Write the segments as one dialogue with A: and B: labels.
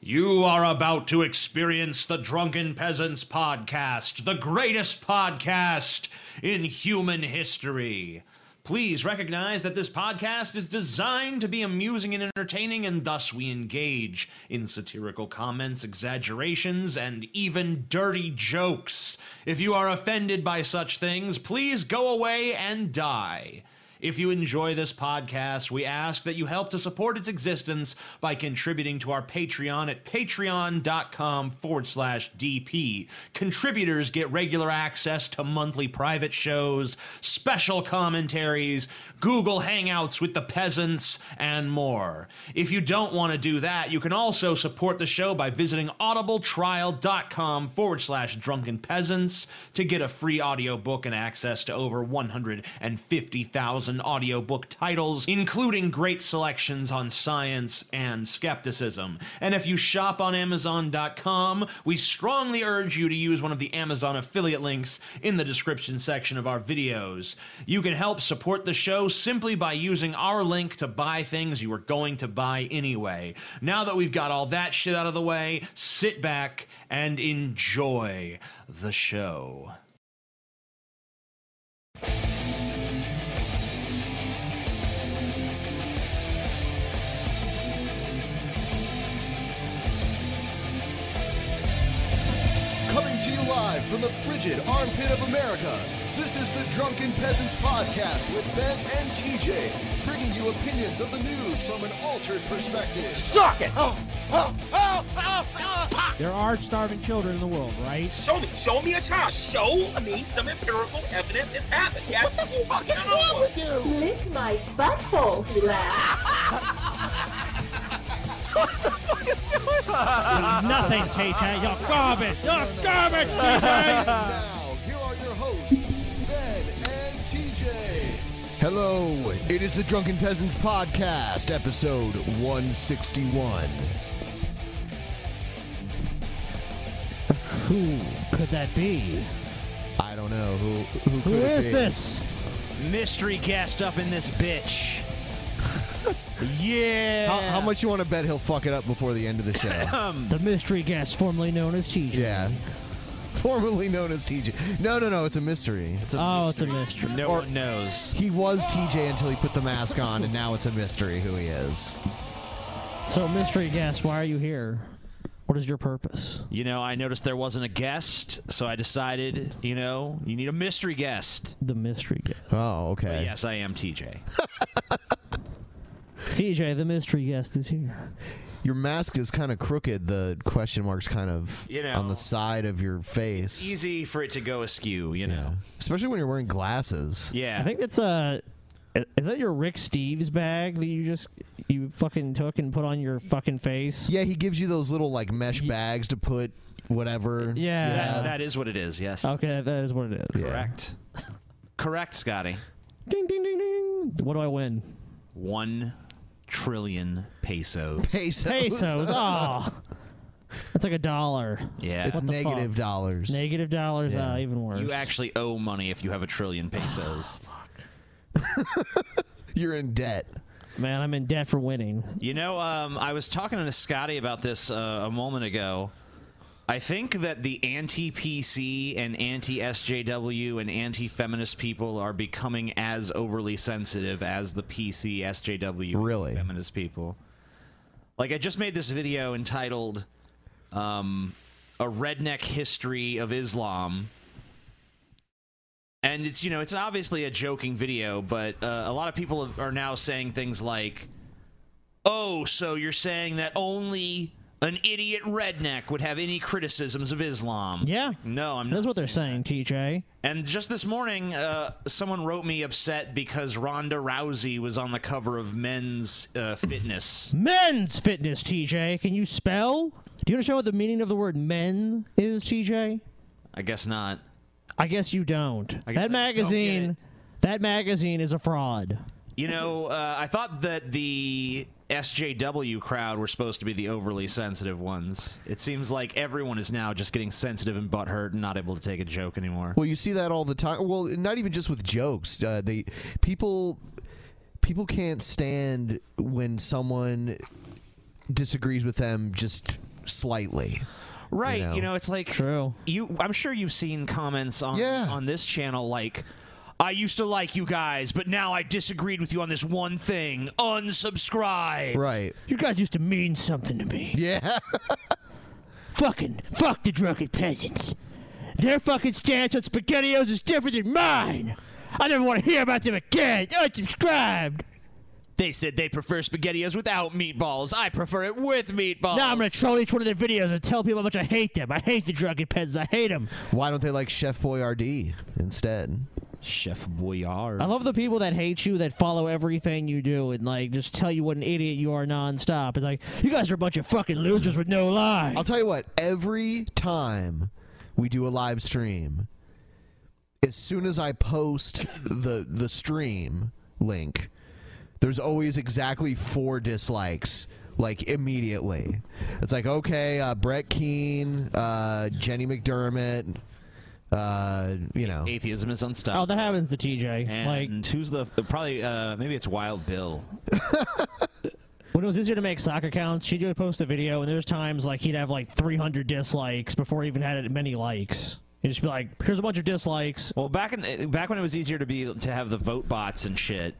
A: You are about to experience the Drunken Peasants podcast, the greatest podcast in human history. Please recognize that this podcast is designed to be amusing and entertaining, and thus we engage in satirical comments, exaggerations, and even dirty jokes. If you are offended by such things, please go away and die. If you enjoy this podcast, we ask that you help to support its existence by contributing to our Patreon at patreon.com forward slash DP. Contributors get regular access to monthly private shows, special commentaries, Google Hangouts with the peasants, and more. If you don't want to do that, you can also support the show by visiting audibletrial.com forward slash drunken peasants to get a free audiobook and access to over 150,000 audiobook titles, including great selections on science and skepticism. And if you shop on Amazon.com, we strongly urge you to use one of the Amazon affiliate links in the description section of our videos. You can help support the show simply by using our link to buy things you were going to buy anyway. Now that we've got all that shit out of the way, sit back and enjoy the show.
B: Coming to you live from the frigid armpit of America, this is the Drunken Peasants Podcast with Ben and TJ, bringing you opinions of the news from an altered perspective.
C: Suck it!
D: There are starving children in the world, right?
C: Oh, Show me, show me a child. Show me some empirical evidence it's happened. Yes, you fucking know.
E: Lick my butthole, he laughed.
D: Nothing, TJ. You're garbage. You're garbage, TJ.
B: Now, here are your hosts, Ben and TJ. Hello, it is the Drunken Peasants Podcast, episode 161.
D: Who could that be?
B: I don't know who who,
D: Who
B: could it
D: is
B: be?
D: this?
F: Mystery guest up in this bitch. yeah.
B: How, how much you want to bet he'll fuck it up before the end of the show?
D: The mystery guest formerly known as TJ.
B: yeah. Formerly known as TJ. No, no, no. It's a mystery. It's a
D: Oh, it's a mystery.
F: No one knows.
B: He was TJ until he put the mask on, and now it's a mystery who he is.
D: So, mystery guest, why are you here? What is your purpose?
F: You know, I noticed there wasn't a guest, so I decided, you know, you need a mystery guest.
D: The mystery guest.
B: Oh, okay.
F: Yes, I am TJ.
D: TJ, the mystery guest, is here.
B: Your mask is kind of crooked. The question mark's kind of
F: You know.
B: on the side of your face,
F: Easy for it to go askew, you know.
B: especially when you're wearing glasses.
F: Yeah.
D: I think it's a. Is is that your Rick Steves bag that you just you fucking took and put on your fucking face?
B: Yeah, he gives you those little like mesh bags to put whatever.
D: Yeah.
B: you
A: That,
B: have.
A: that is what it is, yes.
D: Okay, that is what it is.
A: Correct. Correct, Scotty.
D: Ding ding ding ding. What do I win?
A: One trillion pesos.
B: pesos.
D: Pesos. Oh, that's like a dollar.
A: Yeah.
B: It's
D: the
B: negative
D: fuck?
B: dollars.
D: Negative dollars.
B: Yeah.
D: Uh, even worse.
A: you actually owe money if you have a trillion pesos.
B: You're in debt.
D: Man, I'm in debt for winning.
A: You know, um, I was talking to Scotty about this uh, a moment ago. I think that the anti PC and anti SJW and anti feminist people are becoming as overly sensitive as the PC, SJW, and
B: Really?
A: feminist people. Like, I just made this video entitled um, A Redneck History of Islam. And it's, you know, it's obviously a joking video, but uh, a lot of people are now saying things like, Oh, so you're saying that only an idiot redneck would have any criticisms of Islam?
D: Yeah.
A: No, I'm
D: That's
A: not.
D: what they're saying, TJ.
A: And just this morning, uh, someone wrote me upset because Ronda Rousey was on the cover of Men's uh, Fitness.
D: Men's fitness, TJ. Can you spell? Do you understand what the meaning of the word men is, TJ?
A: I guess not.
D: I guess you don't.
A: I guess I
D: that
A: just don't get it.
D: magazine, that magazine is a fraud.
A: You know, uh, I thought that the SJW crowd were supposed to be the overly sensitive ones. It seems like everyone is now just getting sensitive and butthurt and not able to take a joke anymore.
B: Well, you see that all the time. Well, not even just with jokes. Uh, they people people can't stand when someone disagrees with them just slightly.
A: Right. You know,
B: know.
A: it's like
D: True.
A: You, I'm sure you've seen comments on
B: Yeah.
A: on this channel like. I used to like you guys, but now I disagreed with you on this one thing. Unsubscribe.
B: Right.
D: You guys used to mean something to me.
B: Yeah.
D: Fucking fuck the drunken peasants. Their fucking stance on spaghettios is different than mine. I never want to hear about them again. Unsubscribed.
A: They said they prefer spaghettios without meatballs. I prefer it with meatballs.
D: Now I'm gonna troll each one of their videos and tell people how much I hate them. I hate the drunken peasants. I hate them.
B: Why don't they like Chef Boyardee instead?
A: Chef Boyard.
D: I love the people that hate you that follow everything you do and like just tell you what an idiot you are nonstop. It's like you guys are a bunch of fucking losers with no line.
B: I'll tell you what, every time we do a live stream, as soon as I post the the stream link, there's always exactly four dislikes. Like immediately, it's like okay, uh, Brett Keane, uh, Jenny McDermott, uh, you know,
A: Atheism is unstoppable.
D: Oh, that happens to TJ.
A: And
D: like
A: who's the probably uh, maybe it's Wild Bill.
D: when it was easier to make sock accounts, she'd would post a video, and there's times like he'd have like 300 dislikes before he even had many likes. He'd just be like, "Here's a bunch of dislikes."
A: Well, back in back when it was easier to be to have the vote bots and shit,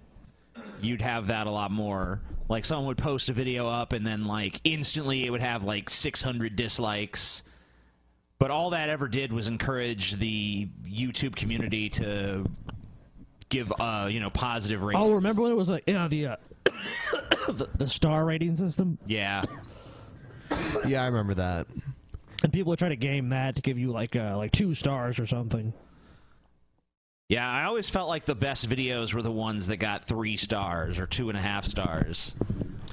A: you'd have that a lot more. Like someone would post a video up and then like instantly it would have like 600 dislikes. But all that ever did was encourage the YouTube community to give uh, you know, positive ratings.
D: Oh, remember when it was like yeah the uh, the, the star rating system,
A: Yeah.
B: yeah, I remember that.
D: and people would try to game that to give you like uh, like two stars or something.
A: Yeah, I always felt like the best videos were the ones that got three stars or two and a half stars.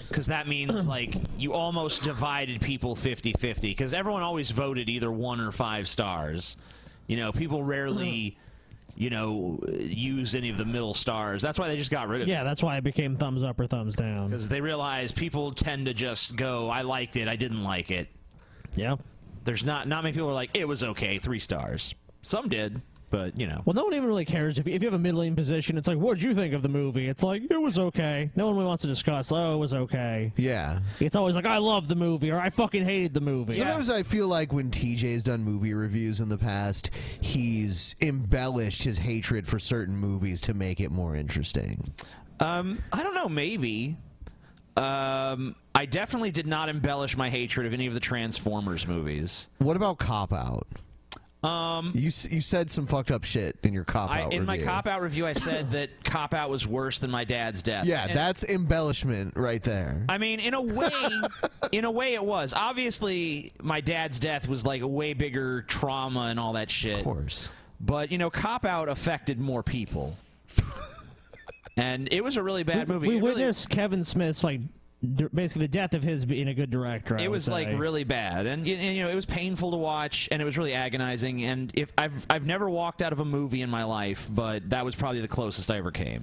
A: Because that means, like, you almost divided people 50 50. Because everyone always voted either one or five stars. You know, people rarely,
D: Uh-huh.
A: you know, used any of the middle stars. That's why they just got rid of it.
D: Yeah, that's why it became thumbs up or thumbs down.
A: Because they realize people tend to just go, I liked it, I didn't like it.
D: Yeah.
A: There's not, not many people who are like, it was okay, three stars. Some did, but, you know.
D: Well, no one even really cares if you, if you have a middling position. It's like, what did you think of the movie? It's like it was okay. No one really wants to discuss. Oh, it was okay.
B: Yeah,
D: It's always like I love the movie or I fucking hated the movie.
B: Sometimes I feel like when TJ's done movie reviews in the past, he's embellished his hatred for certain movies to make it more interesting.
A: Um, I don't know. Maybe. Um, I definitely did not embellish my hatred of any of the Transformers movies.
B: What about Cop Out? Um, you s- you said some fucked up shit in your Cop
A: I,
B: Out
A: in my cop out review, I said that cop out was worse than my dad's death.
B: Yeah, that's embellishment right there.
A: I mean, in a way, in a way, it was. Obviously, my dad's death was like a way bigger trauma and all that shit.
B: of course.
A: But you know, cop out affected more people. and it was a really bad
D: we,
A: movie.
D: we
A: It really-
D: witnessed Kevin Smith's like di- basically the death of his being a good director. I
A: it
D: would
A: was like
D: say.
A: really bad, and, y- and you know it was painful to watch, and it was really agonizing. And if I've I've never walked out of a movie in my life, but that was probably the closest I ever came.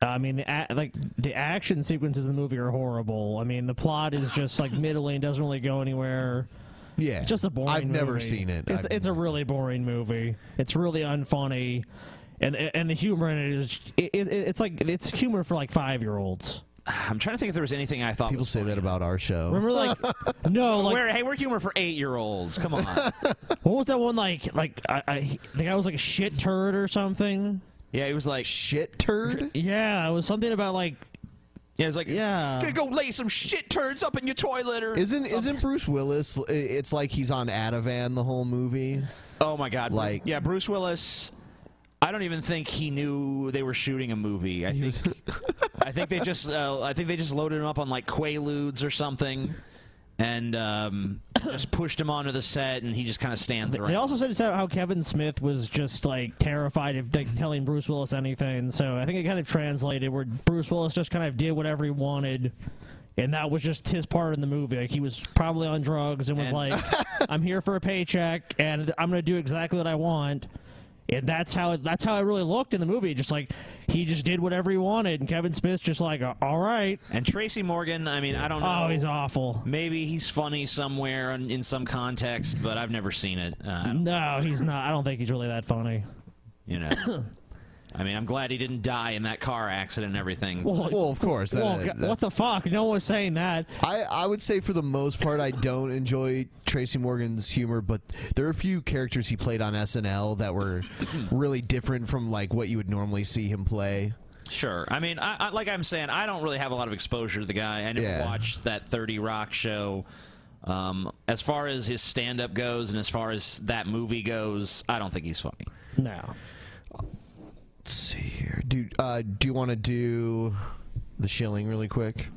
D: I mean, the a- like the action sequences in the movie are horrible. I mean, the plot is just like middling, doesn't really go anywhere.
B: Yeah,
D: it's just a boring.
B: I've never
D: movie.
B: seen it.
D: It's,
B: I've-
D: it's a really boring movie. It's really unfunny, and and the humor in it is it, it, it's like it's humor for like five year olds.
A: I'm trying to think if there was anything I thought.
B: People say that about our show.
D: Remember, like no, like
A: Where, hey, we're humor for eight year olds. Come on.
D: what was that one like? Like I, I the guy was like a shit turd or something.
A: yeah, it was like
B: shit turd.
D: Yeah, it was something about like
A: Yeah, it was like
D: Yeah.
A: Gonna go lay some shit turds up in your toilet or
B: Isn't
A: something.
B: isn't Bruce Willis? i- It's like he's on Ativan the whole movie.
A: Oh my god! Bru-
B: Like-
A: yeah, Bruce Willis. I don't even think he knew they were shooting a movie. I think, I think they just, uh, I think they just loaded him up on like Quaaludes or something, and um, just pushed him onto the set, and he just kind of stands around.
D: They also said it's how how Kevin Smith was just like terrified of like, telling Bruce Willis anything. So I think it kind of translated where Bruce Willis just kind of did whatever he wanted. And that was just his part in the movie. Like he was probably on drugs and was
A: And-
D: like, "I'm here for a paycheck, and I'm gonna do exactly what I want." And that's how that's how it really looked in the movie. Just like he just did whatever he wanted, and Kevin Smith's just like, "All right,
A: and Tracy Morgan. I mean, I don't know.
D: oh, he's awful."
A: Maybe he's funny somewhere in, in some context, but I've never seen it. Uh, I don't-
D: No, he's not. I don't think he's really that funny.
A: you know. I mean, I'm glad he didn't die in that car accident and everything.
B: Well, of course. that-
D: Well, God, what the
B: that's-
D: fuck? No one was saying that.
B: I, I would say for the most part I don't enjoy Tracy Morgan's humor, but there are a few characters he played on SNL that were really different from like what you would normally see him play.
A: Sure. I mean, I, I, like I'm saying, I don't really have a lot of exposure to the guy. I never
B: Yeah.
A: watched that 30 Rock show. Um, as far as his stand up goes and as far as that movie goes, I don't think he's funny.
D: No.
B: Let's see here, dude. Uh, do you want to do the shilling really quick?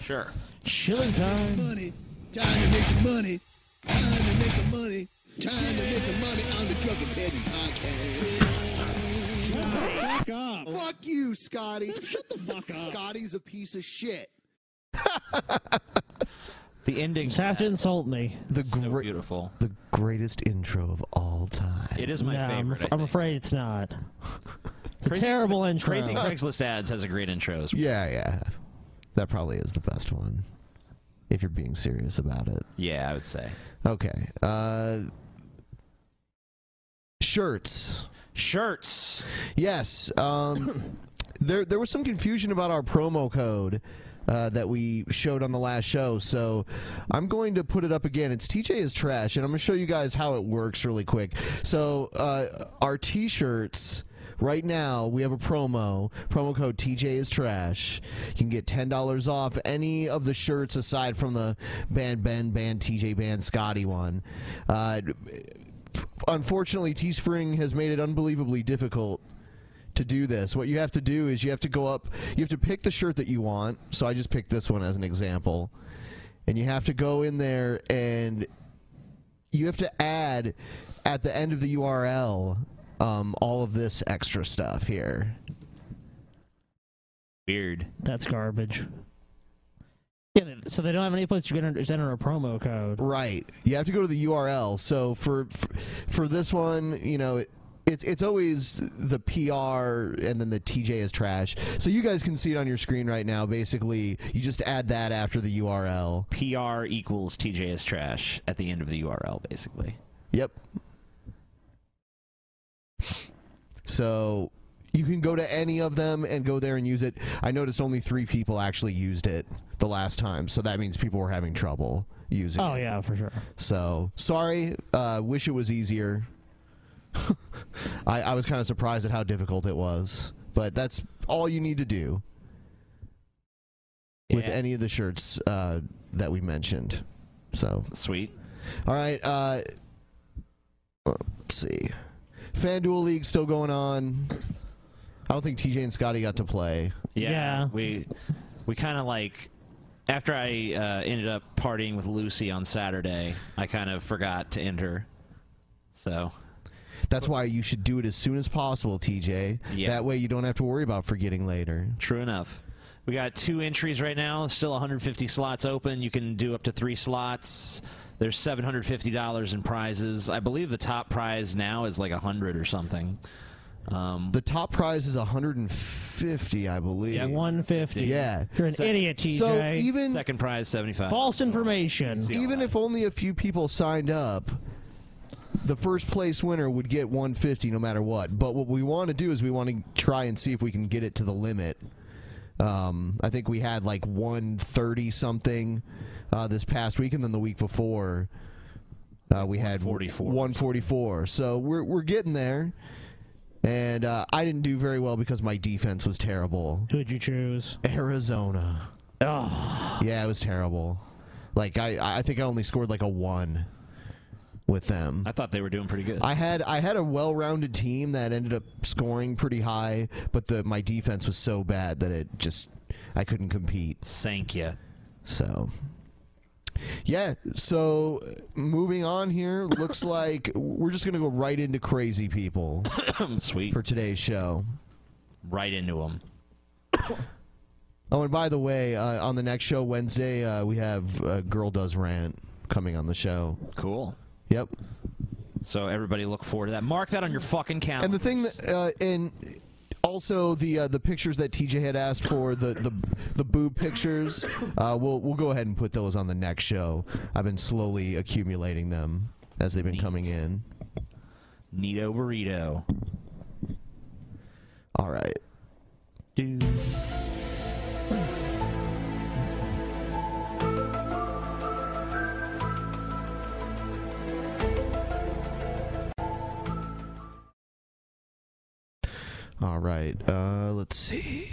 A: Sure.
D: Shilling time.
G: money, time to make some money, time to make some money, time to make some money on the Drunken Peasant Podcast.
D: Fuck off.
G: Fuck you, Scotty. Shut the fuck up. Scotty's a piece of shit.
A: The ending
D: You just have to insult me.
B: The
A: so
B: great,
A: beautiful.
B: the greatest intro of all time.
A: It is my
D: no, I'm,
A: favorite.
D: af- I'm afraid it's not. It's a terrible intro.
A: Crazy Craigslist ads has a great intro. as well.
B: Yeah, yeah. That probably is the best one. If you're being serious about it.
A: Yeah, I would say.
B: Okay. Uh, shirts.
A: Shirts.
B: Yes. Um, there there was some confusion about our promo code uh, that we showed on the last show, so I'm going to put it up again. It's TJ is trash, and I'm going to show you guys how it works really quick. So uh, our T-shirts. Right now, we have a promo promo code TJ is trash. You can get ten dollars off any of the shirts aside from the band Ben band TJ band Scotty one. Uh, unfortunately, Teespring has made it unbelievably difficult to do this. What you have to do is you have to go up, you have to pick the shirt that you want. So I just picked this one as an example. And you have to go in there and you have to add at the end of the URL um, all of this extra stuff here.
A: Weird.
D: That's garbage. Yeah, they- so they don't have any place you can enter, just enter a promo code.
B: Right. You have to go to the URL. So for for, for this one, you know, it, it's it's always the PR and then the TJ is trash. So you guys can see it on your screen right now. Basically, you just add that after the URL.
A: PR equals TJ is trash at the end of the URL, basically.
B: Yep. So you can go to any of them and go there and use it. I noticed only three people actually used it the last time, so that means people were having trouble using
D: Oh
B: it.
D: yeah, for sure.
B: So sorry. Uh, wish it was easier. I, I was kind of surprised at how difficult it was, but that's all you need to do with
A: Yeah.
B: any of the shirts uh, that we mentioned. So
A: Sweet.
B: all right. Uh, let's see. FanDuel League still going on. I don't think TJ and Scotty got to play.
A: Yeah,
D: Yeah.
A: we we kind of like after I uh, ended up partying with Lucy on Saturday, I kind of forgot to enter. So
B: That's why you should do it as soon as possible, TJ.
A: Yeah.
B: That way you don't have to worry about forgetting later.
A: True enough. We got two entries right now. Still 150 slots open. You can do up to three slots. There's $750 in prizes. I believe the top prize now is like 100 or something. Um,
B: the top prize is 150, I believe.
D: Yeah, 150.
B: Yeah.
D: You're an idiot, TJ.
B: So even
A: second prize 75.
D: false information.
B: Even if only a few people signed up, the first place winner would get 150 no matter what. But what we want to do is we want to try and see if we can get it to the limit. Um, I think we had like 130 something uh, this past week, and then the week before uh, we had 144. 144. So we're we're getting there. And uh, I didn't do very well because my defense was terrible.
D: Who'd you choose?
B: Arizona.
D: Oh.
B: Yeah, it was terrible. Like I, I think I only scored like a one with them.
A: I thought they were doing pretty good.
B: I had I had a well-rounded team that ended up scoring pretty high, but the my defense was so bad that it just I couldn't compete.
A: Sank you.
B: So yeah, so moving on here, looks like we're just gonna go right into crazy people.
A: Sweet.
B: For today's show.
A: Right into them.
B: Oh, and by the way, uh, on the next show Wednesday, uh, we have uh, Girl Does Rant coming on the show.
A: Cool.
B: Yep.
A: So everybody look forward to that. Mark that on your fucking calendar.
B: And the thing that, uh, and also the uh, the pictures that TJ had asked for the the the boob pictures, uh, we'll we'll go ahead and put those on the next show. I've been slowly accumulating them as they've been coming in.
A: Neato burrito.
B: All right.
A: Dude.
B: All right. Uh, let's see.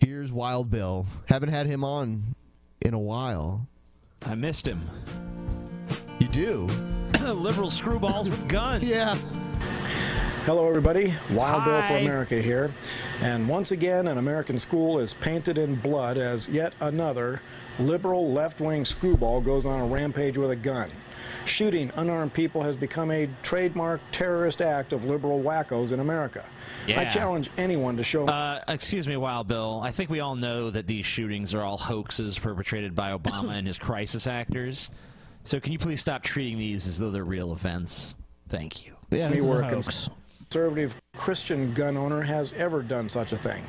B: Here's Wild Bill. Haven't had him on in a while.
A: I missed him.
B: You do.
A: Liberal screwballs with guns.
B: Yeah.
H: Hello, everybody. Wild Bill for
A: Hi.
H: America here. And once again, an American school is painted in blood as yet another liberal left wing screwball goes on a rampage with a gun. Shooting unarmed people has become a trademark terrorist act of liberal wackos in America. I
A: Yeah.
H: challenge anyone to show
A: Uh, excuse me, Wild Bill. I think we all know that these shootings are all hoaxes perpetrated by Obama and his crisis actors. So can you please stop treating these as though they're real events? Thank you.
H: me where a cons- conservative Christian gun owner has ever done such a thing.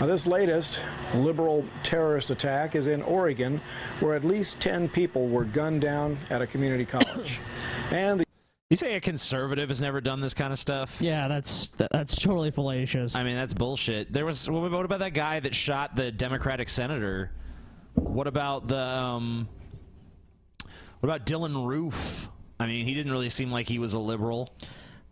H: Now, this latest liberal terrorist attack is in Oregon, where at least 10 people were gunned down at a community college. and the
A: You say a conservative has never done this kind of stuff?
D: Yeah, that's that, that's totally fallacious.
A: I mean, that's bullshit. There was what what about that guy that shot the Democratic senator? What about the um what about Dylan Roof? I mean, he didn't really seem like he was a liberal.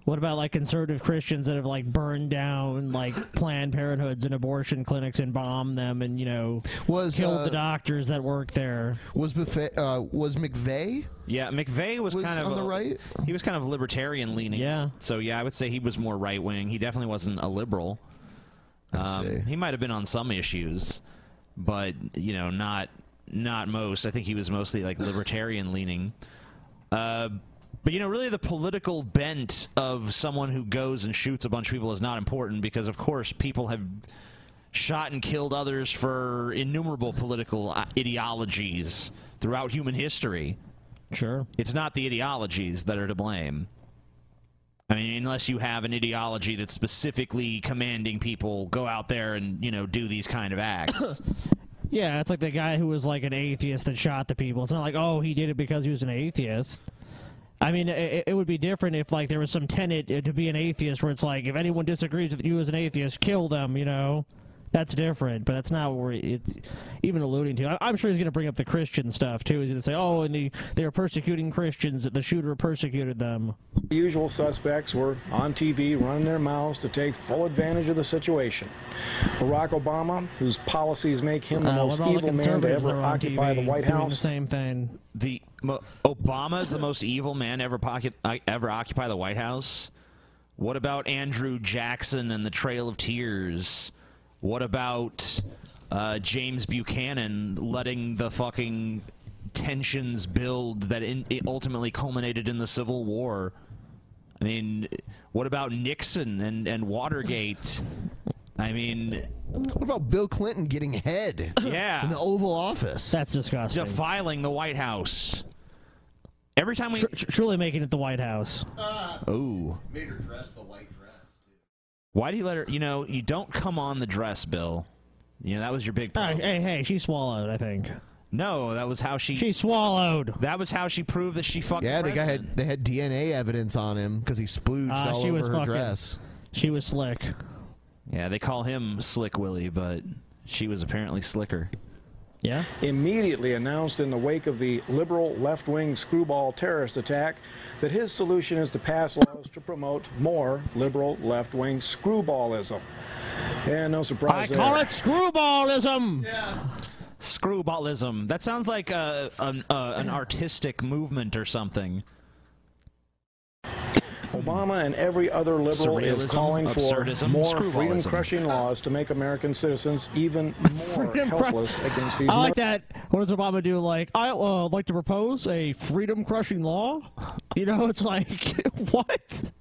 D: What about like conservative Christians that have like burned down like Planned Parenthoods and abortion clinics and bombed them and you know
B: Was,
D: killed
B: uh,
D: the doctors that work there?
B: Was Buffet, uh, was McVeigh?
A: Yeah, McVeigh was,
B: Was
A: kind of
B: on the
A: a-
B: right?
A: He was kind of libertarian leaning. Yeah. So yeah, I would say he was more right wing. He definitely wasn't a liberal. Um, he might have been on some issues, but you know, not not most. I think he was mostly like libertarian leaning. Uh, but you know, really, the political bent of someone who goes and shoots a bunch of people is not important because, of course, people have shot and killed others for innumerable political uh, ideologies throughout human history.
D: Sure.
A: It's not the ideologies that are to blame. I mean, unless you have an ideology that's specifically commanding people go out there and, you know, do these kind of acts.
D: Yeah, it's like the guy who was like an atheist that shot the people. It's not like oh he did it because he was an atheist. I mean, it, it would be different if like there was some tenet uh, to be an atheist where it's like if anyone disagrees with you as an atheist, kill them. You know, that's different. But that's not what we're, it's even alluding to. I, I'm sure he's going to bring up the Christian stuff too. He's going to say oh and the, they were persecuting Christians. that The shooter persecuted them.
H: The usual suspects were on TV running their mouths to take full advantage of the situation. Barack Obama, whose policies make him the
D: Uh, what
H: most
D: about all the
H: evil man to
D: conservatives that
H: ever
D: were on
H: occupy
D: TV
H: the White
D: doing the
H: House,
D: same thing.
A: the Mo- Obama is the most evil man ever pocket I- ever occupy the White House. What about Andrew Jackson and the Trail of Tears? What about uh, James Buchanan letting the fucking tensions build that in, it ultimately culminated in the Civil War. I mean, what about Nixon and, and Watergate? I mean,
B: What about Bill Clinton getting head?
A: Yeah.
B: In the Oval Office.
D: That's disgusting.
A: defiling the White House. Every time we Uh.
D: truly making it the White House. Oh.
A: Ooh.
G: Made her dress the white dress.
A: Why do you let her? You know, you don't come on the dress, Bill. You know that was your big. Problem.
D: hey, hey, she swallowed. I think.
A: No, that was how she.
D: She swallowed.
A: That was how she proved that she fucked.
B: Yeah,
A: the
B: they got
A: president.
B: had they had DNA evidence on him because he splooged
D: Uh,
A: Ah,
B: all
A: she
B: over
A: was
B: her
A: fucking-
B: dress.
D: She was slick.
A: Yeah, they call him Slick Willie, but she was apparently slicker.
D: Yeah.
H: Immediately announced in the wake of the liberal left wing screwball terrorist attack that his solution is to pass laws to promote more liberal left wing screwballism. And no surprise there.
D: screwballism.
A: Screwballism. That sounds like uh an, uh, an artistic movement or something.
H: Obama and every other liberal is
A: Surrealism,
H: calling for
A: absurdism,
H: more
A: screwballism.
H: freedom crushing laws to make American citizens even more helpless against these
D: I like that. What does Obama do? Like, I uh, like to propose a freedom-crushing law. You know, it's like what?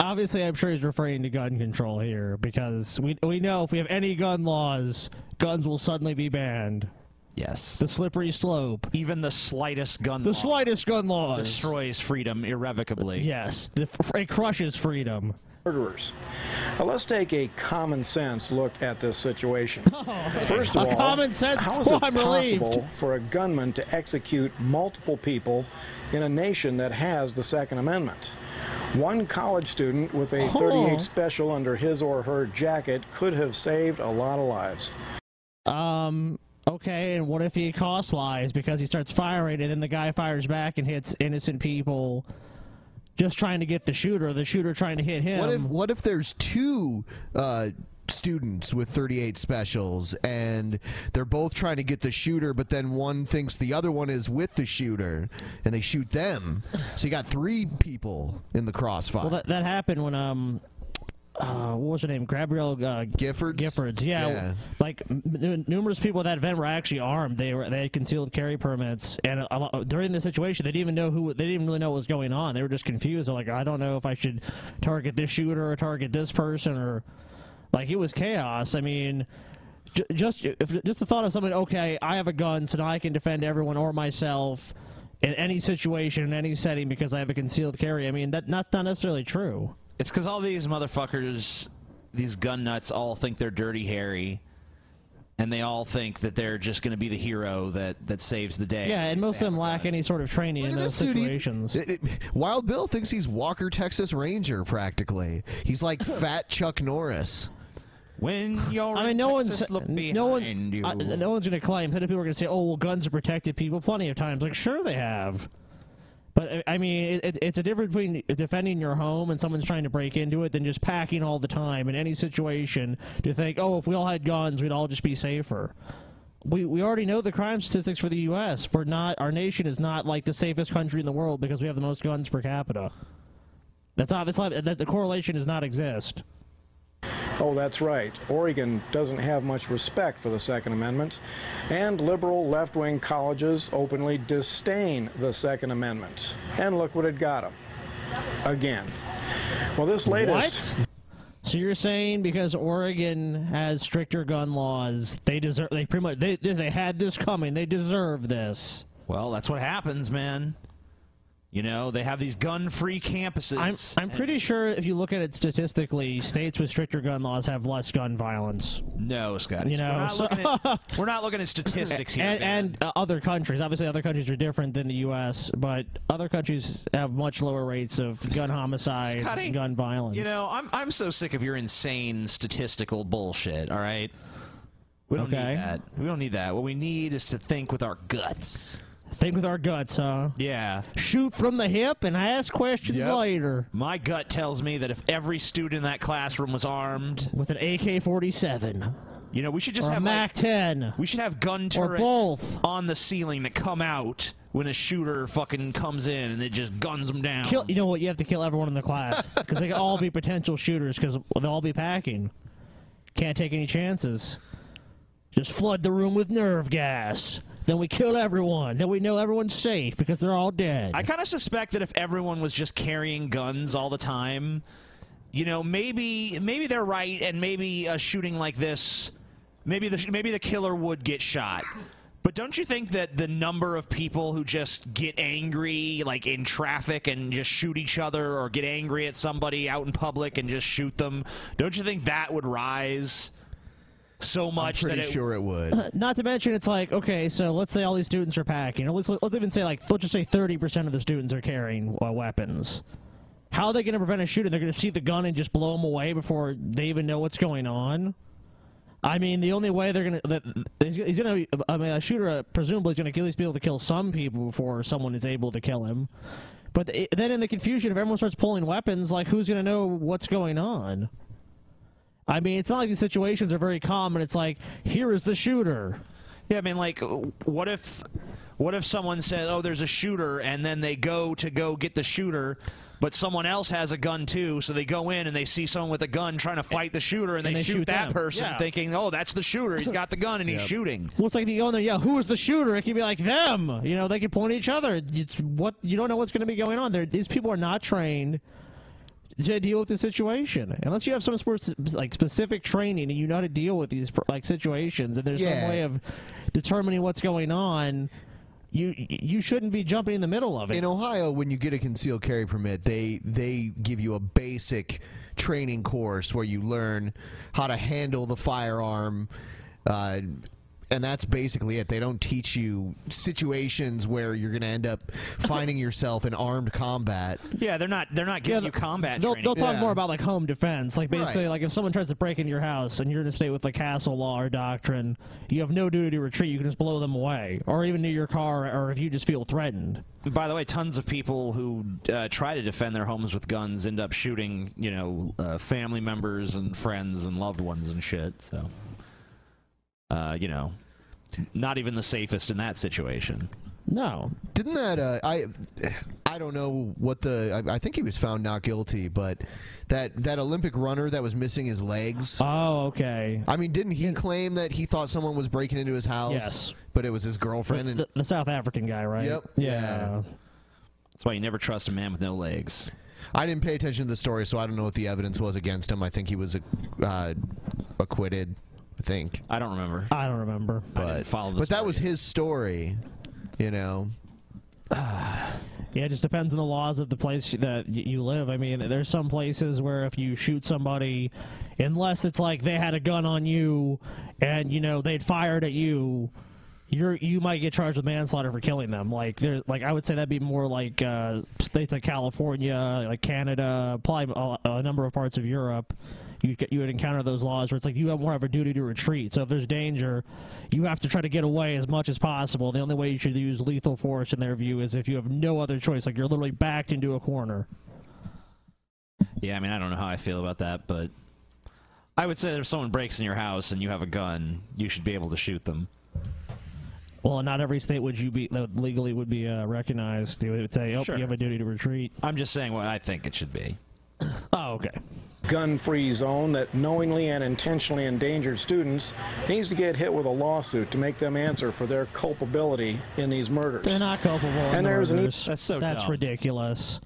D: Obviously, I'm sure he's referring to gun control here because we we know if we have any gun laws, guns will suddenly be banned.
A: Yes.
D: The slippery slope.
A: Even the slightest gun.
D: The
A: law
D: slightest gun laws.
A: destroys freedom irrevocably.
D: Yes, the, it crushes freedom.
H: murderers. Now let's take a common sense look at this situation. First of
D: A
H: all,
D: common sense-
H: how is
D: Well,
H: it
D: I'm relieved.
H: possible for a gunman to execute multiple people in a nation that has the Second Amendment? One college student with a
D: Oh.
H: 38 special under his or her jacket could have saved a lot of lives.
D: Um. Okay, and what if he cost lies because he starts firing and then the guy fires back and hits innocent people, just trying to get the shooter, the shooter trying to hit him.
B: What if what if there's two uh, students with 38 specials and they're both trying to get the shooter, but then one thinks the other one is with the shooter and they shoot them. So you got three people in the crossfire.
D: Well, that, that happened when um, uh, what was her name? Gabrielle uh, Giffords. Giffords, yeah.
B: Yeah.
D: Like m- n- numerous people at that event were actually armed. They were they had concealed carry permits, and a, a lot, during the situation, they didn't even know who. They didn't even really know what was going on. They were just confused. They're like, I don't know if I should target this shooter or target this person or, like, it was chaos. I mean. ju- Just if, just the thought of someone. Okay, I have a gun, so now I can defend everyone or myself in any situation, in any setting, because I have a concealed carry. I mean, that that's not necessarily true.
A: It's because all these motherfuckers, these gun nuts, all think they're dirty Harry, and they all think that they're just going to be the hero that that saves the day.
D: Yeah, and most of them
A: uh,
D: lack any sort of training in those
B: this dude, he-
D: Uh, situations.
B: it- it- Wild Bill thinks he's Walker, Texas Ranger, practically. He's like fat Chuck Norris.
A: When you're
D: I mean, no one's no
A: behind
D: one's
A: you.
D: uh, no one's going to claim. Plenty of people are going to say, "Oh, well, guns have protected people." Plenty of times, like sure they have, but uh, I- I mean, it, it's a difference between defending your home and someone's trying to break into it than just packing all the time in any situation to think, "Oh, if we all had guns, we'd all just be safer." We, we already know the crime statistics for the U.S. We're not our nation is not like the safest country in the world because we have the most guns per capita. That's obviously that the correlation does not exist.
H: Oh, that's right. Oregon doesn't have much respect for the Second Amendment, and liberal left wing colleges openly disdain the Second Amendment. And look what it got them. Again. Well, this latest.
D: What? So you're saying because Oregon has stricter gun laws, they deserve they pretty much they they had this coming. They deserve this.
A: Well, that's what happens, man. You know, they have these gun-free campuses.
D: I'm I'm pretty sure if you look at it statistically, states with stricter gun laws have less gun violence.
A: No, Scott.
D: You know,
A: we're, not
D: so-
A: looking at, we're not looking at statistics here.
D: and
A: man.
D: and uh, other countries, obviously, other countries are different than the U.S., but other countries have much lower rates of gun homicides,
A: Scotty,
D: and gun violence.
A: you know, I'm I'm so sick of your insane statistical bullshit. All right, we don't
D: Okay.
A: need that. We don't need that. What we need is to think with our guts.
D: think with our guts, huh?
A: Yeah.
D: Shoot from the hip and ask questions later
A: My gut tells me that if every student in that classroom was armed,
D: with an AK-47
A: you know, we should just
D: or a
A: have
D: Mac
A: like,
D: 10.
A: we should have gun
D: Or
A: turrets
D: both.
A: on the ceiling that come out when a shooter fucking comes in and it just guns them down.
D: Kill, you know what? You have to kill everyone in the class because they can all be potential shooters because they'll all be packing. Can't take any chances. Just flood the room with nerve gas. Then we kill everyone. Then we know everyone's safe because they're all dead.
A: I kind of suspect that if everyone was just carrying guns all the time, you know, maybe maybe they're right, and maybe a shooting like this, maybe the maybe the killer would get shot. But don't you think that the number of people who just get angry, like in traffic, and just shoot each other, or get angry at somebody out in public and just shoot them, don't you think that would rise so much?
B: pretty
A: that it,
B: sure it would.
D: Not to mention, it's like okay, so let's say all these students are packing. Or let's let's even say like let's just say thirty percent of the students are carrying uh, weapons. How are they going to prevent a shooting? They're going to see the gun and just blow them away before they even know what's going on. I mean, the only way they're going to that he's, he's going to I mean, a shooter uh, presumably is going to at least be able to kill some people before someone is able to kill him. But the, then in the confusion, if everyone starts pulling weapons, like who's going to know what's going on? I mean, it's not like these situations are very common. It's like, here is the shooter.
A: Yeah, I mean, like, what if, what if someone says, "Oh, there's a shooter," and then they go to go get the shooter, but someone else has a gun too, so they go in and they see someone with a gun trying to fight the shooter, and, they, shoot, that
D: them.
A: person,
D: Yeah.
A: thinking, "Oh, that's the shooter. He's got the gun and he's
D: Yep.
A: shooting."
D: Well, it's like you go in there, yeah, who is the shooter? It could be like them. You know, they could point at each other. It's what you don't know what's going to be going on there. These people are not trained to deal with the situation unless you have some sort of like specific training and you know how to deal with these like situations and there's
B: Yeah.
D: some way of determining what's going on. You you shouldn't be jumping in the middle of it.
B: In Ohio, when you get a concealed carry permit, they they give you a basic training course where you learn how to handle the firearm. Uh, and that's basically it. They don't teach you situations where you're going to end up finding yourself in armed combat.
A: Yeah, they're not they're not
D: Yeah,
A: giving
D: the-
A: you combat
D: They'll,
A: training.
D: they'll talk more about like home defense, like basically like if someone tries to break into your house and you're in a state with like castle law or doctrine, you have no duty to retreat. You can just blow them away, or even to your car, or if you just feel threatened.
A: By the way, tons of people who uh, try to defend their homes with guns end up shooting, you know, uh, family members and friends and loved ones and shit. So, uh, you know, not even the safest in that situation.
D: No.
B: Didn't that uh, I? I don't know what the. I, I think he was found not guilty, but that that Olympic runner that was missing his legs.
D: Oh, okay.
B: I mean, didn't he claim that he thought someone was breaking into his house?
D: Yes.
B: but it was his girlfriend. And
D: The, the South African guy, right?
B: Yep.
D: Yeah.
A: That's why you never trust a man with no legs.
B: I didn't pay attention to the story, so I don't know what the evidence was against him. I think he was uh, acquitted. I think.
A: I don't remember.
D: I don't remember.
B: But
A: follow.
B: but that was his story. You know.
D: Yeah, it just depends on the laws of the place that y- you live. I mean, there's some places where if you shoot somebody, unless it's like they had a gun on you and you know they'd fired at you, you're you might get charged with manslaughter for killing them. Like there, like I would say that'd be more like uh, states like California, like Canada, probably a, a number of parts of Europe. You you would encounter those laws where it's like you have more of a duty to retreat. So if there's danger, you have to try to get away as much as possible. The only way you should use lethal force in their view is if you have no other choice. Like you're literally backed into a corner.
A: Yeah, I mean, I don't know how I feel about that, but I would say that if someone breaks in your house and you have a gun, you should be able to shoot them.
D: Well, not every state would you be that legally would be uh, recognized. They would say, "Oh,
A: Sure.
D: you have a duty to retreat."
A: I'm just saying what I think it should be.
D: Oh, okay.
H: gun free zone that knowingly and intentionally endangered students needs to get hit with a lawsuit to make them answer for their culpability in these murders.
D: They're not culpable. in
H: And there's an e-
D: murders. that's ridiculous.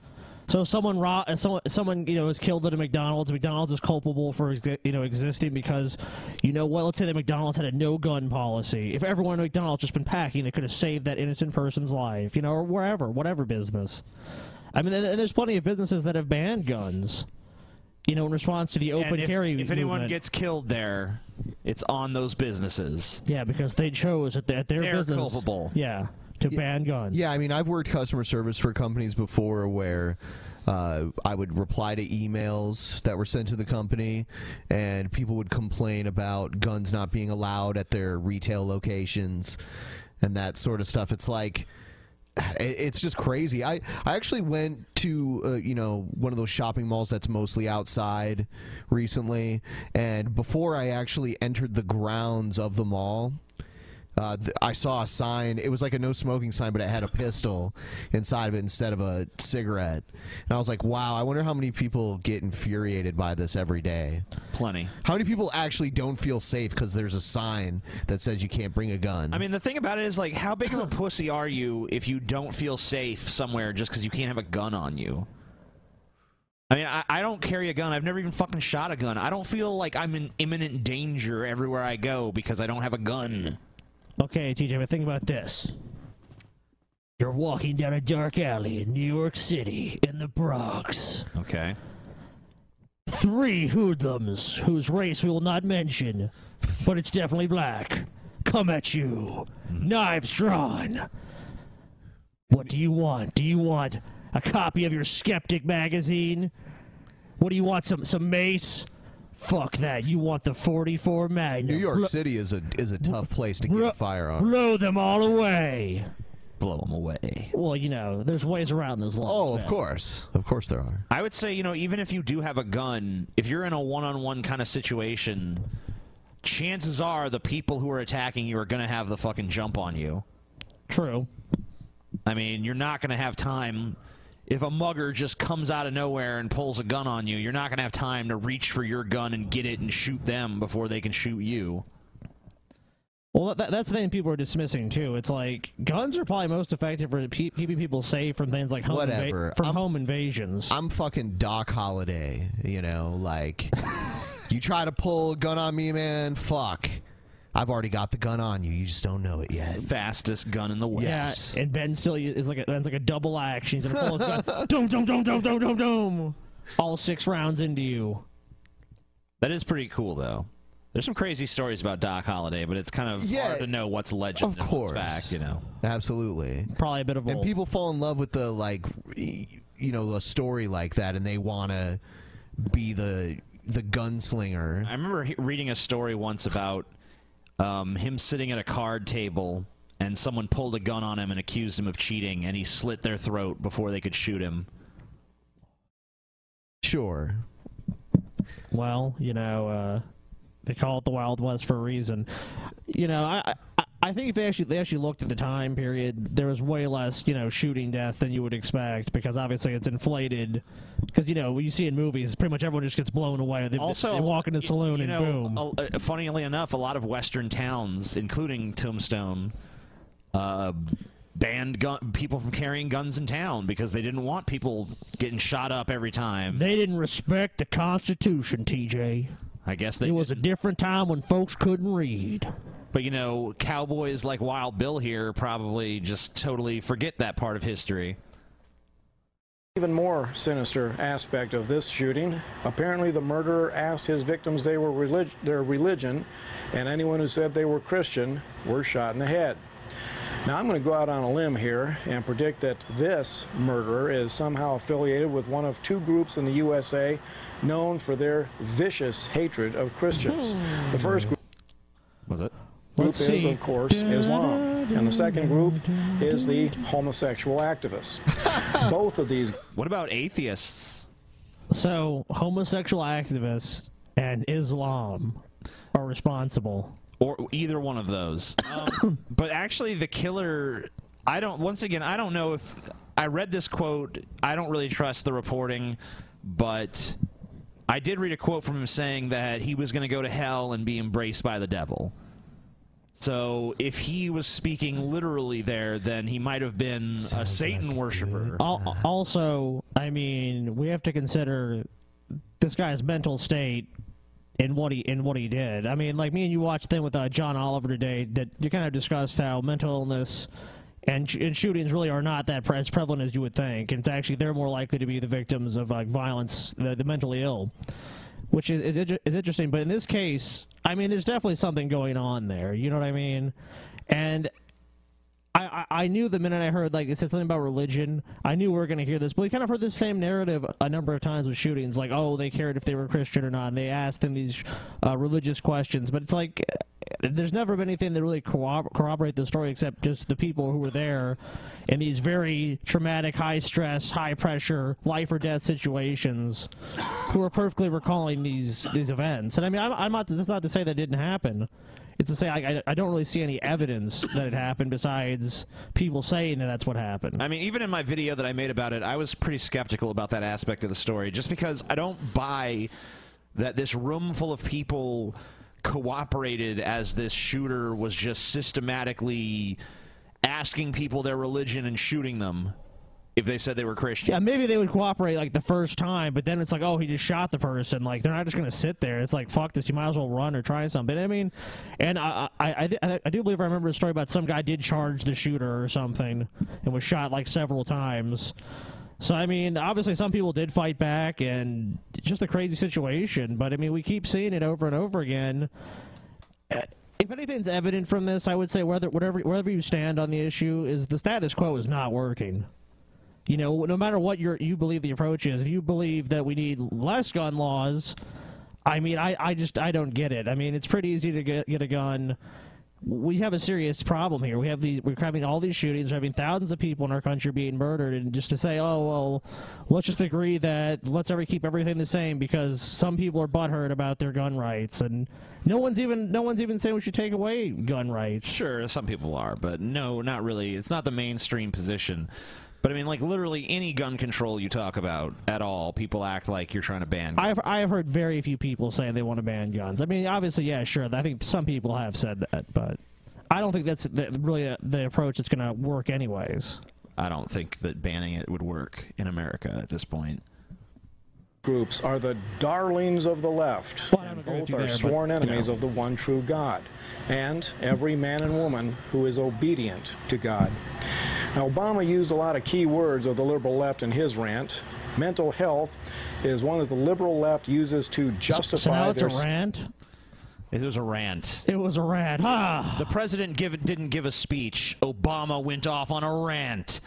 D: So if someone ro- if someone someone you know is killed at a McDonald's. McDonald's is culpable for exi- you know existing because you know what? Let's say that McDonald's had a no gun policy. If everyone at McDonald's just been packing, it could have saved that innocent person's life. You know, or wherever, whatever business. I mean, and and there's plenty of businesses that have banned guns. You know, in response to the open
A: and if,
D: carry.
A: if anyone
D: movement.
A: gets killed there, it's on those businesses.
D: yeah, because they chose at, the, at their
A: They're
D: business.
A: culpable.
D: Yeah, to ban guns.
B: Yeah, I mean, I've worked customer service for companies before where uh, I would reply to emails that were sent to the company, and people would complain about guns not being allowed at their retail locations and that sort of stuff. It's like. it- It's just crazy. I, I actually went to uh, you know one of those shopping malls that's mostly outside recently, and before I actually entered the grounds of the mall, Uh, th- I saw a sign. It was like a no smoking sign, but it had a pistol inside of it instead of a cigarette. And I was like, wow, I wonder how many people get infuriated by this every day.
A: Plenty.
B: How many people actually don't feel safe because there's a sign that says you can't bring a gun?
A: I mean, the thing about it is, like, how big of a pussy are you if you don't feel safe somewhere just because you can't have a gun on you? I mean, I, I don't carry a gun. I've never even fucking shot a gun. I don't feel like I'm in imminent danger everywhere I go because I don't have a gun.
D: Okay, TJ, but think about this. You're walking down a dark alley in New York City, in the Bronx.
A: Okay.
D: Three hoodlums, whose race we will not mention, but it's definitely black, come at you. Knives drawn. What do you want? Do you want a copy of your Skeptic magazine? What do you want? Some some mace? Fuck that. You want the 44 Magnum.
B: New York
D: Blo-
B: City is a is a tough place to get a firearm.
D: Blow them all away.
A: Blow them away.
D: Well, you know, there's ways around those laws.
B: Oh, of
D: man.
B: course, of course there are.
A: I would say, you know, even if you do have a gun, if you're in a one on one kind of situation, chances are the people who are attacking you are going to have the fucking jump on you.
D: True.
A: I mean, you're not going to have time. If a mugger just comes out of nowhere and pulls a gun on you, you're not going to have time to reach for your gun and get it and shoot them before they can shoot you.
D: Well, that, that's the thing people are dismissing too. It's like guns are probably most effective for pe- keeping people safe from things like home inva-
B: Whatever.
D: from home invasions.
B: I'm fucking Doc Holiday, you know, like you try to pull a gun on me, man, fuck. I've already got the gun on you. You just don't know it yet.
A: Fastest gun in the West.
D: Yeah, and Ben still is like a, Ben's like a double action. He's gonna pull his gun. Doom, doom, doom, doom, doom, doom, doom. All six rounds into you.
A: That is pretty cool, though. There's some crazy stories about Doc Holliday, but it's kind of
B: Yeah,
A: hard to know what's legend
B: of
A: and
B: course.
A: what's fact, you know.
B: Absolutely.
D: Probably a bit of
B: And
D: both.
B: people fall in love with the like y- you know, a story like that and they want to be the the gunslinger.
A: I remember he- reading a story once about um, him sitting at a card table and someone pulled a gun on him and accused him of cheating, and he slit their throat before they could shoot him.
B: Sure.
D: Well, you know, uh, they call it the Wild West for a reason. You know, I, I I think if they actually they actually looked at the time period, there was way less you know shooting death than you would expect because obviously it's inflated. Because you know, what you see in movies, pretty much everyone just gets blown away. They,
A: Also,
D: they walk in the saloon
A: You
D: and
A: know,
D: boom.
A: a- uh, funnily enough, a lot of Western towns, including Tombstone, uh, banned gun- people from carrying guns in town because they didn't want people getting shot up every time.
D: They didn't respect the Constitution, TJ.
A: I guess they
D: it was a different time when folks couldn't read.
A: But you know, cowboys like Wild Bill here probably just totally forget that part of history.
H: Even more sinister aspect of this shooting. Apparently, the murderer asked his victims they were relig- their religion, and anyone who said they were Christian were shot in the head. Now, I'm going to go out on a limb here and predict that this murderer is somehow affiliated with one of two groups in the USA known for their vicious hatred of Christians. The first group.
A: Was it?
H: Group
A: Let's
H: is,
A: see.
H: of course, Islam, and the second group is the homosexual activists. Both of these
A: What about atheists?
D: So homosexual activists and Islam are responsible.
A: or either one of those. Um, but actually, the killer. I don't. Once again, I don't know if I read this quote. I don't really trust the reporting, but I did read a quote from him saying that he was going to go to hell and be embraced by the devil. So if he was speaking literally there, then he might have been a Satan worshiper.
D: Al- also, I mean, we have to consider this guy's mental state and what he and what he did. I mean, like me and you watched thing with uh, John Oliver today that you kind of discussed how mental illness and, sh- and shootings really are not that pre- as prevalent as you would think. And it's actually they're more likely to be the victims of like violence, the, the mentally ill, which is is, inter- is interesting. But in this case, I mean, there's definitely something going on there. You know what I mean? And I, I, I knew the minute I heard like it said something about religion, I knew we were going to hear this. But we kind of heard the same narrative a number of times with shootings, like oh they cared if they were Christian or not, and they asked them these uh, religious questions. But it's like uh, there's never been anything that really corrobor- corroborate the story except just the people who were there in these very traumatic, high stress, high pressure, life or death situations, who are perfectly recalling these these events. And I mean, I'm, I'm not that's not to say that didn't happen. It's to say I, I- I don't really see any evidence that it happened besides people saying that that's what happened.
A: I mean, even in my video that I made about it, I was pretty skeptical about that aspect of the story just because I don't buy that this room full of people cooperated as this shooter was just systematically asking people their religion and shooting them if they said they were Christian.
D: Yeah, maybe they would cooperate like the first time, but then it's like, oh, he just shot the person. Like they're not just gonna sit there. It's like, fuck this. You might as well run or try something. I mean, and I I, I, I- I do believe I remember a story about some guy did charge the shooter or something and was shot like several times. So I mean, obviously some people did fight back, and it's just a crazy situation. But I mean, we keep seeing it over and over again Uh, if anything's evident from this, I would say whether whatever wherever you stand on the issue is the status quo is not working. You know, no matter what your you believe the approach is, if you believe that we need less gun laws, I mean, I, I just I don't get it. I mean, it's pretty easy to get get a gun. We have a serious problem here. We have these we're having all these shootings, we're having thousands of people in our country being murdered, and just to say, oh well, let's just agree that let's ever keep everything the same because some people are butthurt about their gun rights, and no one's even no one's even saying we should take away gun rights.
A: Sure, some people are, but no, not really. It's not the mainstream position. But I mean, like literally any gun control you talk about at all, people act like you're trying to ban.
D: I've I have heard very few people say they want to ban guns. I mean, obviously, yeah, sure. I think some people have said that, but I don't think that's the, really uh the approach that's going to work, anyways.
A: I don't think that banning it would work in America at this point.
H: groups are the darlings of the left, and both
A: you
H: are
A: there, but-
H: sworn enemies
A: No.
H: of the one true God, and every man and woman who is obedient to God. Now, Obama used a lot of key words of the liberal left in his rant. Mental health is one that the liberal left uses to justify
D: So now it's a
H: their
D: rant.
A: It was a rant.
D: It was a rant. Ah.
A: The president give, didn't give a speech. Obama went off on a rant.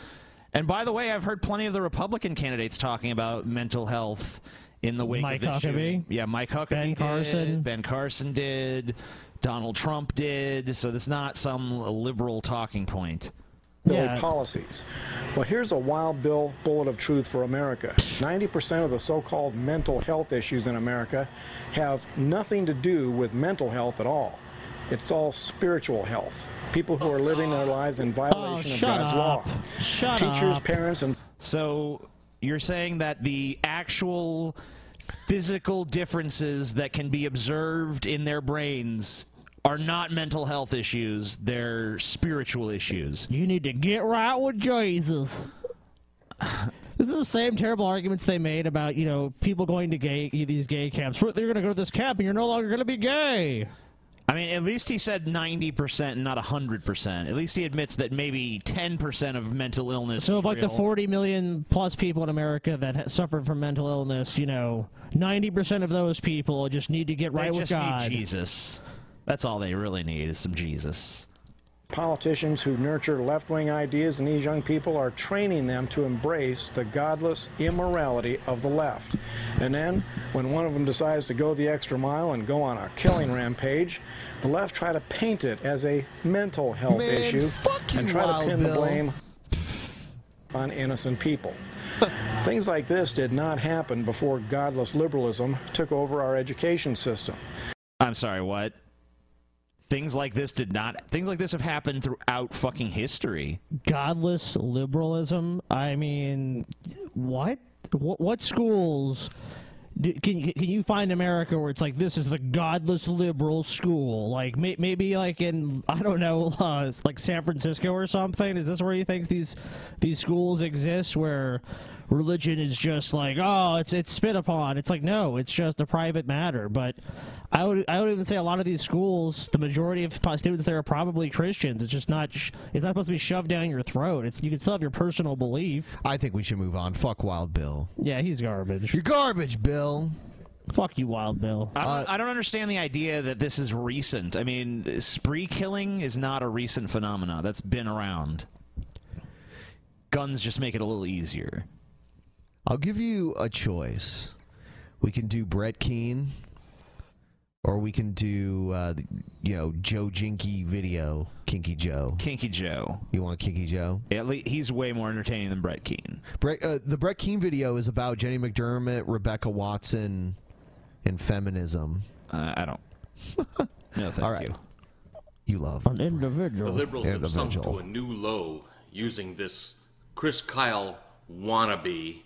A: And by the way, I've heard plenty of the Republican candidates talking about mental health in the wake
D: Mike
A: of this
D: Huckabee.
A: shooting. Yeah, Mike Huckabee. Ben
D: Carson.
A: Ben Carson did. Donald Trump did. So this is not some liberal talking point.
H: Billy policies. Well, here's a wild bill bullet of truth for America. 90% of the so called mental health issues in America have nothing to do with mental health at all. It's all spiritual health. People who are living their lives in violation of
A: Oh, shut
H: God's
A: up.
H: law.
A: Shut
H: Teachers,
A: up.
H: parents, and
A: So you're saying that the actual physical differences that can be observed in their brains are not mental health issues, they're spiritual issues.
D: You need to get right with Jesus. This is the same terrible arguments they made about you know people going to gay these gay camps. They're going to go to this camp and you're no longer going to be gay.
A: I mean, at least he said 90%, not 100%. At least he admits that maybe 10% of mental illness.
D: So,
A: is
D: of like the
A: real.
D: 40 million plus people in America that ha- suffered from mental illness, you know, 90% of those people just need to get
A: They
D: right with
A: just
D: God.
A: need Jesus. That's all they really need is some Jesus.
H: politicians who nurture left wing ideas in these young people are training them to embrace the godless immorality of the left. And then, when one of them decides to go the extra mile and go on a killing rampage, the left try to paint it as a mental health
B: Man,
H: issue
B: fuck
H: and
B: you,
H: try
B: Wild
H: to pin the
B: Bill.
H: blame on innocent people. Things like this did not happen before godless liberalism took over our education system.
A: I'm sorry, what? Things like this did not. Things like this have happened throughout fucking history.
D: Godless liberalism. I mean, what? What, what schools? Do, can, can you find America where it's like this is the godless liberal school? Like may, maybe like in I don't know, uh, it's like San Francisco or something. Is this where you think these these schools exist where religion is just like oh it's it's spit upon? It's like no, it's just a private matter. But I would I would even say a lot of these schools, the majority of po- students there are probably Christians. It's just not sh- it's not supposed to be shoved down your throat. It's you can still have your personal belief.
B: I think we should move on. Fuck Wild Bill.
D: Yeah, he's garbage.
B: You're garbage, Bill.
D: Fuck you, Wild Bill.
A: I don't, I don't understand the idea that this is recent. I mean, spree killing is not a recent phenomena. That's been around. Guns just make it a little easier.
B: I'll give you a choice. We can do Brett Keane, or we can do uh, the- you know Joe Jinky video, Kinky Joe.
A: Kinky Joe.
B: You want Kinky Joe?
A: At least he's way more entertaining than Brett Keane.
B: Brett, uh, the Brett Keane video is about Jenny McDermott, Rebecca Watson, and feminism.
A: Uh, I don't. No, thank
B: All right.
A: you.
B: you love. An
I: The
D: individual.
I: liberals have sunk to a new low using this Chris Kyle wannabe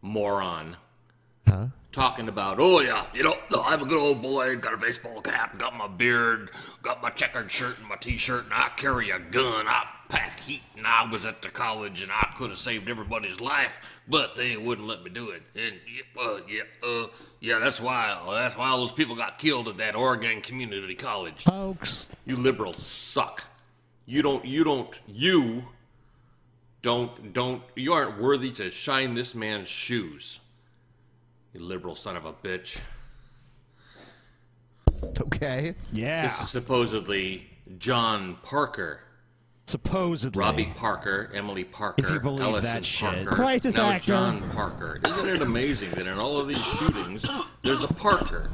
I: moron
B: Huh?
I: talking about, oh yeah, you know, I'm a good old boy, got a baseball cap, got my beard, got my checkered shirt and my t-shirt, and I carry a gun, I pack heat, and I was at the college, and I could have saved everybody's life, but they wouldn't let me do it. And yeah, uh, yeah, uh, yeah, that's why, that's why all those people got killed at that Oregon Community College.
D: Hoax.
I: You liberals suck. You don't, you don't, you don't, don't, you aren't worthy to shine this man's shoes. You liberal son of a bitch.
B: Okay.
D: Yeah.
I: This is supposedly John Parker.
A: Supposedly.
I: Robbie Parker, Emily Parker,
A: If you believe
I: Ellison
A: that shit.
I: Parker,
A: Crisis
I: now
A: actor.
I: John Parker. Isn't it amazing that in all of these shootings, there's a Parker?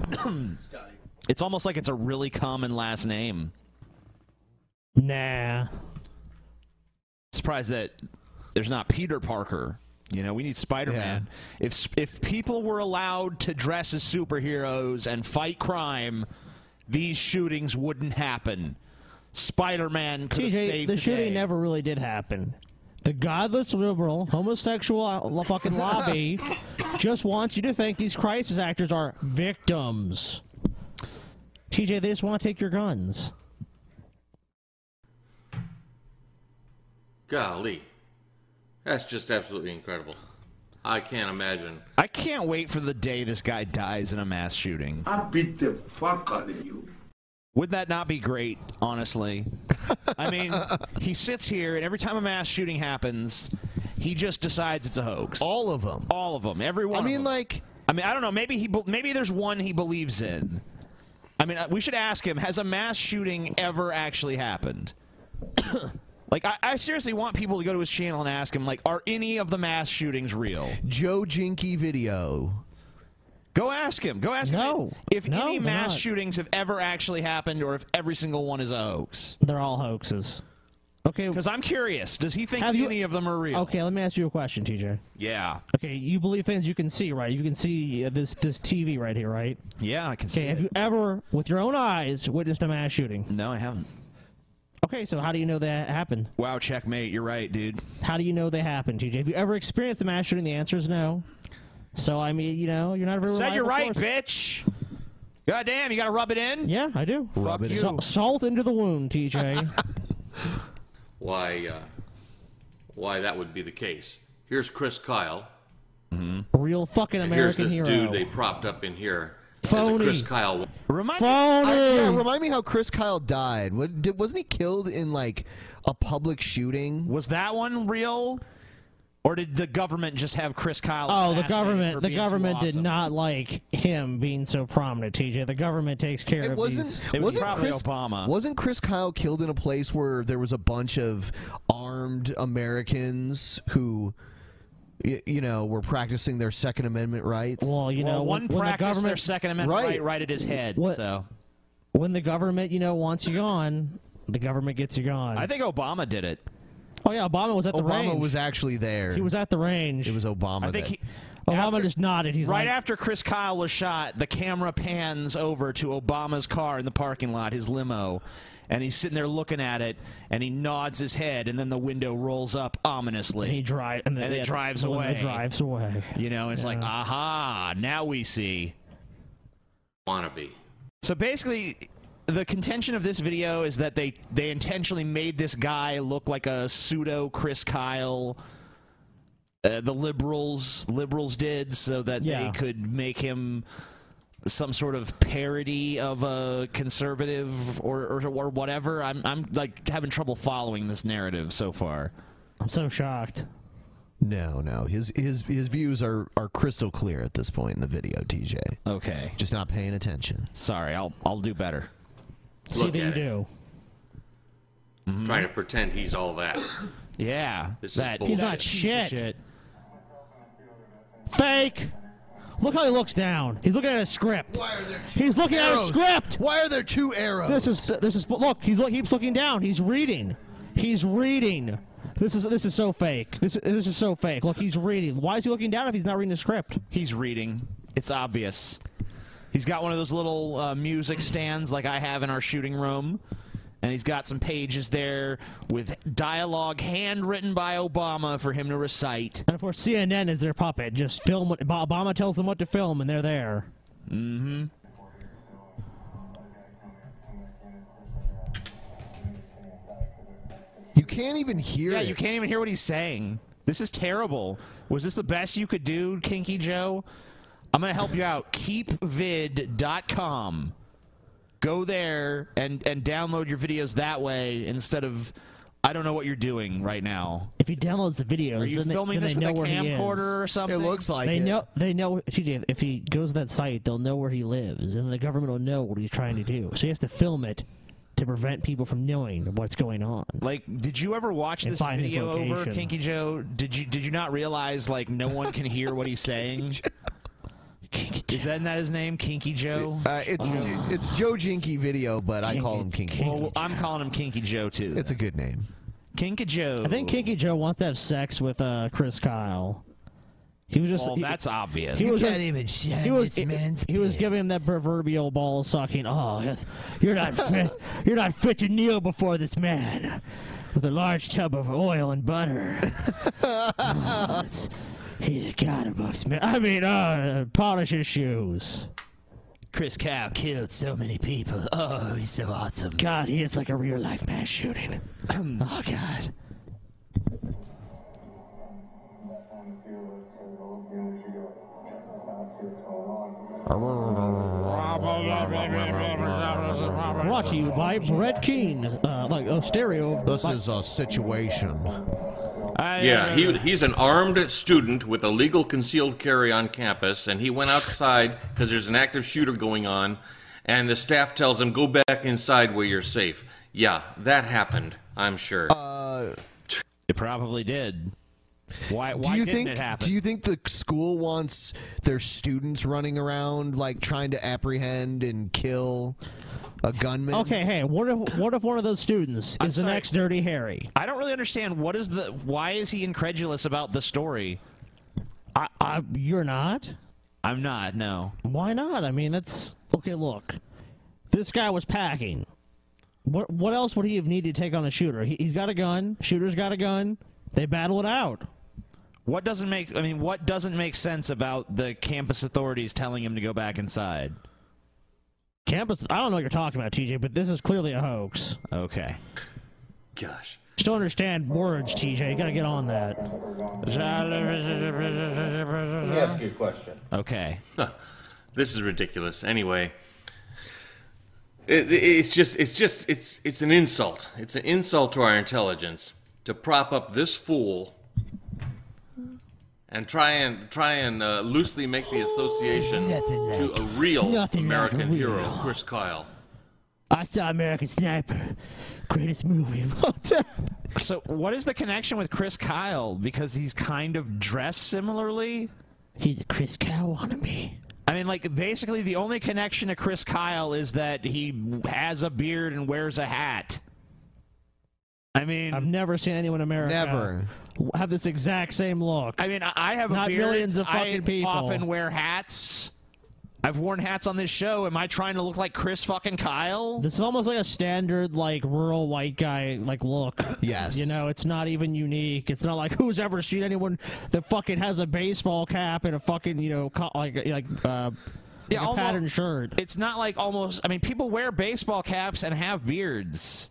A: It's almost like it's a really common last name.
D: Nah.
A: Surprised that there's not Peter Parker. You know, we need Spider-Man. If if people were allowed to dress as superheroes and fight crime, these shootings wouldn't happen. Spider-Man could
D: TJ,
A: have saved
D: the
A: the day.
D: shooting never really did happen. The godless liberal homosexual lo- fucking lobby just wants you to think these crisis actors are victims. TJ, they just want to take your guns.
I: Golly. That's just absolutely incredible. I can't imagine.
A: I can't wait for the day this guy dies in a mass shooting.
J: I beat the fuck out of you.
A: Would that not be great, honestly? I mean, he sits here, and every time a mass shooting happens, he just decides it's a hoax.
B: All of them.
A: All of them. Every one. I mean,
B: like.
A: I mean, I don't know. Maybe he. bel- Maybe there's one he believes in. I mean, uh, we should ask him: Has a mass shooting ever actually happened? like, I, I seriously want people to go to his channel and ask him: Like, are any of the mass shootings real?
B: Joe Jinky video.
A: Go ask him. Go ask him if
B: No,
A: any
B: they're
A: mass
B: not.
A: shootings have ever actually happened, or if every single one is a hoax.
D: They're all hoaxes. Okay.
A: Because I'm curious, does he think any of them are real?
D: Okay, let me ask you a question, TJ.
A: Yeah.
D: Okay, you believe things you can see, right? You can see uh, this this TV right here, right?
A: Yeah, I can see.
D: Okay, have you ever, with your own eyes, witnessed a mass shooting?
A: No, I haven't.
D: Okay, so how do you know that happened?
A: Wow, checkmate. You're right, dude.
D: How do you know they happened, TJ? Have you ever experienced a mass shooting? The answer is no. So I mean, you know, you're not a very
A: Said you're right,
D: reliable source.
A: bitch. God damn, you gotta rub it in.
D: Yeah, I do.
A: Rub it in.
D: Sa- salt into the wound, TJ.
I: why uh, why that would be the case. Here's Chris Kyle.
A: Mm-hmm.
D: Real fucking
I: and
D: American
I: here's this
D: hero.
I: dude they propped up in here.
D: Phony.
I: As a Chris Kyle.
A: Remind
B: Phony. yeah, remind me how Chris Kyle died. What, did, wasn't he killed in like a public shooting?
A: Was that one real? Or did the government just have Chris Kyle?
D: Oh, the
A: assassinated for
D: government! The
A: being too
D: government did
A: awesome?
D: not like him being so prominent, TJ. The government takes care
B: It
D: of
B: wasn't.
D: these.
B: wasn't Chris, Wasn't Chris Kyle killed in a place where there was a bunch of armed Americans who, y- you know, were practicing their Second Amendment rights?
D: Well, you know,
A: Well, one
D: when, when the
A: practiced
D: government,
A: their Second Amendment right. right at his head.
D: What-
A: So
D: When the government, you know, wants you gone, the government gets you gone.
A: I think Obama did it.
D: Oh yeah, Obama was at the
B: Obama
D: range.
B: was actually there.
D: He was at the range. It
B: was Obama.
A: I think he,
D: Obama just nodded. He's
A: right
D: like,
A: after Chris Kyle was shot, the camera pans over to Obama's car in the parking lot, his limo, and he's sitting there looking at it, and he nods his head, and then the window rolls up ominously. And he
D: drive, and,
A: it
D: yeah,
A: drives
D: the window
A: away.
D: drives away.
A: You know, it's like, ah, aha, now we see.
I: Wannabe.
A: So basically, the contention of this video is that they they intentionally made this guy look like a pseudo Chris Kyle. Uh, the liberals liberals did so that
D: Yeah.
A: they could make him some sort of parody of a conservative or, or or whatever. I'm I'm like having trouble following this narrative so far.
D: I'm so shocked.
B: No, no. His his his views are are crystal clear at this point in the video, TJ.
A: Okay.
B: Just not paying attention.
A: Sorry, I'll I'll do better.
I: See Look that you at it. Mm-hmm.
D: do.
I: Trying to pretend he's all that.
A: Yeah.
I: This
A: that-
I: is
D: He's not
I: bullshit.
D: shit. Fake. Look how he looks down. He's looking at a script. Why are there he's looking
B: arrows?
D: at a script.
B: Why are there two arrows?
D: This is this is look. He's look, he keeps looking down. He's reading. He's reading. This is this is so fake. This this is so fake. Look, he's reading. Why is he looking down if he's not reading the script?
A: He's reading. It's obvious. He's got one of those little uh, music stands like I have in our shooting room, and he's got some pages there with dialogue handwritten by Obama for him to recite.
D: And of course, CNN is their puppet. Just film what Ob- Obama tells them what to film, and they're there.
A: Mm-hmm.
B: You can't even hear.
A: Yeah, you can't even hear what he's saying. This is terrible. Was this the best you could do, Kinky Joe? I'm gonna help you out. Keepvid.com. Go there and and download your videos that way instead of I don't know what you're doing right now.
D: If he downloads the videos,
A: Are you
D: then they,
A: filming
D: then
A: this
D: they
A: with
D: know
A: a
D: where he is.
A: camcorder or something? It looks like
D: they
A: it.
D: know. They know. TJ, if he goes to that site, they'll know where he lives, and the government will know what he's trying to do. So he has to film it to prevent people from knowing what's going on.
A: Like, did you ever watch
D: And
A: this
D: find his
A: video over
D: location.
A: Kinky Joe? Did you did you not realize like no one can hear what he's saying? Is that not his name, Kinky Joe?
B: Uh, it's
D: Oh.
B: it's Joe Jinky video, but I call him Kinky.
A: Well, I'm calling him Kinky Joe too. It's
B: a good name.
A: Kinky Joe.
D: I think Kinky Joe wants to have sex with uh, Chris Kyle. He was just.
A: Well,
D: he-
A: that's obvious.
D: He was
A: You
D: just-
A: can't even shine
D: he was,
A: this man's
D: he was giving him that proverbial ball sucking. Oh, yes, you're not fit. You're not fit to kneel before this man with a large tub of oil and butter. Oh, it's- he's a god amongst men. I mean, uh, polish his shoes.
A: Chris Cow killed so many people. Oh, he's so awesome.
D: God, he is like a real life mass shooting. oh God. Brought to you by Brett Keen, uh, like a stereo.
B: This is a situation.
I: Yeah, he, he's an armed student with illegal concealed carry on campus, and he went outside because there's an active shooter going on, and the staff tells him, go back inside where you're safe. Yeah, that happened, I'm sure.
B: Uh,
A: it probably did. Why? Why
B: do you
A: didn't
B: think?
A: it happen?
B: Do you think the school wants their students running around like trying to apprehend and kill a gunman?
D: Okay, hey, what if what if one of those students is the
A: sorry.
D: next Dirty Harry?
A: I don't really understand. What is the? Why is he incredulous about the story?
D: I, I you're not.
A: I'm not. No.
D: Why not? I mean, that's okay. Look, this guy was packing. What what else would he have needed to take on a shooter? He, he's got a gun. Shooter's got a gun. They battle it out.
A: What doesn't make? I mean, what doesn't make sense about the campus authorities telling him to go back inside?
D: Campus. I don't know what you're talking about, TJ, but this is clearly a hoax.
A: Okay.
I: Gosh.
D: Just don't understand words, TJ. You gotta get on that.
I: Let me ask you a question.
A: Okay.
I: this is ridiculous. Anyway, it, it- it's just it's just it's it's an insult. It's an insult to our intelligence to prop up this fool and try and try and uh, loosely make the association
D: Nothing
I: to
D: like-
I: a real
D: nothing like
I: American
D: a real-
I: hero, Chris Kyle.
D: I saw American Sniper, greatest movie of all time.
A: So, what is the connection with Chris Kyle? Because he's kind of dressed similarly.
D: He's a Chris Kyle wannabe.
A: I mean, like basically the only connection to Chris Kyle is that he has a beard and wears a hat. I mean,
D: I've never seen anyone in America
A: Never.
D: have this exact same look.
A: I mean, I- I have a
D: Not
A: beard.
D: millions of fucking
A: I
D: people.
A: often wear hats. I've worn hats on this show. Am I trying to look like Chris fucking Kyle?
D: This is almost like a standard, like rural white guy, like look.
B: Yes.
D: You know, it's not even unique. It's not like who's ever seen anyone that fucking has a baseball cap and a fucking you know co- like like uh, like a
A: almo-
D: pattern shirt.
A: It's not like almost. I mean, people wear baseball caps and have beards.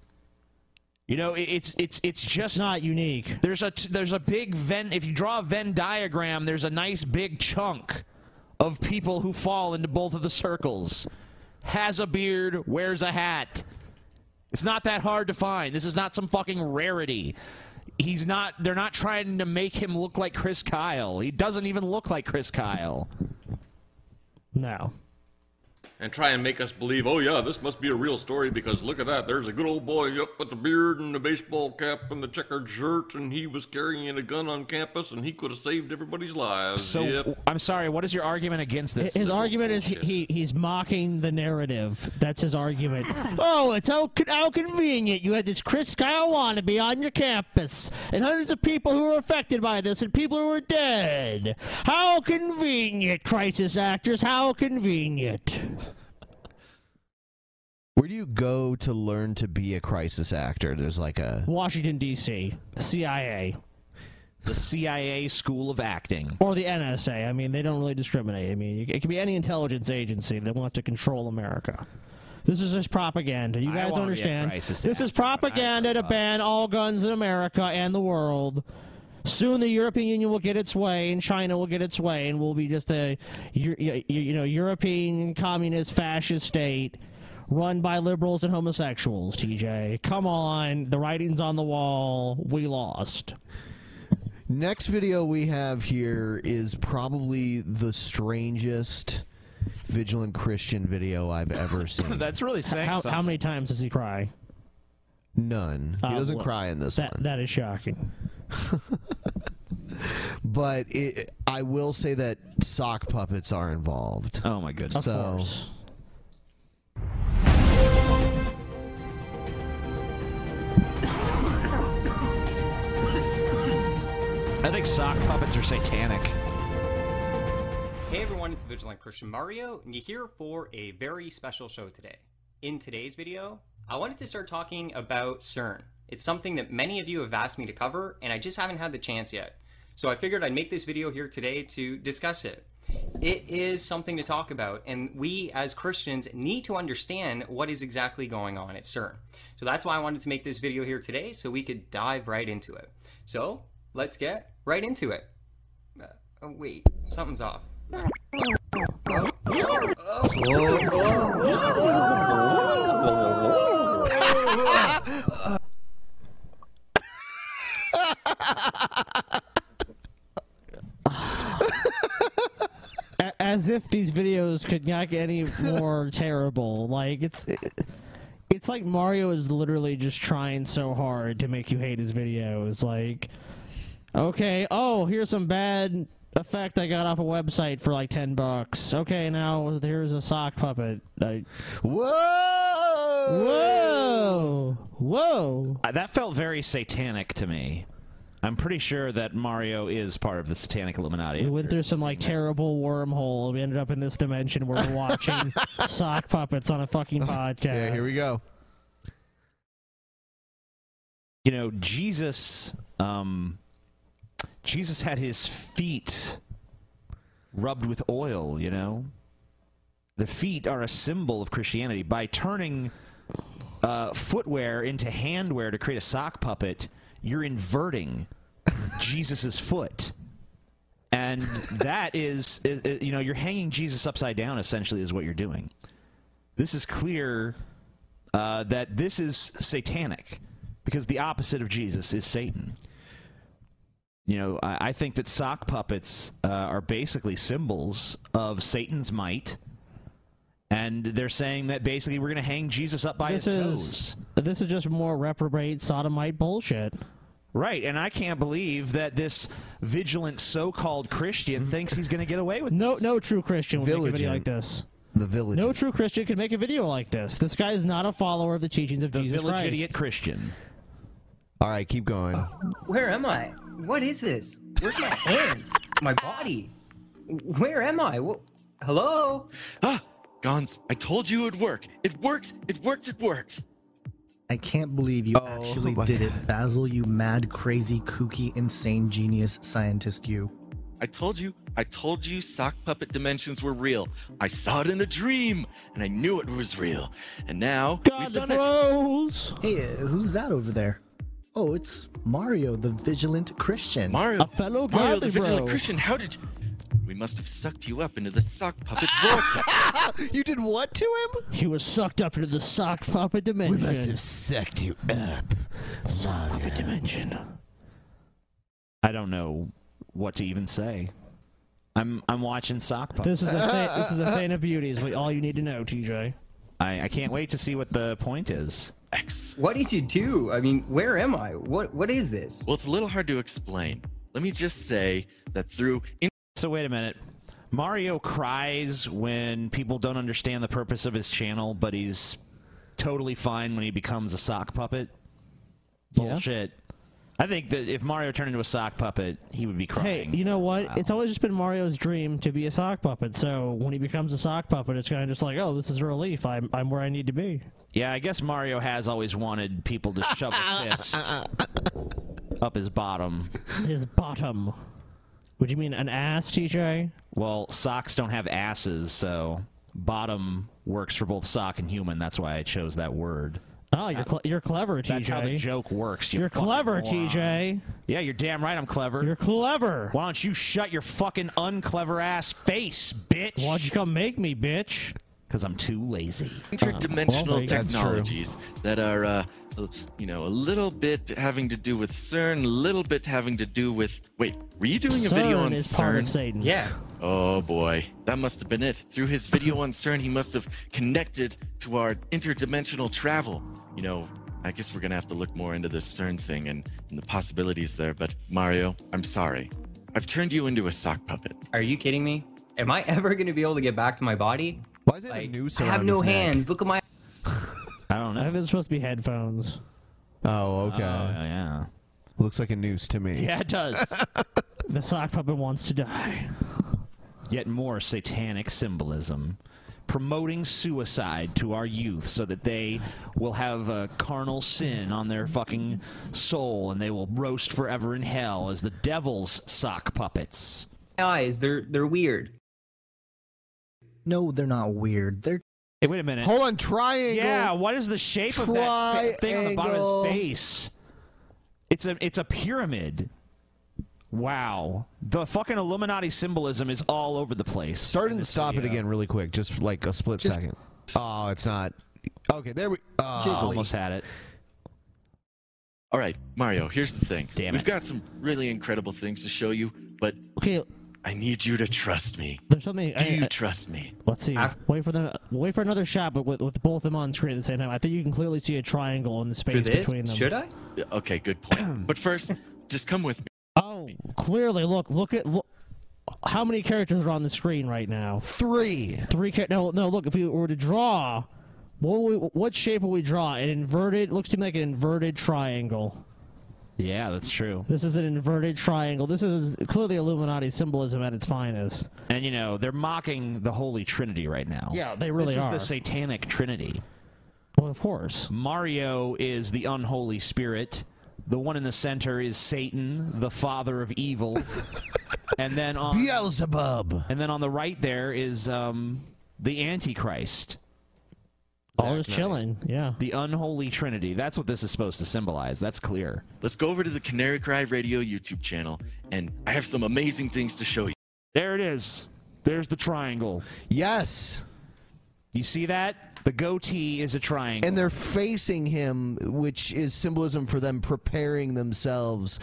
A: You know, it, it's it's it's just
D: not unique.
A: There's a t- there's a big Venn. If you draw a Venn diagram, there's a nice big chunk of people who fall into both of the circles. Has a beard, wears a hat. It's not that hard to find. This is not some fucking rarity. He's not. They're not trying to make him look like Chris Kyle. He doesn't even look like Chris Kyle.
D: No.
I: and try and make us believe, oh yeah, this must be a real story because look at that, there's a good old boy up with the beard and the baseball cap and the checkered shirt, and he was carrying a gun on campus, and he could have saved everybody's lives.
A: So
I: yep.
A: I'm sorry. What is your argument against this?
D: His argument is he, he he's mocking the narrative. That's his argument. oh, it's how, con- how convenient. You had this Chris Kyle wannabe on your campus, and hundreds of people who were affected by this, and people who were dead. How convenient, crisis actors. How convenient.
B: Where do you go to learn to be a crisis actor? There's like a
D: Washington D.C. CIA.
A: The CIA School of Acting.
D: Or the NSA. I mean, they don't really discriminate. I mean, it could be any intelligence agency that wants to control America. This is just propaganda. You
A: I
D: guys
A: wanna be a
D: understand.
A: crisis
D: This is propaganda to ban all guns in America and the world. Soon the European Union will get its way, and China will get its way, and we'll be just a Eu- you you know European communist fascist state run by liberals and homosexuals. TJ, come on, the writing's on the wall. We lost.
B: Next video we have here is probably the strangest vigilant Christian video I've ever seen.
A: That's really saying
D: How, how
A: something.
D: many times does he cry?
B: None. He
D: Uh,
B: doesn't
D: well,
B: cry in this
D: that-
B: one.
D: That is shocking.
B: But it, I will say that sock puppets are involved.
A: Oh my goodness.
B: So,
A: Of course. I think sock puppets are satanic.
K: Hey everyone, it's Vigilant Christian Mario, and you're here for a very special show today. In today's video, I wanted to start talking about CERN. It's something that many of you have asked me to cover, and I just haven't had the chance yet. So I figured I'd make this video here today to discuss it. It is something to talk about, and we as Christians need to understand what is exactly going on at CERN. So that's why I wanted to make this video here today, so we could dive right into it. So let's get right into it. Uh, oh, wait, something's off.
D: A- As if these videos could not get any more terrible. Like it's, it's like Mario is literally just trying so hard to make you hate his videos. Like, okay, oh, here's some bad effect I got off a website for like ten bucks. Okay, now here's a sock puppet. Like,
B: whoa,
D: whoa, whoa.
A: Uh, that felt very satanic to me. I'm pretty sure that Mario is part of the satanic Illuminati.
D: We went through some like terrible wormhole. We ended up in this dimension where we're watching sock puppets on a fucking podcast.
B: yeah, here we go.
A: you know jesus um jesus had his feet rubbed with oil you know the feet are a symbol of christianity by turning uh, footwear into handwear to create a sock puppet you're inverting jesus's foot and that is, is, is you know you're hanging jesus upside down essentially is what you're doing this is clear uh, that this is satanic because the opposite of Jesus is Satan. You know, I, I think that sock puppets uh, are basically symbols of Satan's might, and they're saying that basically we're going to hang Jesus up by
D: this
A: his toes.
D: is this is just more reprobate sodomite bullshit.
A: Right, and I can't believe that this vigilant so-called Christian thinks he's going to get away with
D: Mm-hmm. no no true Christian would make a video
A: Villagen.
D: like this.
B: The village.
D: No true Christian could make a video like this. This guy is not a follower of the teachings of Jesus
A: village
D: Christ.
A: idiot Christian.
B: All right, keep going.
K: Where am I? What is this? Where's my hands? My body? Where am I? Wh- Hello?
L: Ah, Gons, I told you it would work. It works, it worked, it worked.
M: I can't believe
B: Oh
M: you actually
L: my
M: did it, Basil, you mad, crazy, kooky, insane genius scientist, you.
L: I told you, I told you sock puppet dimensions were real. I saw it in a dream, and I knew it was real. And now we've done
D: bros!
M: Hey, uh, who's that over there? Oh, it's Mario, the vigilant Christian.
L: Mario, Mario the vigilant
M: bro.
L: Christian, how did you... We must have sucked you up into the sock puppet vortex.
B: you did what to him?
D: He was sucked up into the sock puppet dimension.
B: We must have sucked you up.
D: Sock puppet dimension.
A: I don't know what to even say. I'm I'm watching sock puppets.
D: This is a thing, this is a thing of beauty. Is what- all you need to know, TJ.
A: I, I can't wait to see what the point is.
K: What did you do? I mean, where am I? What What is this?
L: Well, it's a little hard to explain. Let me just say that through... In-
A: so wait a minute. Mario cries when people don't understand the purpose of his channel, but he's totally fine when he becomes a sock puppet. Bullshit. I think that if Mario turned into a sock puppet, he would be crying.
D: Hey, you know what? It's always just been Mario's dream to be a sock puppet. So when he becomes a sock puppet, it's kind of just like, oh, this is a relief. I'm I'm where I need to be.
A: Yeah, I guess Mario has always wanted people to shove a fist up his bottom.
D: His bottom. Would you mean an ass, TJ?
A: Well, socks don't have asses, so bottom works for both sock and human. That's why I chose that word.
D: Oh, you're cle you're clever, TJ.
A: That's how the joke works. You
D: You're
A: fucking
D: clever,
A: moron.
D: TJ.
A: Yeah, you're damn right I'm clever. You're
D: clever.
A: Why don't you shut your fucking unclever ass face, bitch? Why don't
D: you come make me, bitch?
A: Because I'm too lazy.
L: interdimensional
A: That's true.
L: technologies that are uh, you know a little bit having to do with CERN, a little bit having to do with wait, were you doing a video
D: CERN
L: on
D: is
L: CERN?
D: part of Satan. Yeah.
L: Oh boy, that must have been it. Through his video on CERN, he must have connected to our interdimensional travel. You know, I guess we're gonna have to look more into this CERN thing and, and the possibilities there. But Mario, I'm sorry, I've turned you into a sock puppet.
K: Are you kidding me? Am I ever going to be able to get back to my body?
B: Why is
K: it like,
B: noose
K: I have
B: around
K: no
B: his neck?
K: hands. Look at my.
A: I don't
D: know. I think it's supposed to be headphones.
B: Oh, okay.
A: Oh, yeah.
B: Looks like a noose to me.
A: Yeah, it does.
D: the sock puppet wants to die.
A: Yet more satanic symbolism. Promoting suicide to our youth so that they will have a carnal sin on their fucking soul and they will roast forever in hell as the devil's sock puppets.
K: Eyes, they're they're weird.
M: No, they're not weird. They're
A: Hey, wait a minute.
M: Hold on, triangle.
A: Yeah, what is the shape of that thi- thing on the bottom of his
M: Triangle.
A: face? It's a it's a pyramid. Wow, the fucking Illuminati symbolism is all over the place.
B: Start and stop it again really quick, just for, like a split second. Oh, it's not. Okay, there we. Oh,
A: Ah, almost had it.
L: All right, Mario, here's the thing.
A: Damn
L: We've
A: it.
L: got some really incredible things to show you, but
D: okay,
L: I need you to trust me.
D: There's something.
L: Do
D: I-
L: you
D: I-
L: trust me?
D: Let's see. Wait for the wait for another shot, but with, with both of them on screen at the same time. I think you can clearly see a triangle in the space between them.
L: Yeah, Okay, good point. but first, just come with me.
D: Oh, clearly. Look, look at look. How many characters are on the screen right now?
B: Three.
D: Three. Char- no, no. Look, if we were to draw, what would we, what shape would we draw? An inverted. Looks to me like an inverted triangle.
A: Yeah, that's true.
D: This is an inverted triangle. This is clearly Illuminati symbolism at its finest.
A: And you know they're mocking the Holy Trinity right now.
D: Yeah, they really
A: this
D: are.
A: Is the Satanic Trinity.
D: Well, of course.
A: Mario is the unholy spirit. The one in the center is Satan, the father of evil. and then on
B: Beelzebub.
A: And then on the right there is um, the Antichrist.
D: All just chilling, yeah.
A: The unholy trinity. That's what this is supposed to symbolize. That's clear.
L: Let's go over to the Canary Cry Radio YouTube channel, and I have some amazing things to show you.
A: There it is. There's the triangle.
B: Yes.
A: You see that? The goatee is a triangle.
B: And they're facing him, which is symbolism for them preparing themselves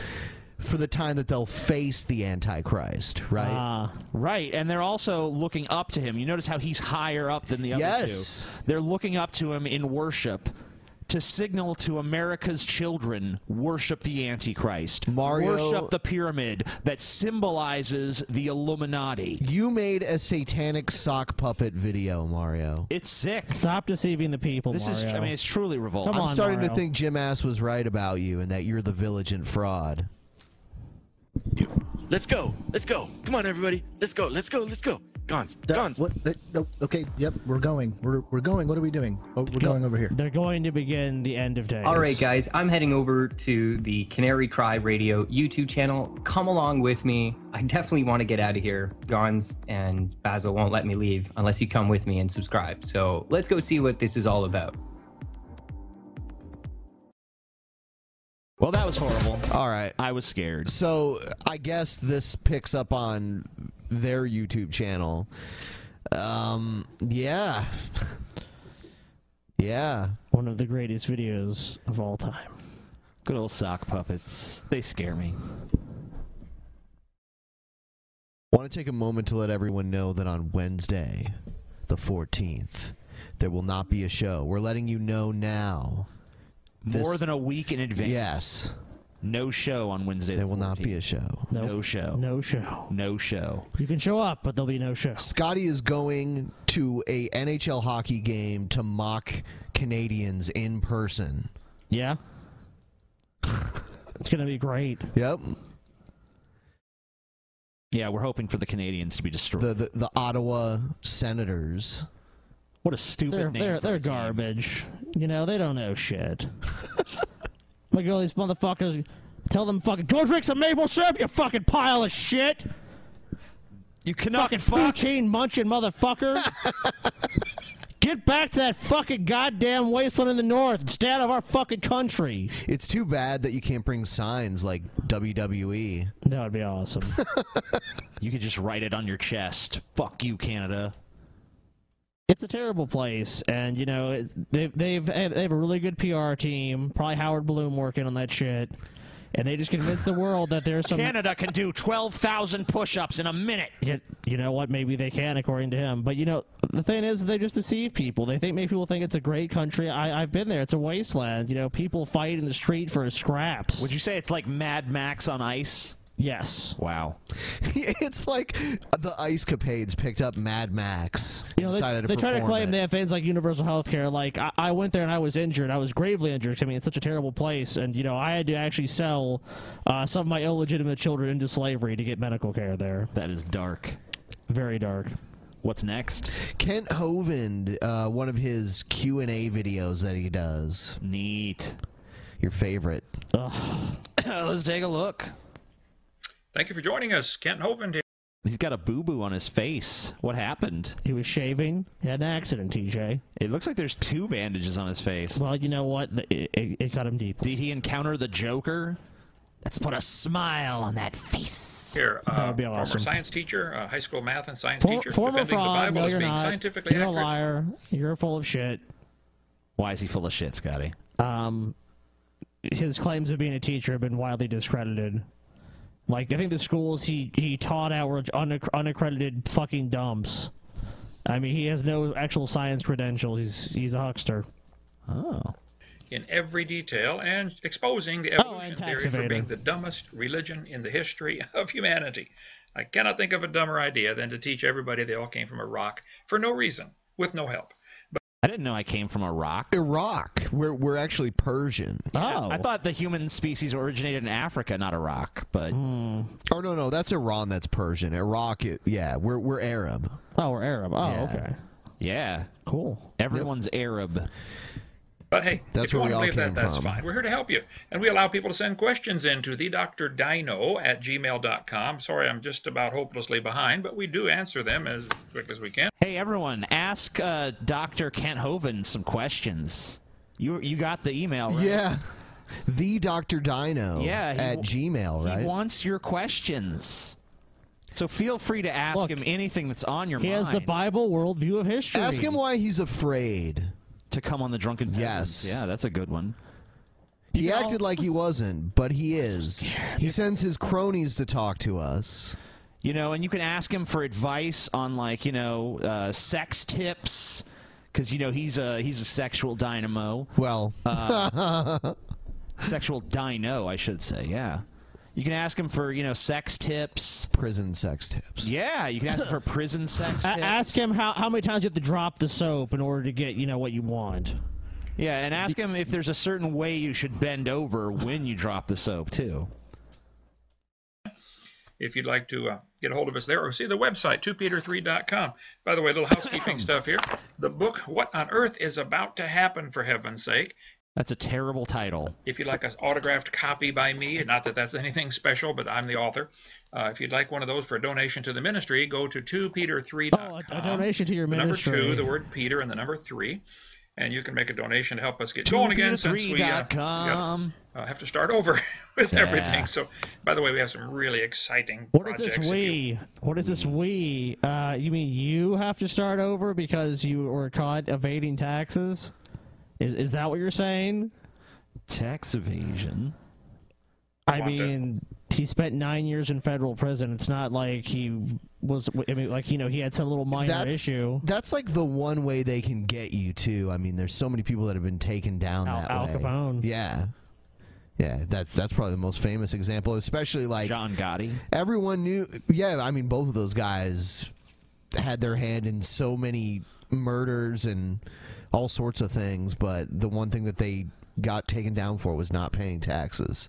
B: for the time that they'll face the Antichrist, right?
A: Ah. Right, and they're also looking up to him. You notice how he's higher up than the other
B: Yes.
A: two. They're looking up to him in worship to signal to America's children worship the Antichrist.
B: Mario-
A: Worship the pyramid that symbolizes the Illuminati.
B: you made a satanic sock puppet video, Mario.
A: It's sick.
D: Stop deceiving the people.
A: This is, I
D: Mario.
A: mean, it's truly revolting.
B: I'm starting to think Jim Ass was right about you and that you're the vigilant fraud.
L: Let's go. Let's go. Come on, everybody. Let's go. Let's go. Let's go. Gons. Gons.
M: What? uh, no, okay. Yep. We're going. We're we're going. What are we doing? Oh, we're going over here.
D: They're going to begin the end of days.
K: All right, guys, I'm heading over to the Canary Cry Radio YouTube channel. Come along with me. I definitely want to get out of here. Gons and Basil won't let me leave unless you come with me and subscribe. So let's go see what this is all about.
A: Well, that was horrible.
B: All right.
A: I was scared.
B: So I guess this picks up on their YouTube channel. Um, yeah. yeah.
D: One of the greatest videos of all time.
A: Good old sock puppets. They scare me.
B: Want to take a moment to let everyone know that on Wednesday, the 14th, there will not be a show. We're letting you know now.
A: More
B: This-
A: than a week in advance.
B: Yes.
A: No show on Wednesday.
B: There will not be a show.
A: No show.
D: No show.
A: No show.
D: You can show up, but there'll be no show.
B: Scotty is going to a NHL hockey game to mock Canadians in person.
D: Yeah. It's gonna be great.
B: Yep.
A: Yeah, we're hoping for the Canadians to be destroyed.
B: The the, the Ottawa Senators.
A: What a stupid
D: They're
A: name
D: they're
A: for
D: they're garbage. You know they don't know shit. Like all these motherfuckers. Tell them fucking go drink some maple syrup, you fucking pile of shit.
A: You cannot
D: fucking poutine munching motherfucker. Get back to that fucking goddamn wasteland in the north. It's out of our fucking country.
B: It's too bad that you can't bring signs like E. WWE.
D: That would be awesome.
A: You could just write it on your chest. Fuck you, Canada.
D: It's a terrible place, and you know it's- they've they've they have a really good PR team. Probably Howard Bloom working on that shit, and they just convince the world that there's some
A: Canada can do 12,000 push ups in a minute.
D: Yeah, you know what? Maybe they can, according to him. But you know, the thing is, they just deceive people. They think make people think it's a great country. I, I've been there; it's a wasteland. You know, people fight in the street for scraps.
A: Would you say it's like Mad Max on ice?
D: Yes.
A: Wow.
B: it's like the Ice Capades picked up Mad Max. You know,
D: they,
B: decided
D: they
B: to
D: try to
B: perform
D: claim
B: it.
D: they have things like universal health care. Like I, I went there and I was injured. I was gravely injured. I mean, it's such a terrible place, and you know, I had to actually sell uh, some of my illegitimate children into slavery to get medical care there.
A: That is dark.
D: Very dark.
A: What's next?
B: Kent Hovind, uh, one of his Q and A videos that he does.
A: Neat.
B: Your favorite.
A: Let's take a look.
N: Thank you for joining us. Kent Hovind here.
A: He's got a boo boo on his face. What happened?
D: He was shaving. He had an accident, TJ.
A: It looks like there's two bandages on his face.
D: Well, you know what? The- It, it, it cut him deep.
A: Did he encounter the Joker? Let's put a smile on that face.
N: Here, uh,
A: That would be
N: former
A: awesome.
N: science teacher, uh, high school math and science
D: For,
N: teacher,
D: former
N: defending the
D: fraud.
N: Bible
D: No,
N: as
D: you're
N: being
D: not. You're
N: scientifically
D: a
N: accurate.
D: liar. You're full of shit.
A: Why is he full of shit, Scotty?
D: Um, his claims of being a teacher have been widely discredited. Like I think the schools he he taught at were unac- unaccredited fucking dumps. I mean, he has no actual science credentials. He's he's a huckster.
A: Oh.
N: in every detail and exposing the evolution theory for
D: evader.
N: being the dumbest religion in the history of humanity. I cannot think of a dumber idea than to teach everybody they all came from Iraq for no reason, with no help.
A: I didn't know I came from Iraq.
B: Iraq. We're we're actually Persian.
A: Oh. I thought the human species originated in Africa, not Iraq, but
B: Oh no no, that's Iran. That's Persian. Iraq. it- yeah, we're we're Arab.
D: Oh, we're Arab. Oh,
B: okay.
A: yeah.
D: Cool.
A: Everyone's Arab.
N: But hey,
A: That's
N: if you
A: where we
N: want to
A: all
N: believe that,
A: came
N: that's
A: from.
N: fine. We're here to help you. And we allow people to send questions in to thedrdino at gmail.com. Sorry, I'm just about hopelessly behind, but we do answer them as quick as we can.
A: Hey, everyone, ask uh, Dr. Kent Hovind some questions. You you got the email, right?
B: Yeah. The Dr. Dino
A: Yeah, he
B: at
A: w-
B: Gmail, right?
A: He wants your questions. So feel free to ask him anything that's on your
B: he
A: mind.
B: has the
D: Bible worldview of history.
B: Ask him why he's afraid.
A: To come on the drunken peasants. Yes. Yeah, that's a good one.
B: He acted like he wasn't, but he is. He sends his cronies to talk to us.
A: You know, and you can ask him for advice on like, you know, uh, sex tips cuz you know he's a he's a sexual dynamo.
B: Well,
A: uh, sexual dino, I should say. Yeah. You can ask him for, you know, sex tips.
B: Prison sex tips.
A: Yeah, you can ask him for prison sex
D: A-
A: tips.
D: ask him how, how many times you have to drop the soap in order to get you know what you want.
A: Yeah, and ask him if there's a certain way you should bend over when you drop the soap too.
N: if you'd like to uh, get a hold of us there, or see the website, 2peter3.com. By the way, a little housekeeping stuff here. The book, What on Earth is About to Happen, for heaven's sake.
A: That's a terrible title.
N: If you'd like an autographed copy by me, not that that's anything special, but I'm the author. Uh, if you'd like one of those for a donation to the ministry, go to 2peter3.com.
A: Uh-huh.
D: A donation to your
N: The number
D: ministry.
N: two, the word Peter, and the number three. And you can make a donation to help us get going again since we, uh, we got,
A: com.
N: uh, have to start over with
D: Yeah.
N: everything. So, by the way, we have some really exciting
D: What is
N: projects.
D: this we? What is this we? Uh, you mean you have to start over because you were caught evading taxes? Is, is that what you're saying?
A: Tax evasion.
D: I
A: Want to-
D: mean, he spent nine years in federal prison. It's not like he was. I mean, like you know, he had some little minor
B: That's
D: issue.
B: that's like the one way they can get you too. I mean, there's so many people that have been taken down
D: Al-
B: that
D: Al
B: way.
D: Capone.
B: Yeah. Yeah, that's that's probably the most famous example, especially like
A: John Gotti.
B: Everyone knew yeah, I mean both of those guys had their hand in so many murders and all sorts of things, but the one thing that they got taken down for was not paying taxes.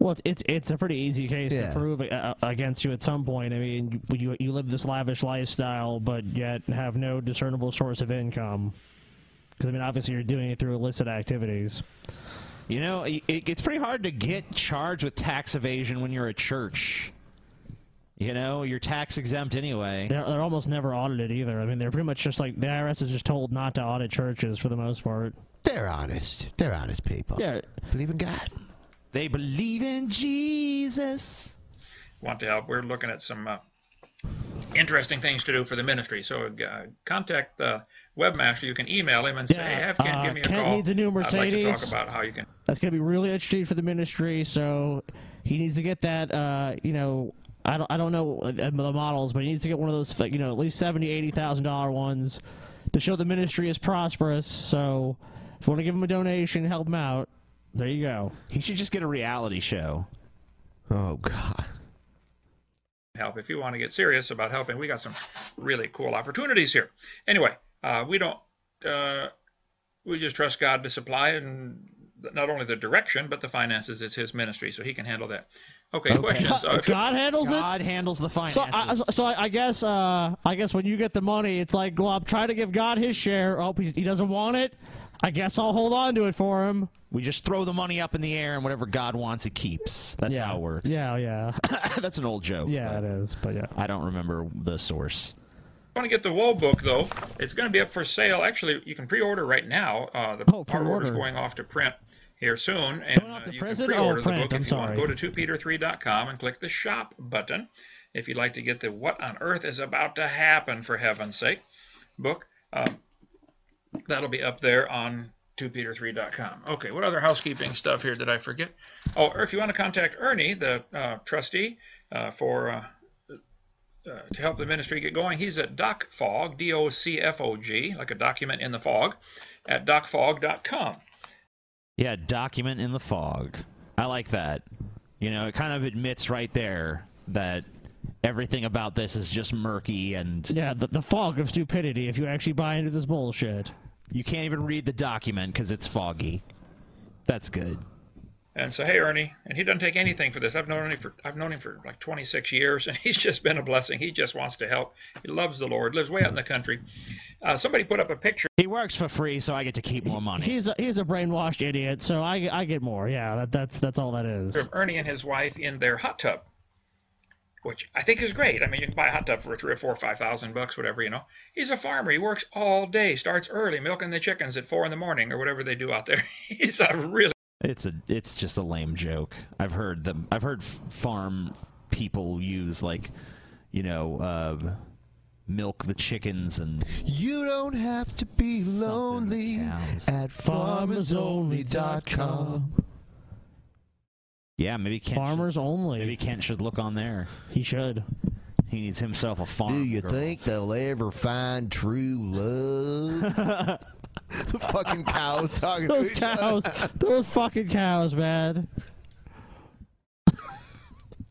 D: Well, it's it's a pretty easy case
B: Yeah.
D: to prove uh, against you at some point. I mean, you, you you live this lavish lifestyle, but yet have no discernible source of income. Because I mean, obviously, you're doing it through illicit activities.
A: You know, it, it's pretty hard to get charged with tax evasion when you're a church. You know, you're tax exempt anyway.
D: They're, they're almost never audited either. I mean, they're pretty much just like the IRS is just told not to audit churches for the most part.
B: They're honest. They're honest people.
D: Yeah,
B: believe in God.
A: They believe in Jesus.
N: Want to help? We're looking at some uh, interesting things to do for the ministry. So uh, contact the webmaster. You can email him and say,
D: Yeah,
N: "Hey, have Ken
D: uh,
N: give me a
D: Kent
N: call.
D: needs a new
N: I'd like to
D: Mercedes."
N: talk about how you can."
D: That's gonna be really interesting for the ministry. So he needs to get that. Uh, you know, I don't, I don't know uh, the models, but he needs to get one of those, like, you know, at least seventy, eighty thousand dollar ones to show the ministry is prosperous. So if you want to give him a donation, help him out. There you go.
A: He should just get a reality show.
B: Oh God.
N: help if you want to get serious about helping. We got some really cool opportunities here. Anyway, uh, we don't. Uh, we just trust God to supply and not only the direction but the finances. It's His ministry, so He can handle that. Okay, questions. Uh,
D: God, handles it.
A: God handles the finances.
D: So, I, so I I guess, uh, I guess when you get the money, it's like, well, I'm trying to give God his share. Oh, he's, he doesn't want it. I guess I'll hold on to it for him.
A: We just throw the money up in the air, and whatever God wants, it keeps. That's how it works.
D: Yeah, yeah.
A: That's an old joke.
D: Yeah, it is. But yeah,
A: I don't remember the source.
N: want to get the Woe book though. It's going to be up for sale. Actually, you can pre-order right now. Uh, the our order's
D: order.
N: going off to print here soon, and uh, you
D: prison?
N: can pre-order
D: Oh,
N: the
D: print,
N: book
D: I'm
N: if you
D: sorry.
N: want. Go to 2peter3.com and click the shop button if you'd like to get the "What on Earth is About to Happen" for heaven's sake book. Um, that'll be up there on 2peter3.com. Okay, what other housekeeping stuff here did I forget? Oh, or if you want to contact Ernie, the uh, trustee uh, for. Uh, uh, to help the ministry get going. He's at DocFog, D O C F O G, like a document in the fog, at docfog.com.
A: Yeah, document in the fog. I like that. You know, it kind of admits right there that everything about this is just murky and
D: yeah. The, the fog of stupidity. If you actually buy into this bullshit,
A: you can't even read the document because it's foggy. That's good.
N: And so, hey, Ernie, and he doesn't take anything for this. I've known him for I've known him for like 26 years, and he's just been a blessing. He just wants to help. He loves the Lord. Lives way out in the country. Uh, somebody put up a picture.
A: He works for free, so I get to keep more money.
D: he's a, he's a brainwashed idiot. So I, I get more. Yeah, that, that's that's all that is.
N: of Ernie and his wife in their hot tub, which I think is great. I mean, you can buy a hot tub for three or four, or five thousand bucks, whatever you know. He's a farmer. He works all day, starts early, milking the chickens at four in the morning or whatever they do out there. He's a really
A: It's a it's just a lame joke. I've heard them. I've heard f- farm people use like, you know, uh, milk the chickens and
B: You don't have to be lonely at farmersonly.com.
A: yeah, maybe Kent
D: farmers only.
A: Maybe Kent should look on there.
D: He should.
A: He needs himself a farm.
B: Do you
A: girl.
B: think they'll ever find true love? the fucking cows talking
D: Those
B: to each other.
D: cows, those fucking cows, man.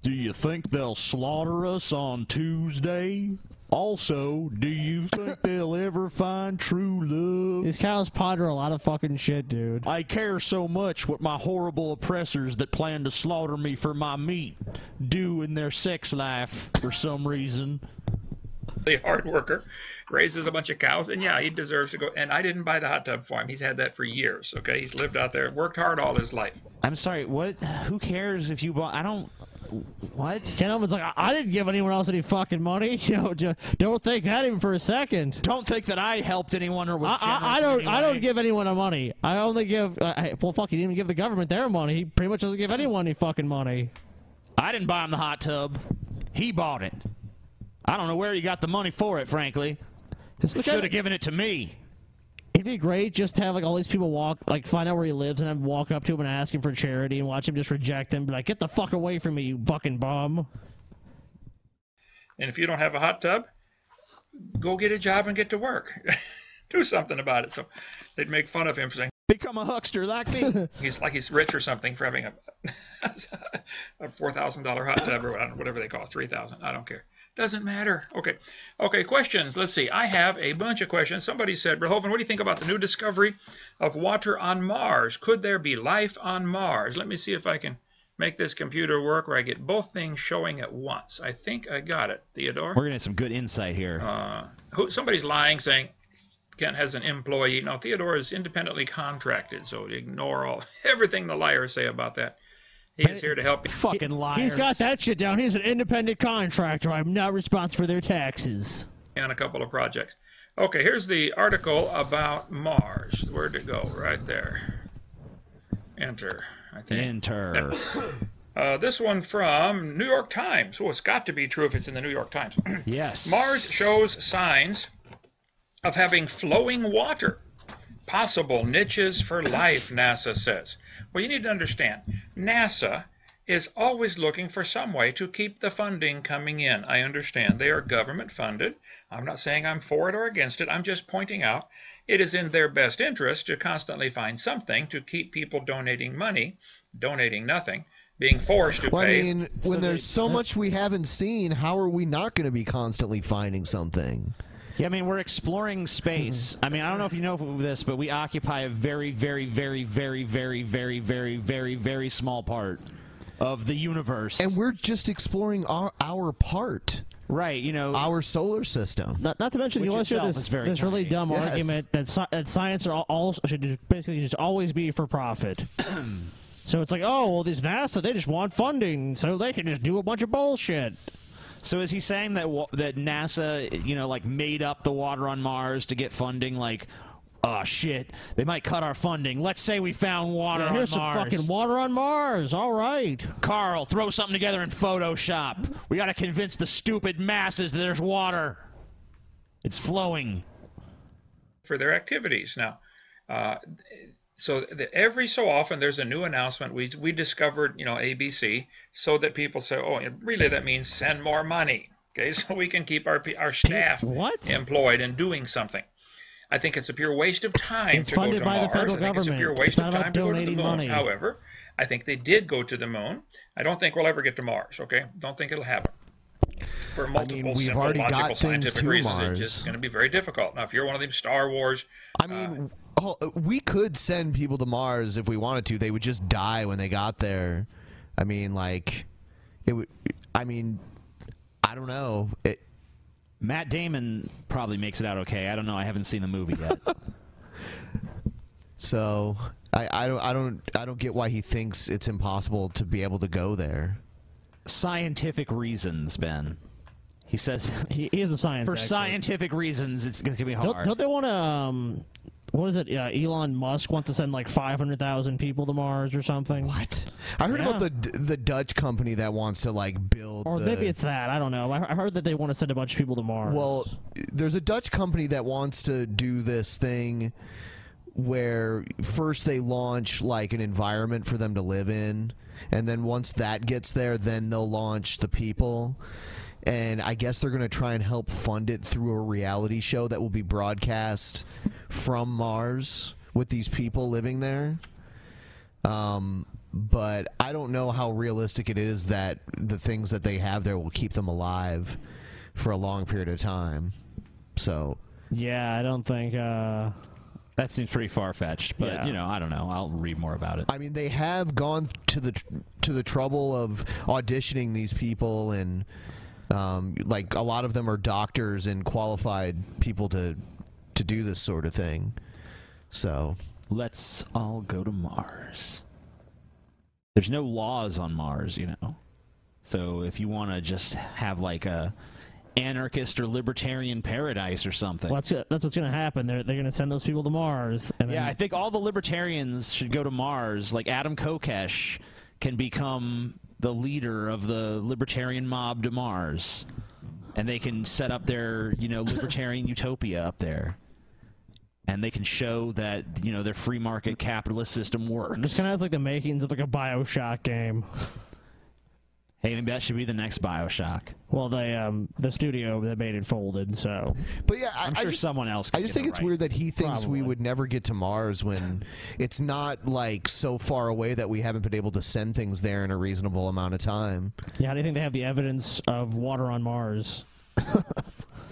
O: Do you think they'll slaughter us on Tuesday? Also, do you think they'll ever find true love?
D: These cows ponder a lot of fucking shit, dude.
O: I care so much what my horrible oppressors that plan to slaughter me for my meat do in their sex life for some reason.
N: hard worker. Raises a bunch of cows, and yeah, he deserves to go. And I didn't buy the hot tub for him. He's had that for years. Okay, he's lived out there, worked hard all his life.
A: I'm sorry. What? Who cares if you bought? I don't. What?
D: Ken Elman's like, I, I didn't give anyone else any fucking money. You know, ju- don't think that even for a second.
A: Don't think that I helped anyone or was.
D: I, I, I
A: generous
D: don't.
A: in
D: I
A: any
D: don't
A: way.
D: give anyone a money. I only give. Uh, I- well, fuck, he didn't even give the government their money. He pretty much doesn't give anyone any fucking money.
A: I didn't buy him the hot tub. He bought it. I don't know where he got the money for it. Frankly, he
D: look at
A: should
D: it.
A: have given it to me.
D: It'd be great just to have like all these people walk, like find out where he lives, and then walk up to him and ask him for charity, and watch him just reject him, be like, "Get the fuck away from me, you fucking bum!"
N: And if you don't have a hot tub, go get a job and get to work. Do something about it. So they'd make fun of him for saying,
A: Become a huckster like me.
N: he's like he's rich or something for having a a four thousand dollar hot tub or I don't- whatever they call it, three thousand. I don't care. Doesn't matter. Okay, okay. Questions. Let's see. I have a bunch of questions. Somebody said, Verhoeven, what do you think about the new discovery of water on Mars? Could there be life on Mars? Let me see if I can make this computer work where I get both things showing at once. I think I got it, Theodore.
A: We're gonna have some good insight here.
N: Uh, who, somebody's lying saying Kent has an employee. Now Theodore is independently contracted, so ignore all everything the liars say about that. He is here to help you.
A: Fucking liars.
D: He's got that shit down. He's an independent contractor. I'm not responsible for their taxes.
N: on a couple of projects. Okay, here's the article about Mars. Where'd it go? Right there. Enter. I think.
A: Enter.
N: Uh, this one from New York Times. Oh, it's got to be true if it's in the New York Times.
A: yes.
N: Mars shows signs of having flowing water. Possible niches for life, NASA says. Well, you need to understand NASA is always looking for some way to keep the funding coming in. I understand they are government funded. I'm not saying I'm for it or against it. I'm just pointing out it is in their best interest to constantly find something to keep people donating money, donating nothing, being forced to
B: Well, I
N: pay.
B: mean, when there's so much we haven't seen, how are we not going to be constantly finding something?
A: Yeah, I mean, we're exploring space. I mean, I don't know if you know this, but we occupy a very, very, very, very, very, very, very, very, very small part of the universe.
B: And we're just exploring our, our part.
A: Right, you know.
B: Our solar system.
D: Not, not to mention, you always hear this, this really dumb
B: Yes.
D: argument that, sci- that science are all, all should just- basically just always be for profit. so it's like, oh, well, these NASA, they just want funding, so they can just do a bunch of bullshit.
A: So is he saying that wa- that NASA, you know, like made up the water on Mars to get funding? Like, oh shit, they might cut our funding. Let's say we found water
D: Yeah,
A: on
D: here's
A: Mars.
D: some fucking water on Mars. All right.
A: Carl, throw something together in Photoshop. We got to convince the stupid masses that there's water. It's flowing.
N: for their activities. Now, uh, so the, every so often there's a new announcement. We we discovered, you know, ABC, so that people say, oh, and really that means send more money. Okay, so we can keep our pe- our staff employed and doing something. I think it's a pure waste of time
D: It's
N: to go
D: funded
N: to
D: by the
N: Mars.
D: federal
N: I think it's a
D: government.
N: pure
D: It's
N: waste
D: not
N: of
D: about
N: time to go to the
D: donating
N: moon.
D: money.
N: However, I think they did go to the moon. I don't think we'll ever get to Mars. Okay, don't think it'll happen. For multiple
B: we've
N: simple,
B: already got
N: logical
B: things
N: scientific
B: to
N: reasons,
B: Mars.
N: it's just going to be very difficult. Now, if you're one of them Star Wars uh,
B: I mean, oh, we could send people to Mars if we wanted to. They would just die when they got there. I mean, like, it would. I mean, I don't know. It,
A: Matt Damon probably makes it out okay. I don't know. I haven't seen the movie yet.
B: so I, I don't. I don't. I don't get why he thinks it's impossible to be able to go there.
A: Scientific reasons, Ben. He says
D: he is a science
A: for
D: expert.
A: scientific reasons. It's going to be hard.
D: Don't, don't they want to? Um, what is it? Uh, Elon Musk wants to send like 500,000 people to Mars or something.
B: What? I heard about the D- the Dutch company that wants to like build.
D: Or
B: the-
D: maybe it's that. I don't know. I, I heard that they want to send a bunch of people to Mars.
B: Well, there's a Dutch company that wants to do this thing where first they launch like an environment for them to live in, and then once that gets there, then they'll launch the people. And I guess they're going to try and help fund it through a reality show that will be broadcast from Mars with these people living there. Um, but I don't know how realistic it is that the things that they have there will keep them alive for a long period of time. So
D: yeah, I don't think. Uh,
A: that seems pretty far fetched, but
B: Yeah.
A: you know, I don't know. I'll read more about it.
B: I mean, they have gone to the to the trouble of auditioning these people, and um, like a lot of them are doctors and qualified people to to do this sort of thing. So
A: let's all go to Mars. There's no laws on Mars, you know. So if you want to just have like a anarchist or libertarian paradise or something.
D: well, that's that's what's gonna happen. They're they're gonna send those people to Mars. And
A: Yeah,
D: then,
A: I think all the libertarians should go to Mars. Like Adam Kokesh can become the leader of the libertarian mob to Mars, and they can set up their you know libertarian utopia up there, and they can show that you know their free market capitalist system works.
D: this kind of has like the makings of like a Bioshock game.
A: Hey, maybe that should be the next Bioshock.
D: Well, they um the studio that made it folded. So,
B: but yeah, I,
A: I'm sure someone else.
B: I just think it's weird that he thinks
D: Probably.
B: we would never get to Mars when it's not like so far away that we haven't been able to send things there in a reasonable amount of time.
D: yeah, how do you think they have the evidence of water on Mars?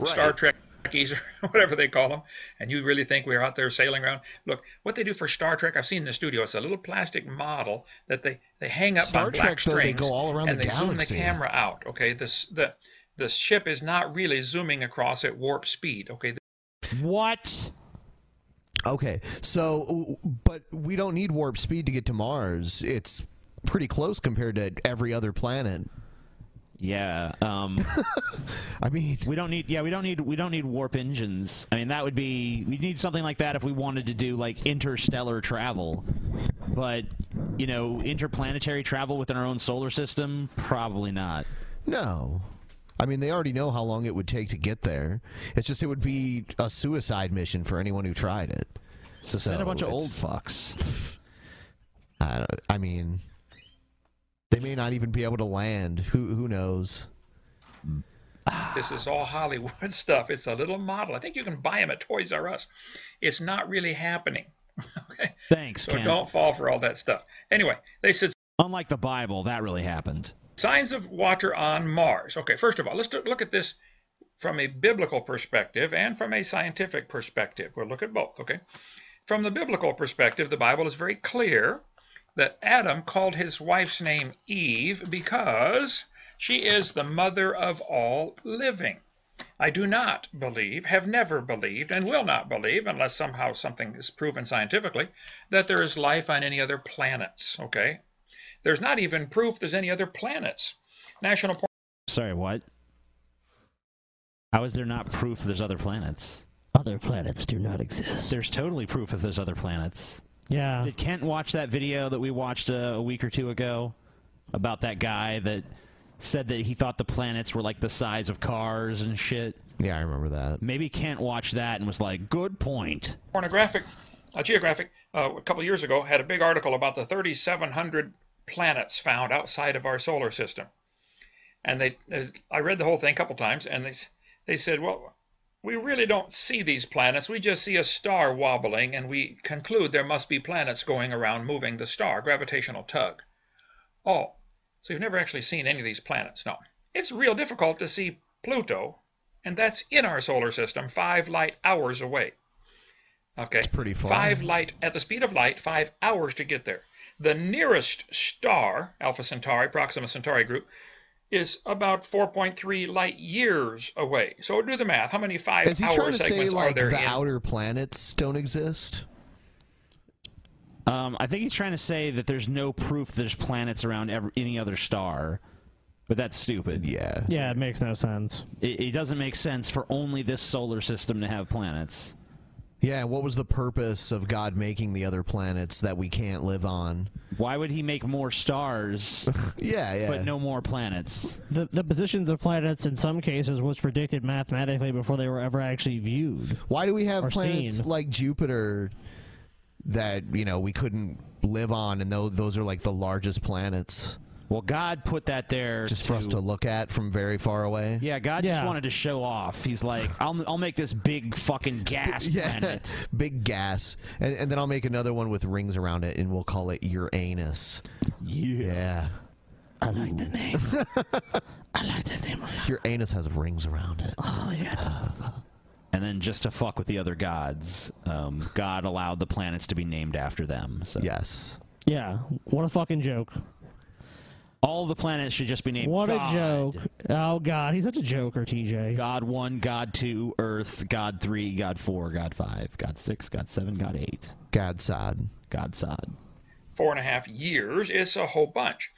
N: Star Trek Trekkies or whatever they call them, and you really think we're out there sailing around. Look, what they do for Star Trek, I've seen in the studio. It's a little plastic model that they, they hang up
B: Star
N: on black
B: Trek, though, they
N: strings,
B: go all around
N: and
B: the
N: they zoom the
B: galaxy.
N: camera out. Okay, this the the ship is not really zooming across at warp speed. Okay,
A: what?
B: Okay, so but we don't need warp speed to get to Mars. It's pretty close compared to every other planet.
A: Yeah. Um,
B: I mean,
A: we don't need. Yeah, we don't need. We don't need warp engines. I mean, that would be. We need something like that if we wanted to do like interstellar travel. But you know, interplanetary travel within our own solar system, probably not.
B: No. I mean, they already know how long it would take to get there. It's just it would be a suicide mission for anyone who tried it.
A: So send a bunch of
B: it's-
A: old fucks.
B: I don't, I mean, they may not even be able to land. Who who knows?
N: this is all Hollywood stuff. It's a little model. I think you can buy them at Toys R Us. It's not really happening.
A: Thanks,
N: So
A: Ken.
N: don't fall for all that stuff. Anyway, they said
A: Unlike the Bible, that really happened.
N: signs of water on Mars. Okay, first of all, let's do- look at this from a biblical perspective and from a scientific perspective. We'll look at both, okay? From the biblical perspective, the Bible is very clear that Adam called his wife's name Eve because she is the mother of all living. I do not believe, have never believed, and will not believe, unless somehow something is proven scientifically, that there is life on any other planets, okay? There's not even proof there's any other planets. National Park.
A: Sorry, what? How is there not proof there's other planets?
D: Other planets do not exist.
A: There's totally proof if there's other planets.
D: Yeah.
A: Did Kent watch that video that we watched uh, a week or two ago about that guy that said that he thought the planets were like the size of cars and shit?
B: Yeah, I remember that.
A: Maybe Kent watched that and was like, "Good point."
N: Pornographic, uh, Geographic, uh, a couple of years ago, had a big article about the 3,700 planets found outside of our solar system. And they, uh, I read the whole thing a couple times, and they, s- they said, well, we really don't see these planets. We just see a star wobbling, and we conclude there must be planets going around moving the star, gravitational tug. Oh, so you've never actually seen any of these planets? No. It's real difficult to see Pluto, and that's in our solar system, five light hours away. Okay. It's
B: pretty far.
N: Five light at the speed of light, five hours to get there. The nearest star, Alpha Centauri, Proxima Centauri group, is about 4.3 light years away. So do the math. How many five
B: Is he
N: hour
B: trying to say
N: segments are
B: like
N: there
B: the
N: in?
B: outer planets don't exist?
A: Um, I think he's trying to say that there's no proof there's planets around ever any other star, but that's stupid.
B: Yeah.
D: Yeah, it makes no sense.
A: It, it doesn't make sense for only this solar system to have planets.
B: Yeah. What was the purpose of God making the other planets that we can't live on?
A: Why would he make more stars?
B: yeah, yeah.
A: But no more planets.
D: The, the positions of planets in some cases was predicted mathematically before they were ever actually viewed.
B: Why do we have
D: or
B: planets
D: seen.
B: like Jupiter that you know we couldn't live on, and those those are like the largest planets?
A: Well, God put that there
B: just for us to look at from very far away.
A: Yeah, God just wanted to show off. He's like, I'll, I'll make this big fucking gas
B: yeah,
A: planet.
B: big gas, and and then I'll make another one with rings around it, and we'll call it Uranus.
A: Yeah,
B: I like the name. I like the name. Uranus has rings around it. Oh yeah.
A: And then just to fuck with the other gods, um, God allowed the planets to be named after them. So.
B: Yes.
D: Yeah, what a fucking joke.
A: All the planets should just be named
D: What a
A: God.
D: joke. Oh, God, he's such a joker, TJ.
A: God 1, God 2, Earth, God 3, God 4, God 5, God 6, God 7, God 8.
B: God sod.
A: God sod.
N: four and a half years, it's a whole bunch.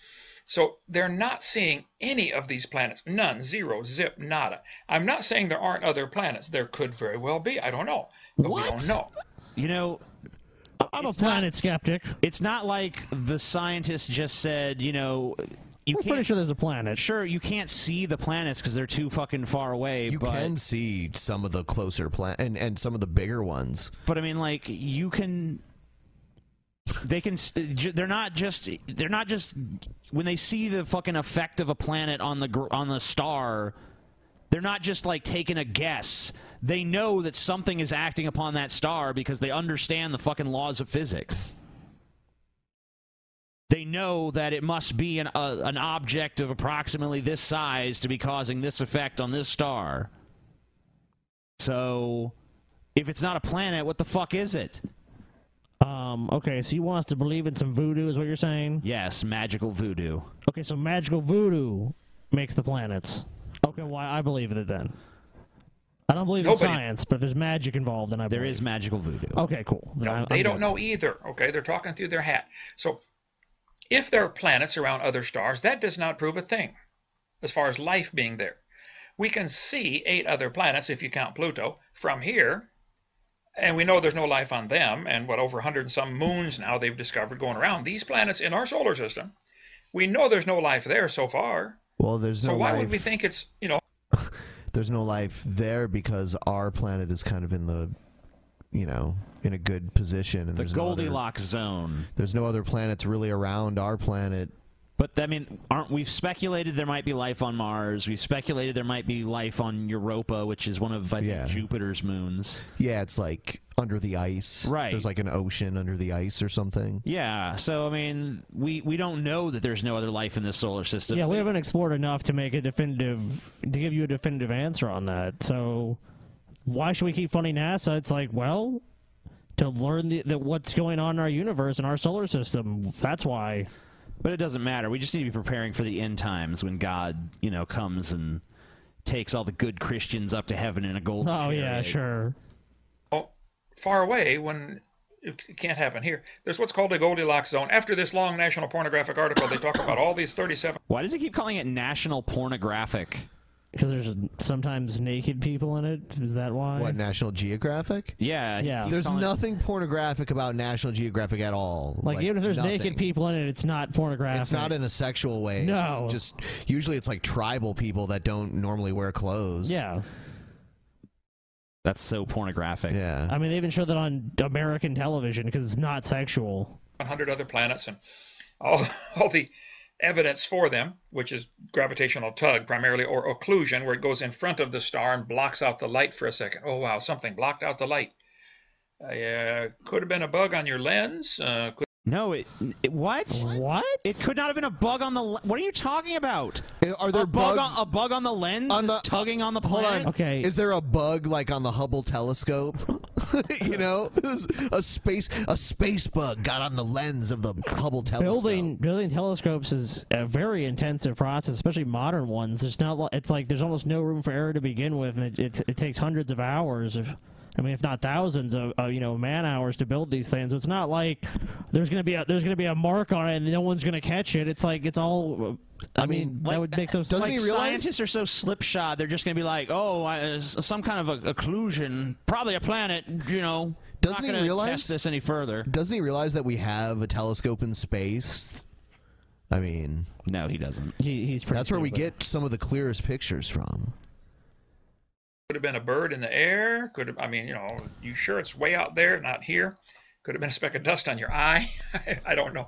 N: So they're not seeing any of these planets. None, zero, zip, nada. I'm not saying there aren't other planets. There could very well be. I don't know. But we don't know.
A: You know,
D: I'm a planet skeptic.
A: It's not like the scientists just said, you know, you
D: We're
A: can't,
D: pretty sure there's a planet.
A: Sure, you can't see the planets because they're too fucking far away.
B: You
A: but,
B: can see some of the closer planets and, and some of the bigger ones.
A: but I mean, like you can. They can. St- ju- they're not just. They're not just. When they see the fucking effect of a planet on the gr- on the star, they're not just like taking a guess. They know that something is acting upon that star because they understand the fucking laws of physics. They know that it must be an a, an object of approximately this size to be causing this effect on this star. So, if it's not a planet, what the fuck is it?
D: Um, okay, so he wants to believe in some voodoo, is what you're saying?
A: Yes, magical voodoo.
D: Okay, so magical voodoo makes the planets. Okay, well, I believe it then. I don't believe in
N: Nobody-
D: science, but if there's magic involved, then I believe. There is
A: magical voodoo.
D: Okay, cool. Then I-
N: they
D: I'm
N: don't
D: good.
N: know either. Okay, they're talking through their hat. So, if there are planets around other stars, that does not prove a thing as far as life being there. We can see eight other planets, if you count Pluto, from here, and we know there's no life on them, and what, over 100 and some moons now they've discovered going around. These planets in our solar system, we know there's no life there so far.
B: Well, there's no
N: so, why
B: life.
N: would we think it's, you know,
B: there's no life there because our planet is kind of in the, you know, in a good position. And
A: The
B: there's no other-
A: Goldilocks zone.
B: there's no other planets really around our planet.
A: But I mean, aren't we've speculated there might be life on Mars? We've speculated there might be life on Europa, which is one of I think, Jupiter's moons.
B: Yeah, it's like under the ice.
A: Right.
B: There's like an ocean under the ice or something.
A: Yeah, so I mean, we we don't know that there's no other life in this solar system.
D: Yeah, we haven't explored enough to make a definitive to give you a definitive answer on that. So why should we keep funding NASA? It's like, well, to learn the, that what's going on in our universe and our solar system. That's why.
A: But it doesn't matter. We just need to be preparing for the end times when God, you know, comes and takes all the good Christians up to heaven in a golden.
D: Oh yeah,
A: chariot.
D: sure.
N: far away when it c- can't happen here. There's what's called a Goldilocks zone. After this long national pornographic article, they talk about all these 37
A: Why does he keep calling it national pornographic?
D: Because there's sometimes naked people in it. Is that why?
B: What National Geographic?
A: Yeah,
D: Yeah. keeps
B: There's
D: calling-
B: nothing pornographic about National Geographic at all.
D: Like, even if there's
B: nothing.
D: naked people in it, it's not pornographic.
B: It's not in a sexual way. It's
D: No.
B: just usually it's like tribal people that don't normally wear clothes.
D: Yeah.
A: That's so pornographic.
B: Yeah.
D: I mean, they even show that on American television because it's not sexual.
N: 100 other planets and all, all the evidence for them, which is gravitational tug primarily, or occlusion, where it goes in front of the star and blocks out the light for a second. Oh, wow, something blocked out the light. Uh, could have been a bug on your lens. Uh, could
A: No, it, it- what?
D: What?
A: It could not have been a bug on the. le- What are you talking about?
B: Eh, Are there
A: a bug
B: bugs-
A: on, a bug on the lens
B: On
A: is
B: the-
A: tugging on the
B: Hold
A: planet?
B: on. Okay. Is there a bug like on the Hubble telescope? you know, It was a space a space bug got on the lens of the Hubble telescope.
D: Building building telescopes is a very intensive process, especially modern ones. There's not lo- it's like there's almost no room for error to begin with, and it it, it takes hundreds of hours. If, I mean, if not thousands of, of you know man hours to build these things, it's not like there's gonna be a there's gonna be a mark on it and no one's gonna catch it. It's like it's all. I, mean, uh, that would make some sense.
A: like scientists are so slipshod, they're just going to be like, "Oh, I, s- some kind of a, occlusion, probably a planet." You know,
B: Doesn't
A: not
B: he
A: gonna
B: realize-
A: test this any further?
B: Doesn't he realize that we have a telescope in space? I mean,
A: no, he doesn't.
D: He, he's
B: That's where we get some of the clearest pictures from.
N: have been a bird in the air. Could have, I mean, you know, you sure it's way out there, not here? Could have been a speck of dust on your eye. I don't know.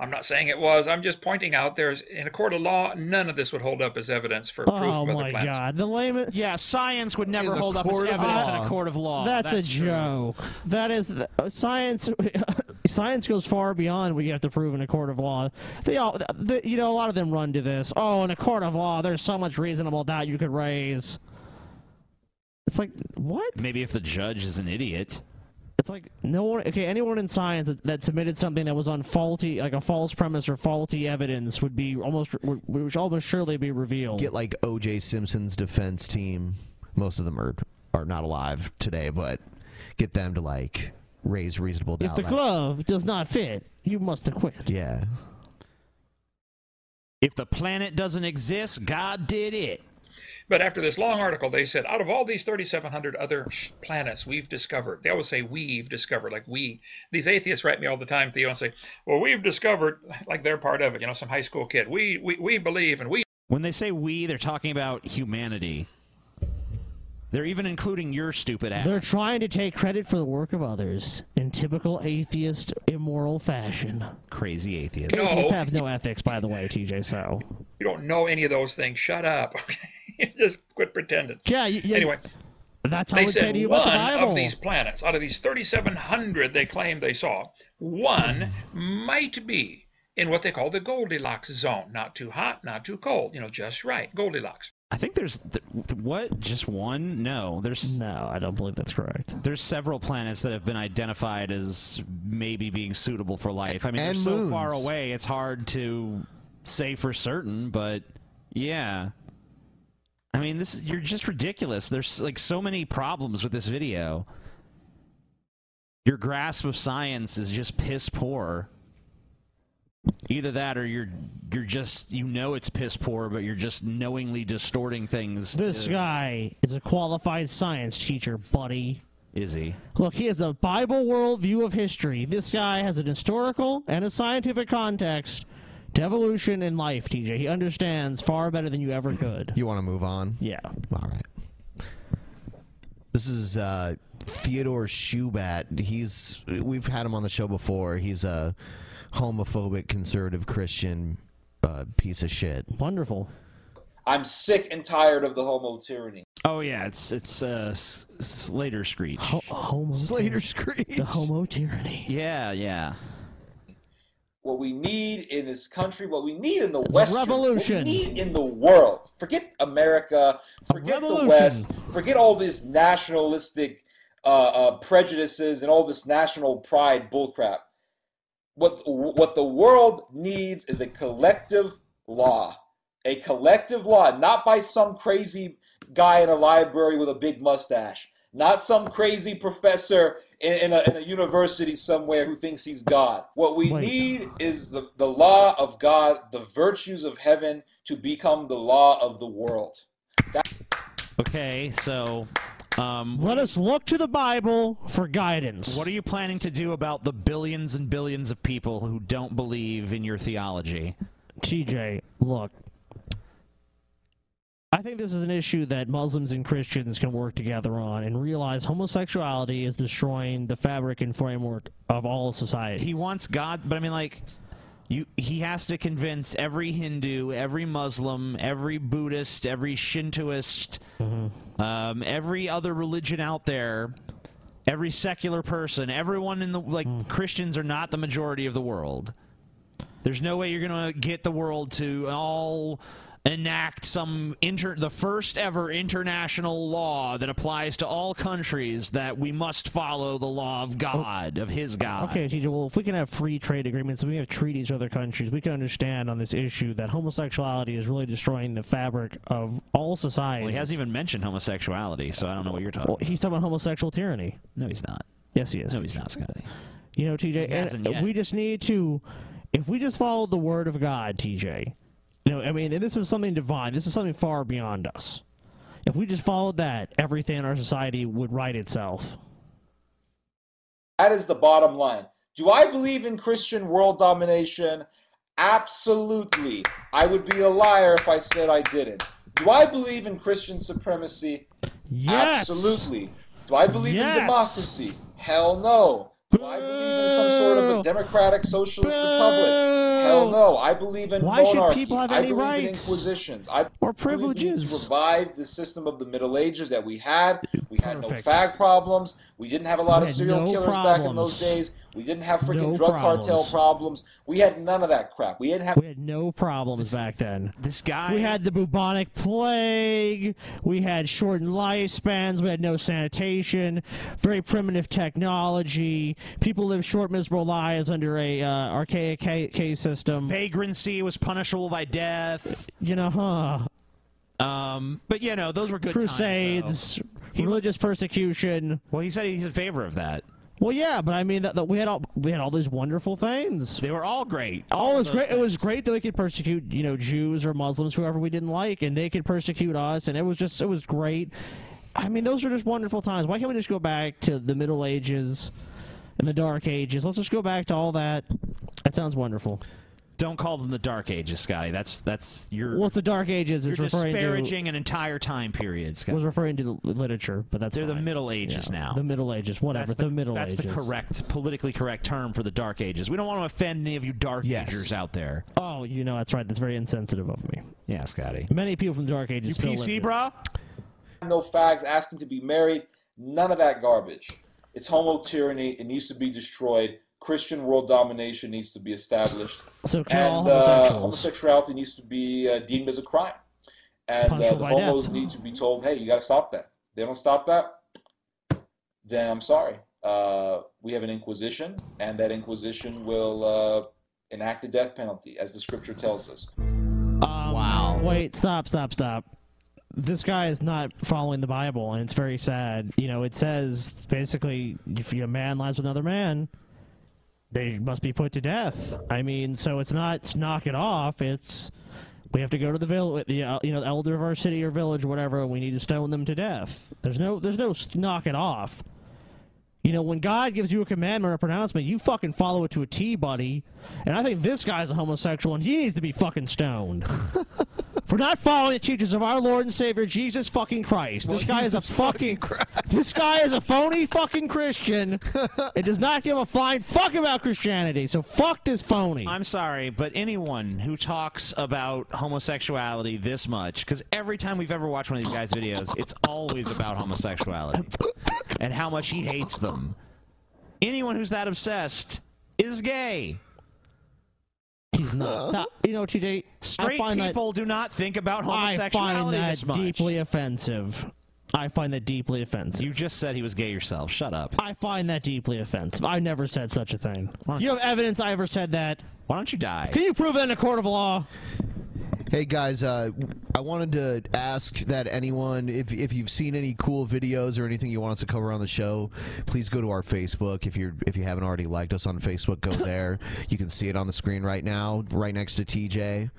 N: I'm not saying it was. I'm just pointing out there's, in a court of law, none of this would hold up as evidence for proof
D: Oh
N: of other
D: my
N: planets.
D: God! The layman.
A: Yeah, science would never
D: the
A: hold up as
D: court of
A: evidence in
D: law.
A: a court of law.
D: Um, That's, a joke. That is uh, science. science goes far beyond what you have to prove in a court of law. They all, the, you know, a lot of them run to this. Oh, in a court of law, there's so much reasonable doubt you could raise. It's like what?
A: Maybe if the judge is an idiot.
D: It's like no one. Okay, anyone in science that, that submitted something that was on faulty, like a false premise or faulty evidence, would be almost would, would almost surely be revealed.
B: Get like O.J. Simpson's defense team. Most of them are are not alive today, but get them to like raise reasonable doubt.
D: if the
B: like-
D: glove does not fit, you must acquit.
B: yeah,
A: If the planet doesn't exist, God did it.
N: But after this long article, they said, out of all these 3,700 other sh- planets we've discovered, they always say we've discovered, like we. These atheists write me all the time, Theo, and say, well, we've discovered, like they're part of it, you know, some high school kid. We, we, we believe and we
A: When they say we, they're talking about humanity. They're even including your stupid ass.
D: They're trying to take credit for the work of others in typical atheist, immoral fashion.
A: Crazy atheist.
D: Atheists have no ethics, by the way, TJ. So
N: You don't know any of those things. Shut up. Okay. Just quit pretending.
D: Yeah. You, you-
N: Anyway,
D: that's how I
N: they
D: would
N: said
D: say to you
N: one
D: about the Bible.
N: of these planets, out of these 3,700 they claim they saw, one might be in what they call the Goldilocks zone. Not too hot, not too cold. You know, just right. Goldilocks.
A: I think there's th- th- what just one? No, there's
D: no. I don't believe that's correct.
A: There's several planets that have been identified as maybe being suitable for life. I mean,
B: And
A: they're so far
B: moons.
A: away, it's hard to say for certain. But yeah, I mean, this you're just ridiculous. There's like so many problems with this video. Your grasp of science is just piss poor. Either that, or you're you're just you know it's piss poor, but you're just knowingly distorting things.
D: This
A: to-
D: guy is a qualified science teacher, buddy.
A: is he?
D: Look, he has a Bible worldview of history. This guy has an historical and a scientific context to evolution and life, TJ. He understands far better than you ever could.
B: You want to move on?
D: Yeah.
B: All right. This is uh, Theodore Schubat. He's we've had him on the show before. He's a homophobic conservative Christian uh, piece of shit.
D: Wonderful.
P: I'm sick and tired of the homo tyranny.
A: Oh yeah, it's it's uh, S- Slater Screech.
D: homo
B: Slater Screech.
D: The homo tyranny.
A: Yeah, yeah.
P: What we need in this country, what we need in the
D: It's a
P: West,
D: revolution.
P: what we need in the world. Forget America, forget the West, forget all this nationalistic uh, uh, prejudices and all this national pride bullcrap. What what the world needs is a collective law, a collective law, not by some crazy guy in a library with a big mustache, not some crazy professor in, in, a, in a university somewhere who thinks he's God. What we need is the, the law of God, the virtues of heaven to become the law of the world.
A: Okay, so um,
D: let us look to the Bible for guidance.
A: What are you planning to do about the billions and billions of people who don't believe in your theology?
D: TJ, look. I think this is an issue that Muslims and Christians can work together on and realize homosexuality is destroying the fabric and framework of all of society.
A: He wants God, but I mean, like, you he has to convince every Hindu, every Muslim, every Buddhist, every Shintoist,
D: Mm-hmm.
A: um, every other religion out there, every secular person, everyone in the like
D: Hmm.
A: Christians are not the majority of the world. There's no way you're gonna get the world to all enact some inter the first ever international law that applies to all countries that we must follow the law of God, of his God.
D: Oh. Okay, TJ, well, if we can have free trade agreements and we have treaties with other countries, we can understand on this issue that homosexuality is really destroying the fabric of all society.
A: Well, he hasn't even mentioned homosexuality, so I don't know what you're talking
D: Well, he's talking about homosexual tyranny.
A: No, he's not.
D: Yes, he is.
A: No, he's not, Scotty.
D: You know, TJ,
A: He hasn't
D: and
A: yet.
D: we just need to, if we just follow the word of God, TJ, you know, I mean, and this is something divine. This is something far beyond us. If we just followed that, everything in our society would right itself.
P: That is the bottom line. Do I believe in Christian world domination? Absolutely. I would be a liar if I said I didn't. Do I believe in Christian supremacy?
D: Yes.
P: Absolutely. Do I believe
D: Yes.
P: in democracy? Hell no. Do I believe in some sort of a democratic socialist republic? Hell no. I believe in
D: Why should
P: monarchy.
D: people have
P: I
D: any
P: believe in
D: rights?
P: inquisitions. I
D: or
P: privileges. Revive the system of the Middle Ages that we had. We had no
D: Perfect.
P: fag problems. We didn't have a lot
D: We
P: of
D: had
P: serial
D: no
P: killers back in those
D: problems.
P: days. We didn't have freaking
D: No
P: drug cartel
D: problems.
P: problems. We had none of that crap. We didn't have.
D: We had no problems back then.
A: This guy.
D: We had the bubonic plague. We had shortened lifespans. We had no sanitation. Very primitive technology. People lived short, miserable lives under a uh, archaic K, K system.
A: Vagrancy was punishable by death.
D: You know, huh?
A: Um, but you know, those were good times,
D: crusades,
A: though.
D: religious persecution.
A: Well, he said he's in favor of that.
D: Well, yeah, but I mean that, that we had all we had all these wonderful things.
A: They were all great.
D: Oh, it was great. It was great that we could persecute, you know, Jews or Muslims, whoever we didn't like, and they could persecute us, and it was just it was great. I mean, those are just wonderful times. Why can't we just go back to the Middle Ages and the Dark Ages? Let's just go back to all that. That sounds wonderful.
A: Don't call them the Dark Ages, Scotty. That's that's your.
D: Well, it's the Dark Ages
A: You're
D: is referring to
A: disparaging an entire time period, Scotty.
D: was referring to the literature, but that's
A: They're the
D: fine.
A: Middle Ages
D: Yeah,
A: now.
D: The Middle Ages, whatever.
A: That's
D: the, Middle
A: that's
D: Ages.
A: the correct, politically correct term for the Dark Ages. We don't want to offend any of you Dark Agers out there.
D: Oh, you know that's right. That's very insensitive of me.
A: Yeah, Scotty.
D: Many people from the Dark Ages. still live here.
A: bro?
P: No fags. Asking to be married. None of that garbage. It's homo tyranny. It needs to be destroyed. Christian world domination needs to be established.
D: So kill all
P: and uh,
D: homosexuals.
P: homosexuality needs to be uh, deemed as a crime. and uh,
D: Punishable
P: the
D: by
P: homos
D: death.
P: need to be told, hey, you got to stop that. They don't stop that, then I'm sorry. Uh, we have an inquisition, and that inquisition will uh, enact the death penalty, as the scripture tells us.
D: wow. Um, Wait, stop, stop, stop. This guy is not following the Bible, and it's very sad. You know, it says basically if a man lies with another man, they must be put to death. I mean, so it's not it's knock it off. It's we have to go to the village, you know, the elder of our city or village, whatever, and we need to stone them to death. There's no there's no s- knock it off. You know, when God gives you a commandment or a pronouncement, you fucking follow it to a T, buddy. And I think this guy's a homosexual, and he needs to be fucking stoned for not following the teachings of our Lord and Savior Jesus fucking Christ. This guy is a fucking. this guy is a phony fucking Christian. it does not give a flying fuck about Christianity. So fuck this phony.
A: I'm sorry, but anyone who talks about homosexuality this much, because every time we've ever watched one of these guys' videos, it's always about homosexuality and how much he hates them. Anyone who's that obsessed is gay.
D: He's not. Stop. You know, TJ,
A: Straight
D: I find that-
A: people do not think about
D: I find
A: homosexuality
D: that
A: this much.
D: deeply offensive. I find that deeply offensive.
A: You just said he was gay yourself. Shut up.
D: I find that deeply offensive. I never said such a thing. You have evidence I ever said that.
A: Why don't you die?
D: Can you prove that in a court of law?
B: Hey guys, uh, I wanted to ask that anyone, if if you've seen any cool videos or anything you want us to cover on the show, please go to our Facebook. If you're if you haven't already liked us on Facebook, go there. you can see it on the screen right now, right next to TJ.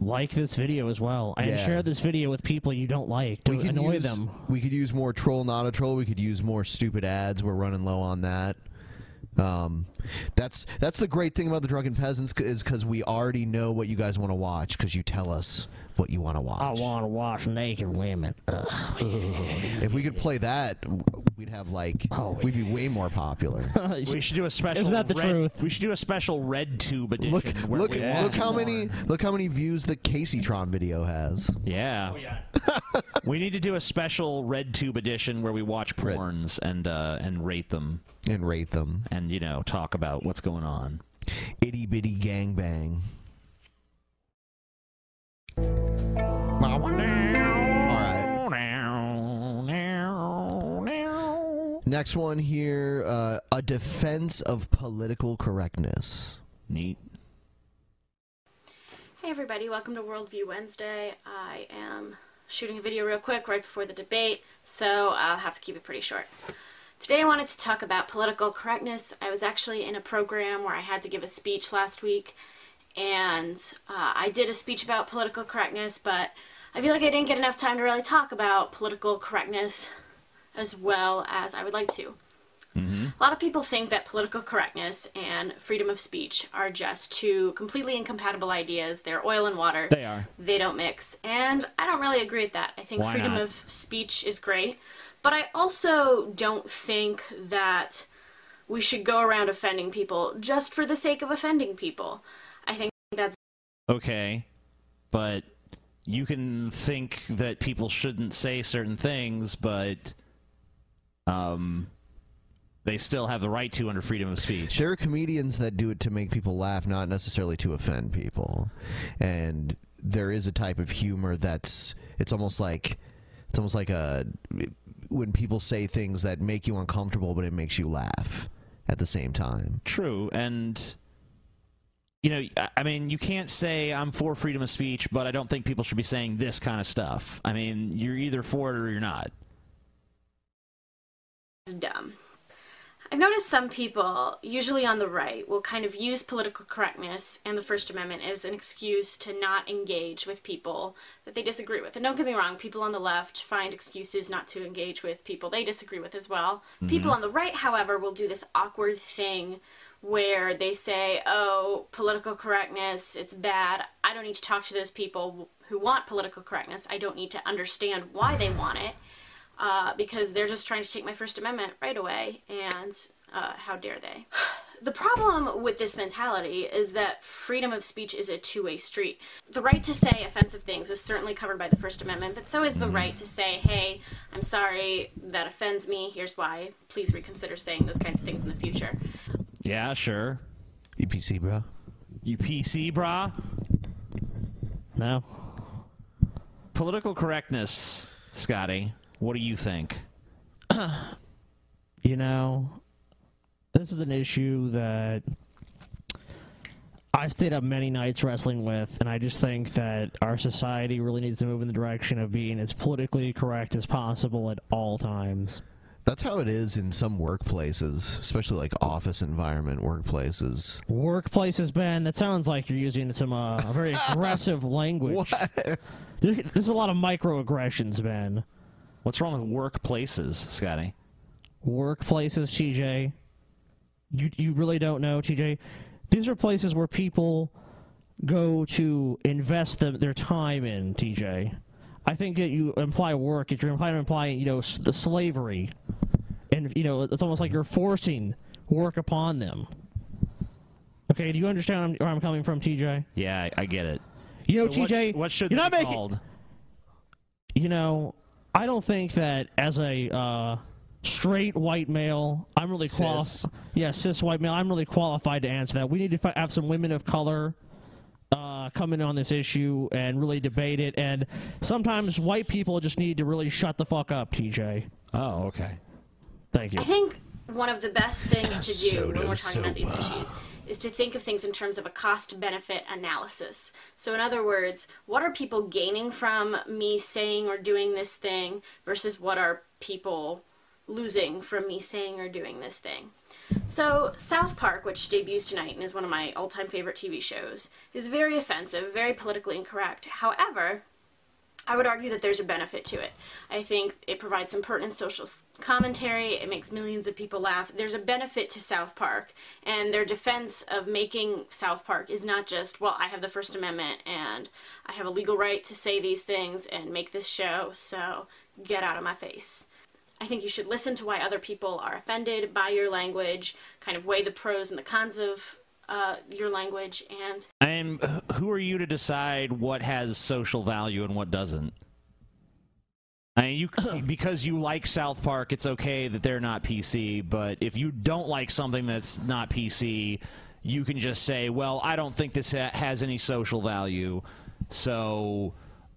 D: Like this video as well, and
B: Yeah.
D: share this video with people you don't like to
B: could
D: annoy
B: use-
D: them.
B: We could use more troll, not a troll. We could use more stupid ads. We're running low on that. Um, that's that's the great thing about the drunken peasants c- is because we already know what you guys want to watch because you tell us what you want to watch.
D: I want to watch naked women. Ugh.
B: If we could play that, w- we'd have like we'd be way more popular.
A: Oh, we should do a special.
B: Isn't that the
A: red, truth? We should do a special red tube edition.
B: Look,
A: where
B: look,
A: we
B: look
A: watch
B: how
A: porn.
B: many look how many views the Caseytron video has.
A: Yeah. we need to do a special red tube edition where we watch porns and uh, and rate them
B: and rate them
A: and you know talk about what's going on.
B: Itty bitty gangbang. All right. Next one here, uh, a defense of political correctness.
A: Neat.
Q: Hey everybody, welcome to Worldview Wednesday. I am shooting a video real quick right before the debate, so I'll have to keep it pretty short. Today I wanted to talk about political correctness. I was actually in a program where I had to give a speech last week, and uh, I did a speech about political correctness, but I feel like I didn't get enough time to really talk about political correctness as well as I would like to. A lot of people think that political correctness and freedom of speech are just two completely incompatible ideas. They're oil and water.
A: They are.
Q: They don't mix. And I don't really agree with that. I think
A: Why
Q: freedom
A: not?
Q: of speech is great, but I also don't think that we should go around offending people just for the sake of offending people. I think that's
A: Okay, but you can think that people shouldn't say certain things, but um, they still have the right to under freedom of speech.
B: There are comedians that do it to make people laugh, not necessarily to offend people. And there is a type of humor that's it's almost like it's almost like a when people say things that make you uncomfortable, but it makes you laugh at the same time.
A: True, and you know, I- I mean, you can't say I'm for freedom of speech, but I don't think people should be saying this kind of stuff. I mean, you're either for it or you're not.
Q: dumb. I've noticed some people, usually on the right, will kind of use political correctness and the First Amendment as an excuse to not engage with people that they disagree with. And don't get me wrong, people on the left find excuses not to engage with people they disagree with as well. People
R: Mhm.
Q: on the right, however, will do this awkward thing where they say, oh, political correctness, it's bad. I don't need to talk to those people who want political correctness. I don't need to understand why they want it uh, because they're just trying to take my First Amendment right away, and uh, how dare they? The problem with this mentality is that freedom of speech is a two way street. The right to say offensive things is certainly covered by the First Amendment, but so is the right to say, hey, I'm sorry, that offends me, here's why, please reconsider saying those kinds of things in the future.
A: Yeah, sure. E
B: UPC, bro.
A: UPC, brah.
D: No.
A: Political correctness, Scotty. What do you think?
D: you know, this is an issue that I stayed up many nights wrestling with, and I just think that our society really needs to move in the direction of being as politically correct as possible at all times.
B: That's how it is in some workplaces, especially like office environment workplaces.
D: Workplaces, Ben, that sounds like you're using some uh, very aggressive language. There's, there's a lot of microaggressions, Ben.
A: What's wrong with workplaces, Scotty?
D: Workplaces, TJ. You you really don't know, TJ. These are places where people go to invest the, their time in, TJ. I think that you imply work. If you're implying to imply, you know, s- the slavery, and you know, it's almost like you're forcing work upon them. Okay, do you understand where I'm coming from, TJ?
A: Yeah, I, I get it.
D: You know,
A: So what-
D: TJ,
A: what, should
D: you're
A: they
D: not
A: be
D: making-
A: called?
D: you know, I don't think that as a uh, straight white male, I'm really
B: Cis.
D: qualified. Yeah, cis white male, I'm really qualified to answer that. We need to fi- have some women of color uh, come in on this issue and really debate it. And sometimes white people just need to really shut the fuck up, TJ.
A: Oh, okay.
D: Thank you.
Q: I think one of the best things to do when
D: Soda
Q: we're talking about these
D: sopa.
Q: issues is to think of things in terms of a cost benefit analysis. So, in other words, what are people gaining from me saying or doing this thing versus what are people losing from me saying or doing this thing? So, South Park, which debuts tonight and is one of my all time favorite TV shows, is very offensive, very politically incorrect. However, I would argue that there's a benefit to it. I think it provides some pertinent social s- commentary. It makes millions of people laugh. There's a benefit to South Park, and their defense of making South Park is not just, well, I have the First Amendment and I have a legal right to say these things and make this show, so get out of my face. I think you should listen to why other people are offended by your language, kind of weigh the pros and the cons of uh, your language, and
A: And wh- who are you to decide what has social value and what doesn't? I mean, you because you like South Park, it's okay that they're not PC. But if you don't like something that's not PC, you can just say, "Well, I don't think this ha- has any social value, so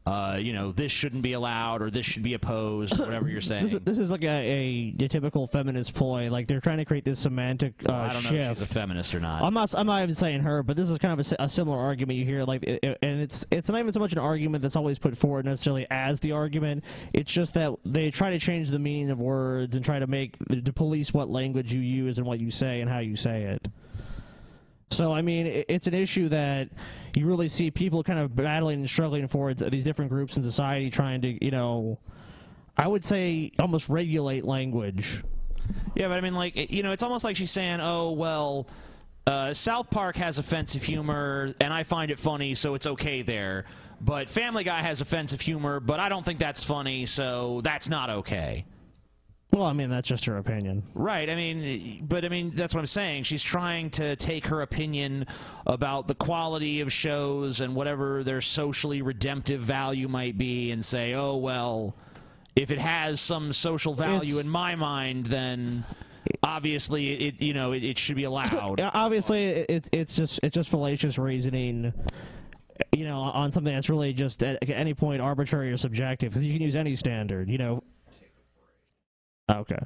A: uh, you know this shouldn't be allowed or this should be opposed, or whatever you're saying."
D: This is, this is like a, a, a typical feminist ploy. Like they're trying to create this semantic uh,
A: I don't know if
D: shift.
A: she's a feminist or not.
D: I'm not. I'm not even saying her, but this is kind of a si- a, similar argument you hear. Like, i- i- and it's it's not even so much an argument that's always put forward necessarily as the argument. It's just that they try to change the meaning of words and try to make to police what language you use and what you say and how you say it. So I mean, i- it's an issue that you really see people kind of battling and struggling for. It's These different groups in society trying to, you know, I would say almost regulate language.
A: Yeah, but I mean, like, it- you know, it's almost like she's saying, oh, well, uh, South Park has offensive humor, and I find it funny, so it's okay there. But Family Guy has offensive humor, but I don't think that's funny, so that's not okay.
D: Well, I mean, that's just her opinion.
A: Right. I mean, but I mean, that's what I'm saying. She's trying to take her opinion about the quality of shows and whatever their socially redemptive value might be and say, oh, well, if it has some social value in my mind, then obviously it, you know, it, it should be allowed.
D: Yeah, obviously it's it's just it's just fallacious reasoning you know on something that's really just at any point arbitrary or subjective because you can use any standard you know okay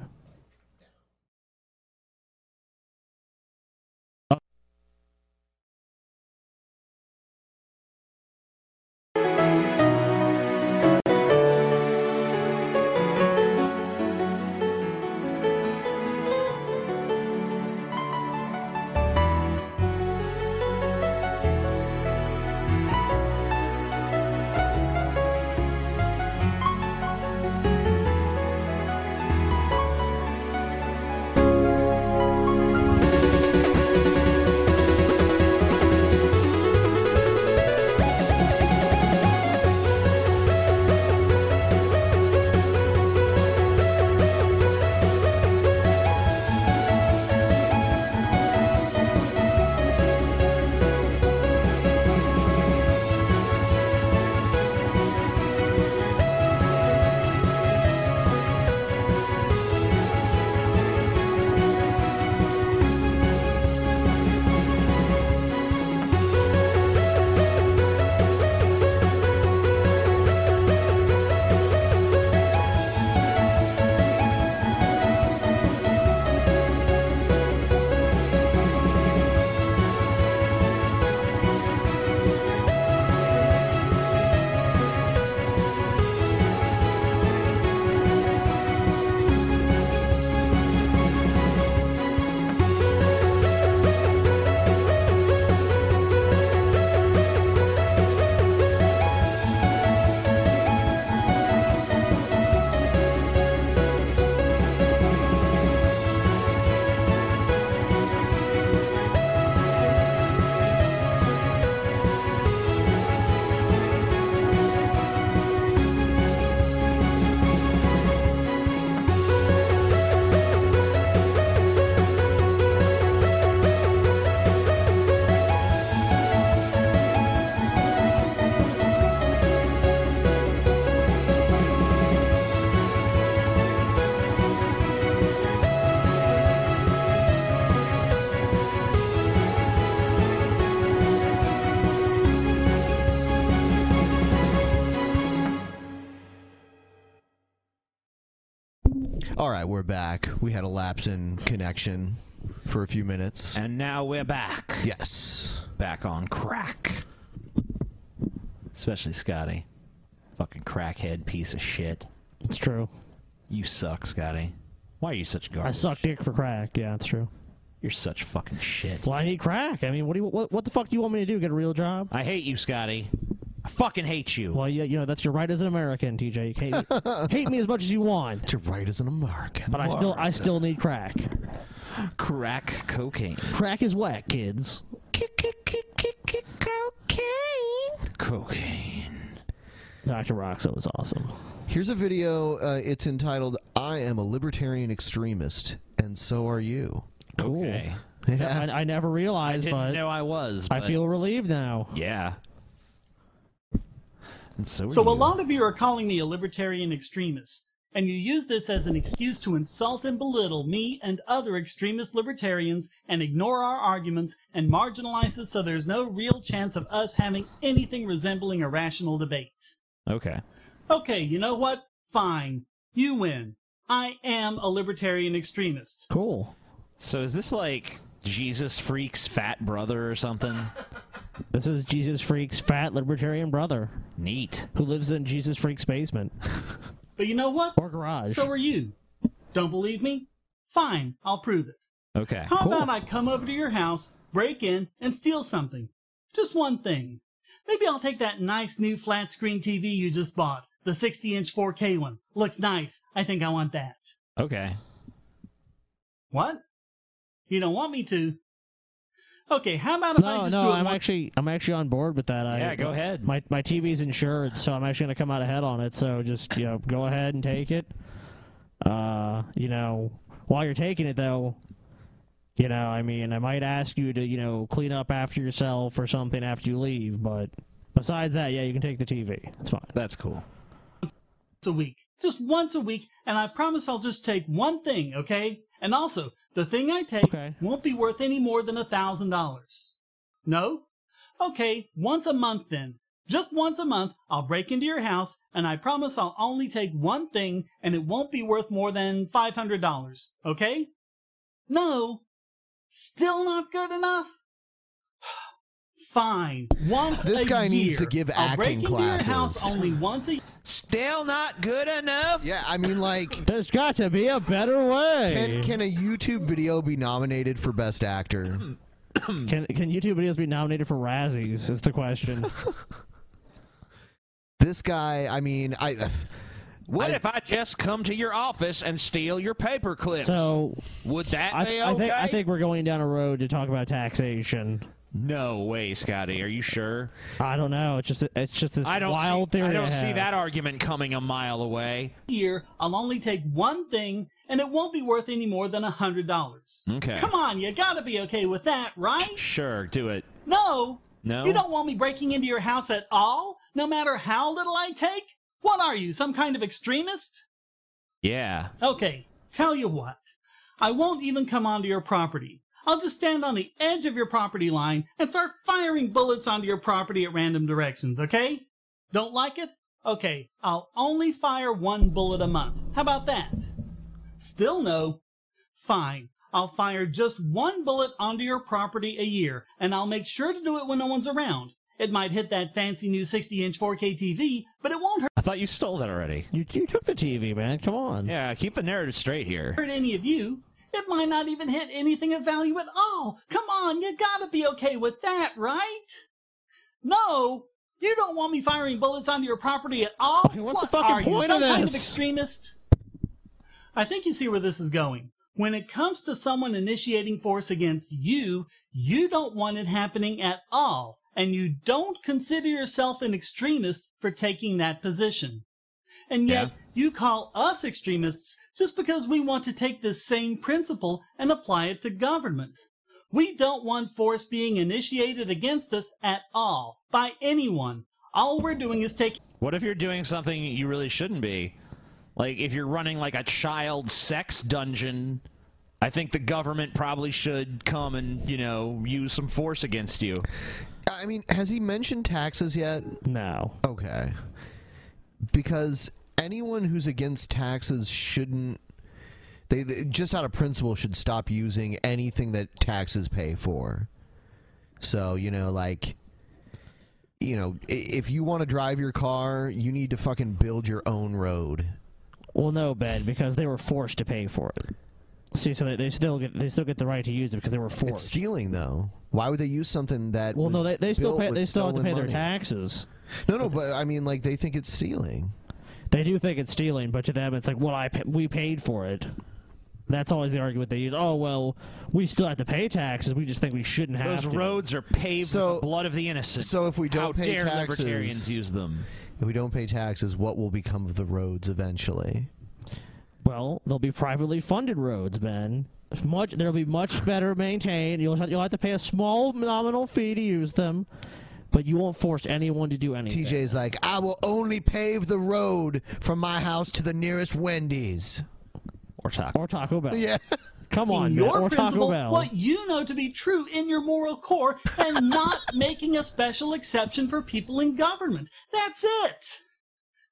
B: All right, we're back. We had a lapse in connection for a few minutes.
A: And now we're back.
B: Yes.
A: Back on crack. Especially Scotty. Fucking crackhead piece of shit.
D: It's true.
A: You suck, Scotty. Why are you such garbage?
D: I suck dick for crack. Yeah, it's true.
A: You're such fucking shit.
D: Well, I need crack. I mean, what do you what, what the fuck do you want me to do? Get a real job?
A: I hate you, Scotty. I fucking hate you.
D: Well, yeah, you know that's your right as an American, TJ. You can't hate me as much as you want. It's
B: your right as an American.
D: But I still I still need crack.
A: Crack cocaine.
D: Crack is whack, kids.
A: Cocaine.
D: Dr. Roxo is awesome.
B: Here's a video. Uh, it's entitled "I Am a Libertarian Extremist, and So Are You."
D: Cool.
B: Yeah.
D: I, I never realized,
A: Didn't
D: but
A: know I was.
D: I
A: but-
D: feel relieved now.
A: Yeah. And so, are
R: So a
A: you.
R: lot of you are calling me a libertarian extremist, and you use this as an excuse to insult and belittle me and other extremist libertarians and ignore our arguments and marginalize us so there's no real chance of us having anything resembling a rational debate.
A: Okay.
R: Okay, you know what? Fine. You win. I am a libertarian extremist.
D: Cool.
A: So is this like Jesus Freak's fat brother or something?
D: This is Jesus Freak's fat libertarian brother.
A: Neat.
D: Who lives in Jesus Freak's basement.
R: But you know what?
D: Or garage.
R: So are you. Don't believe me? Fine, I'll prove it.
A: Okay.
R: How about I come over to your house, break in, and steal something? Just one thing. Maybe I'll take that nice new flat screen TV you just bought, the 60 inch 4K one. Looks nice. I think I want that.
A: Okay.
R: What? You don't want me to? Okay, how about if I
D: No,
R: just
D: Oh, no,
R: do it
D: I'm
R: one-
D: actually I'm actually on board with that. I,
A: Yeah, go ahead.
D: My my TV's insured, so I'm actually gonna come out ahead on it. So just you know, go ahead and take it. Uh, you know, while you're taking it though, you know, I mean, I might ask you to you know clean up after yourself or something after you leave, but besides that, yeah, you can take the TV. It's fine.
A: That's cool.
R: once a week. Just once a week, and I promise I'll just take one thing, okay? And also, the thing I take won't be worth any more than a thousand dollars. No? Okay, once a month then. Just once a month, I'll break into your house, and I promise I'll only take one thing, and it won't be worth more than five hundred dollars, okay? No. Still not good enough? Fine. Once
B: This
R: a
B: guy needs to
R: year,
B: give
R: I'll break
B: acting
R: into Your house
B: classes.
R: only once a
A: Still not good enough.
B: Yeah, I mean, like,
D: there's got to be a better way.
B: Can, can a YouTube video be nominated for Best Actor?
D: Can can YouTube videos be nominated for Razzies? Is the question.
B: This guy, I mean, I. uh,
A: What if I just come to your office and steal your paper clips?
D: So
A: would that
D: I,
A: be
D: I
A: okay?
D: think I think we're going down a road to talk about taxation.
A: No way, Scotty. Are you sure?
D: I don't know. It's just it's just this
A: I don't
D: wild
A: see,
D: theory.
A: I don't see
D: have.
A: that argument coming a mile away.
R: year, I'll only take one thing, and it won't be worth any more than a hundred dollars.
A: Okay.
R: Come on, you gotta be okay with that, right?
A: Sure, do it.
R: No.
A: No?
R: You don't want me breaking into your house at all, no matter how little I take? What are you, some kind of extremist?
A: Yeah.
R: Okay, tell you what. I won't even come onto your property. I'll just stand on the edge of your property line and start firing bullets onto your property at random directions, okay? Don't like it? Okay, I'll only fire one bullet a month. How about that? Still no? Fine. I'll fire just one bullet onto your property a year, and I'll make sure to do it when no one's around. It might hit that fancy new 60 inch 4K TV, but it won't hurt.
A: I thought you stole that already.
D: You you took the TV, man. Come on.
A: Yeah, keep the narrative straight here.
R: hurt any of you. It might not even hit anything of value at all. Come on, you gotta be okay with that, right? No, you don't want me firing bullets onto your property at all. what's
D: the fucking
R: are you,
D: point of
R: some Kind of
D: this?
R: extremist. I think you see where this is going. When it comes to someone initiating force against you, you don't want it happening at all, and you don't consider yourself an extremist for taking that position. And yet, you call us extremists just because we want to take this same principle and apply it to government. We don't want force being initiated against us at all, by anyone. All we're doing is taking
A: What if you're doing something you really shouldn't be? Like if you're running like a child sex dungeon, I think the government probably should come and, you know, use some force against you.
B: I mean, has he mentioned taxes yet?
D: No.
B: Okay. Because anyone who's against taxes shouldn't They, they just out of principle should stop using anything that taxes pay for. So you know, like, you know, i- if you want to drive your car, you need to fucking build your own road.
D: Well, no, Ben, because they were forced to pay for it. See, so they, they still get they still get the right to use it because they were forced.
B: It's stealing, though. Why would they use something that?
D: Well, no,
B: was
D: they- they still
B: built
D: pay-
B: with
D: they still have to
B: stolen
D: pay their
B: money?
D: taxes.
B: No, no, but I mean, like, they think it's stealing.
D: They do think it's stealing, but to them, it's like, well, I pa- we paid for it. That's always the argument they use. Oh well, we still have to pay taxes. We just think we shouldn't have
A: Those
D: to.
A: roads are paved with the blood of the innocent.
B: So if we don't
A: How
B: pay
A: dare
B: taxes,
A: libertarians use them?
B: If we don't pay taxes, what will become of the roads eventually?
D: Well, they'll be privately funded roads, Ben. Much they'll be much better maintained. You'll have, you'll have to pay a small nominal fee to use them, but you won't force anyone to do anything.
B: TJ's like, I will only pave the road from my house to the nearest Wendy's.
A: Or Taco.
D: Or Taco Bell.
B: Yeah.
D: Come on,
B: In
D: Ben.
B: your
D: Or Taco
B: principle,
D: Bell.
R: What you know to be true in your moral core and not making a special exception for people in government. That's it.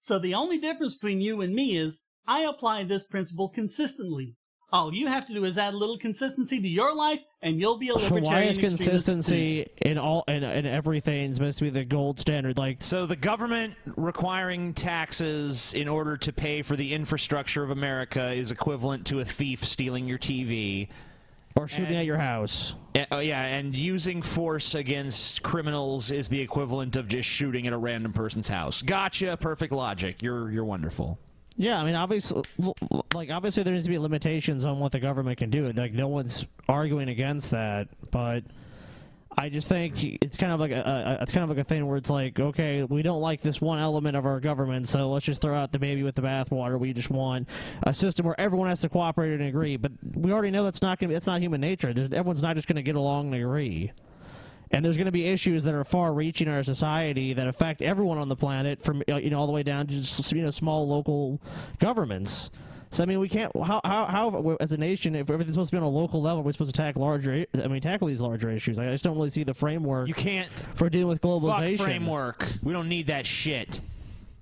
R: So the only difference between you and me is I apply this principle consistently. All you have to do is add a little consistency to your life, and you'll be a
D: So
R: libertarian.
D: why is
R: extremist
D: consistency in all in, in everything's supposed to be the gold standard? Like,
A: So the government requiring taxes in order to pay for the infrastructure of America is equivalent to a thief stealing your TV
D: or shooting at your house.
A: oh yeah, and using force against criminals is the equivalent of just shooting at a random person's house. Gotcha, perfect logic. You're you're wonderful.
D: Yeah, I mean, obviously, like obviously, there needs to be limitations on what the government can do. Like, no one's arguing against that, but I just think it's kind of like a, a it's kind of like a thing where it's like, okay, we don't like this one element of our government, so let's just throw out the baby with the bathwater. We just want a system where everyone has to cooperate and agree. But we already know that's not going to that's not human nature. There's, everyone's not just going to get along and agree. And there's going to be issues that are far-reaching in our society that affect everyone on the planet, from uh, you know all the way down to just you know small local governments. So I mean, we can't how how, how as a nation, if everything's supposed to be on a local level, we're supposed to tackle larger. I mean, tackle these larger issues. I just don't really see the framework. You
A: can't
D: for dealing with globalization.
A: Fuck framework. We don't need that shit.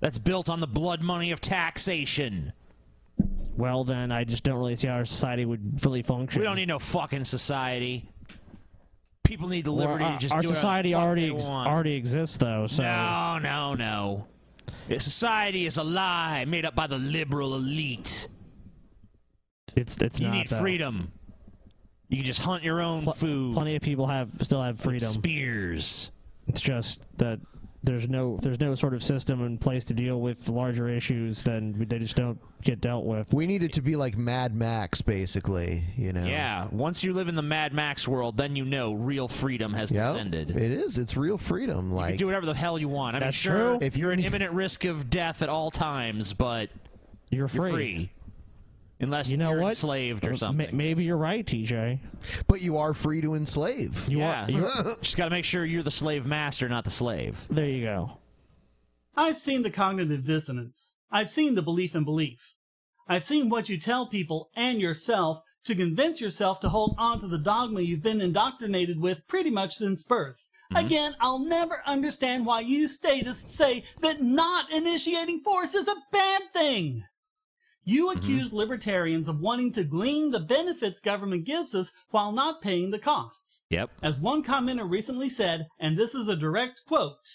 A: That's built on the blood money of taxation.
D: Well, then I just don't really see how our society would really function.
A: We don't need no fucking society. People need the
D: Well,
A: liberty
D: our,
A: to just
D: our
A: do whatever the
D: society
A: fuck
D: already
A: they
D: ex-
A: want.
D: already exists though. So
A: No, no, no. Yeah, Society is a lie made up by the liberal elite.
D: it's it's
A: you
D: not
A: need
D: though.
A: freedom. You can just hunt your own food.
D: Plenty of people have still have freedom.
A: Spears.
D: It's just that there's no there's no sort of system in place to deal with larger issues than they just don't get dealt with.
B: We need it to be like Mad Max, basically. You know.
A: Yeah, once you live in the Mad Max world, then you know real freedom has
B: Yep.
A: descended.
B: It is. It's real freedom.
A: You can
B: Like
A: do whatever the hell you want. I mean,
B: That's
A: sure,
B: true. If
A: you're
B: you
A: at
B: need-
A: imminent risk of death at all times, but
D: you're
B: free.
A: Unless you know are enslaved or something.
D: maybe you're right, TJ.
B: But you are free to enslave.
A: yeah, just got to make sure you're the slave master, not the slave.
D: There you go.
R: I've seen the cognitive dissonance. I've seen the belief in belief. I've seen what you tell people and yourself to convince yourself to hold on to the dogma you've been indoctrinated with pretty much since birth. Again, I'll never understand why you statists say that not initiating force is a bad thing. You accuse libertarians of wanting to glean the benefits government gives us while not paying the costs.
A: Yep.
R: As one commenter recently said, and this is a direct quote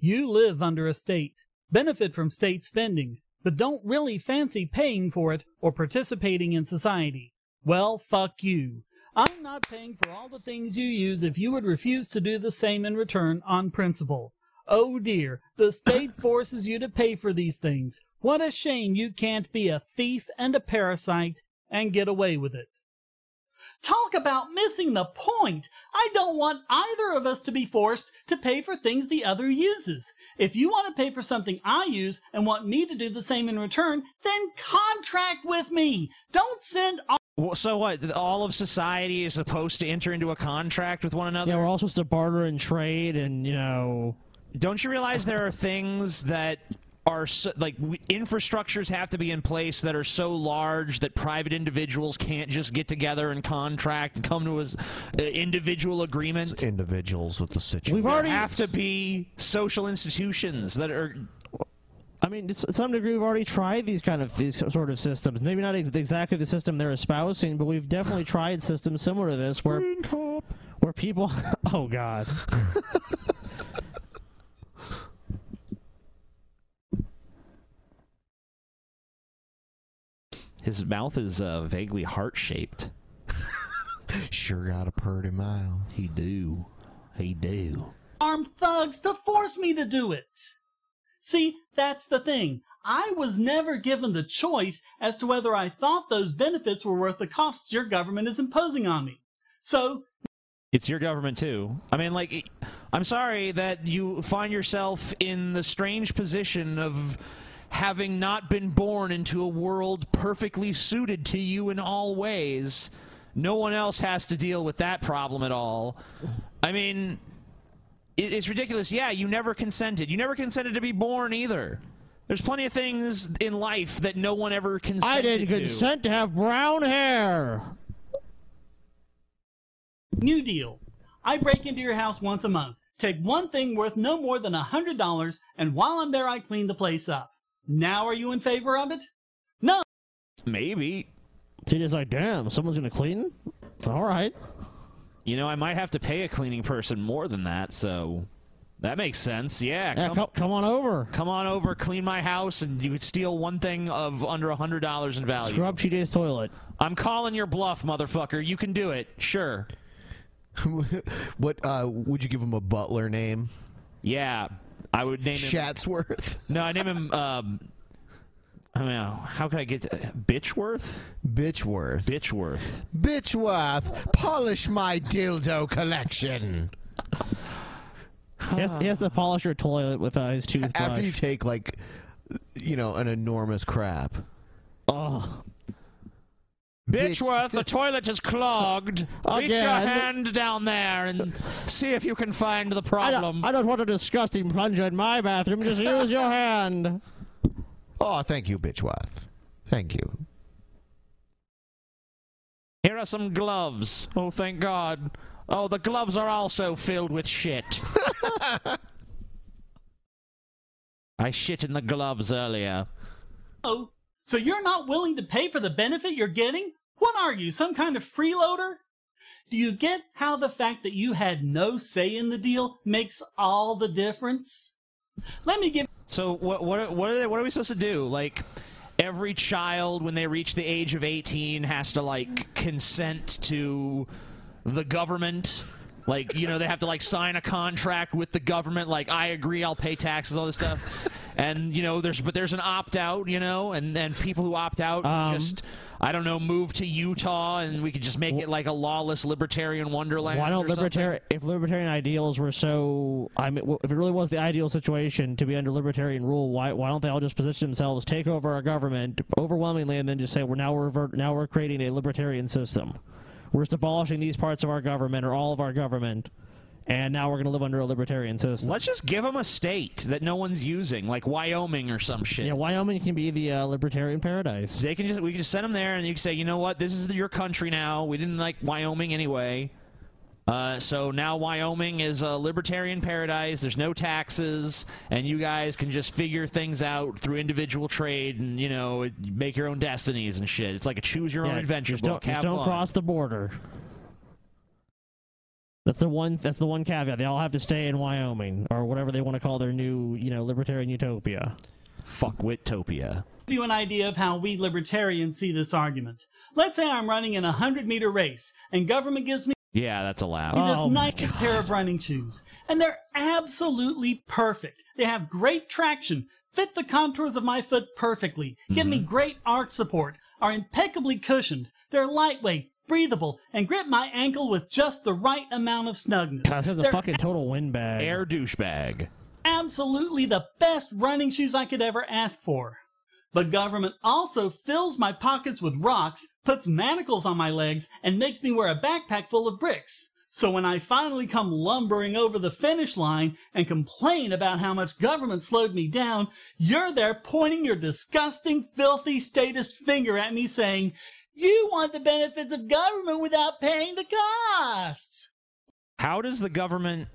R: You live under a state, benefit from state spending, but don't really fancy paying for it or participating in society. Well, fuck you. I'm not paying for all the things you use if you would refuse to do the same in return on principle. Oh dear, the state forces you to pay for these things. What a shame you can't be a thief and a parasite and get away with it. Talk about missing the point. I don't want either of us to be forced to pay for things the other uses. If you want to pay for something I use and want me to do the same in return, then contract with me. Don't send all
A: Well, so what? th- All of society is supposed to enter into a contract with one another.
D: Yeah, we're all supposed to barter and trade, and you know,
A: Don't you realize there are things that are so, like we, infrastructures have to be in place that are so large that private individuals can't just get together and contract and come to an individual agreement.
B: individuals with the situation.
A: We've already have to be social institutions that are.
D: I mean, to s- some degree, we've already tried these kind of these sort of systems. Maybe not ex- exactly the system they're espousing, but we've definitely tried systems similar to this, where where people. oh God.
A: His mouth is uh, vaguely heart shaped.
B: sure got a purty mile.
A: He do. He do.
R: armed thugs to force me to do it. See, that's the thing. I was never given the choice as to whether I thought those benefits were worth the costs your government is imposing on me. So,
A: It's your government too. I mean, like, it- I'm sorry that you find yourself in the strange position of having not been born into a world perfectly suited to you in all ways. No one else has to deal with that problem at all. I mean, it- it's ridiculous. Yeah, you never consented. You never consented to be born either. There's plenty of things in life that no one ever consented
D: I didn't
A: to.
D: consent to have brown hair.
R: New Deal. I break into your house once a month, take one thing worth no more than a hundred dollars, and while I'm there, I clean the place up. Now, are you in favor of it? No.
A: Maybe.
D: TJ's like, damn, someone's gonna clean. All right.
A: You know, I might have to pay a cleaning person more than that, so that makes sense. Yeah,
D: Yeah, come, come on over.
A: come on over, clean my house, and you could steal one thing of under a hundred dollars in value.
D: Scrub TJ's toilet.
A: I'm calling your bluff, motherfucker. You can do it. Sure.
B: what uh, would you give him a butler name?
A: Yeah, I would name him
B: Shatsworth.
A: No, I name him. Um, I mean, how could I get to, Bitchworth?
B: Bitchworth.
A: Bitchworth.
B: Bitchworth, polish my dildo collection.
D: He has, he has to polish your toilet with uh, his toothbrush.
B: After you take like, you know, an enormous crap.
D: Oh.
A: Bitchworth, the toilet is clogged. Reach your
D: Again.
A: hand down there and see if you can find the
D: I
A: problem.
D: don't, I don't want a disgusting plunger in my bathroom. Just use your hand.
B: Oh, thank you, Bitchworth. Thank you.
A: Here are some gloves. Oh, thank God. Oh, the gloves are also filled with shit. I shit in the gloves earlier.
R: Oh, so you're not willing to pay for the benefit you're getting? What are you, some kind of freeloader? Do you get how the fact that you had no say in the deal makes all the difference? Let me give
A: So what what are- what are they, what are we supposed to do? Like every child when they reach the age of 18 has to like consent to the government. Like, you know, they have to like sign a contract with the government like I agree I'll pay taxes all this stuff. And you know, there's but there's an opt out, you know, and and people who opt out
D: Um,
A: just I don't know, move to Utah and we could just make it like a lawless libertarian wonderland.
D: Why don't
A: or something.
D: libertarian? If libertarian ideals were so, I mean, if it really was the ideal situation to be under libertarian rule, why why don't they all just position themselves, take over our government overwhelmingly, and then just say we're now we're revert, now we're creating a libertarian system. We're just abolishing these parts of our government or all of our government, and now we're going to live under a libertarian system.
A: Let's just give them a state that no one's using, like Wyoming or some shit.
D: yeah, Wyoming can be the uh, libertarian paradise.
A: They can just we can just send them there, and you can say, you know what, this is your country now. We didn't like Wyoming anyway, uh, so now Wyoming is a libertarian paradise. There's no taxes, and you guys can just figure things out through individual trade, and you know, it- make your own destinies and shit. It's like a choose your own
D: Yeah,
A: adventure
D: just Don't,
A: book.
D: just
A: Have
D: don't
A: fun.
D: cross the border. That's the one. That's the one caveat. They all have to stay in Wyoming or whatever they want to call their new, you know, libertarian utopia.
A: Fuck Wittopia.
R: you an idea of how we libertarians see this argument. Let's say I'm running in a 100 meter race, and government gives me
A: Yeah, that's allowed.
R: this
D: Oh
R: nicest pair of running shoes, and they're absolutely perfect. They have great traction, fit the contours of my foot perfectly, give
D: Mm-hmm.
R: me great arch support, are impeccably cushioned, they're lightweight, breathable, and grip my ankle with just the right amount of snugness.
D: God, this is a
R: They're
D: fucking total windbag.
A: Air douchebag.
R: absolutely the best running shoes I could ever ask for. But government also fills my pockets with rocks, puts manacles on my legs, and makes me wear a backpack full of bricks. So when I finally come lumbering over the finish line and complain about how much government slowed me down, you're there pointing your disgusting, filthy statist finger at me saying, you want the benefits of government without paying the costs.
A: How does the government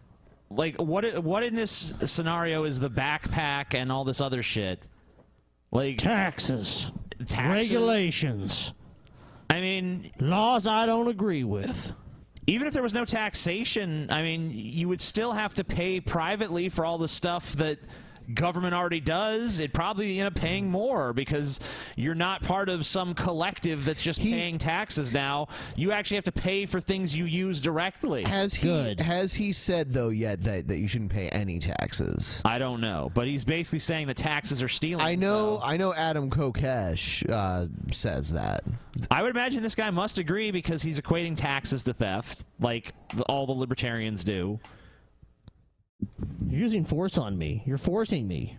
A: like what? i- What in this scenario is the backpack and all this other shit? Like
D: taxes,
A: taxes.
D: regulations.
A: I mean,
D: laws I don't agree with.
A: Even if there was no taxation, I mean, you would still have to pay privately for all the stuff that government already does. It probably end up paying more because you're not part of some collective that's just paying taxes now. You actually have to pay for things you use directly.
B: Has he has he said though yet that, that you shouldn't pay any taxes?
A: I don't know, but he's basically saying the taxes are stealing.
B: I know I know Adam Kokesh uh, says that.
A: I would imagine this guy must agree because he's equating taxes to theft, like the, all the libertarians do.
D: You're using force on me. You're forcing me.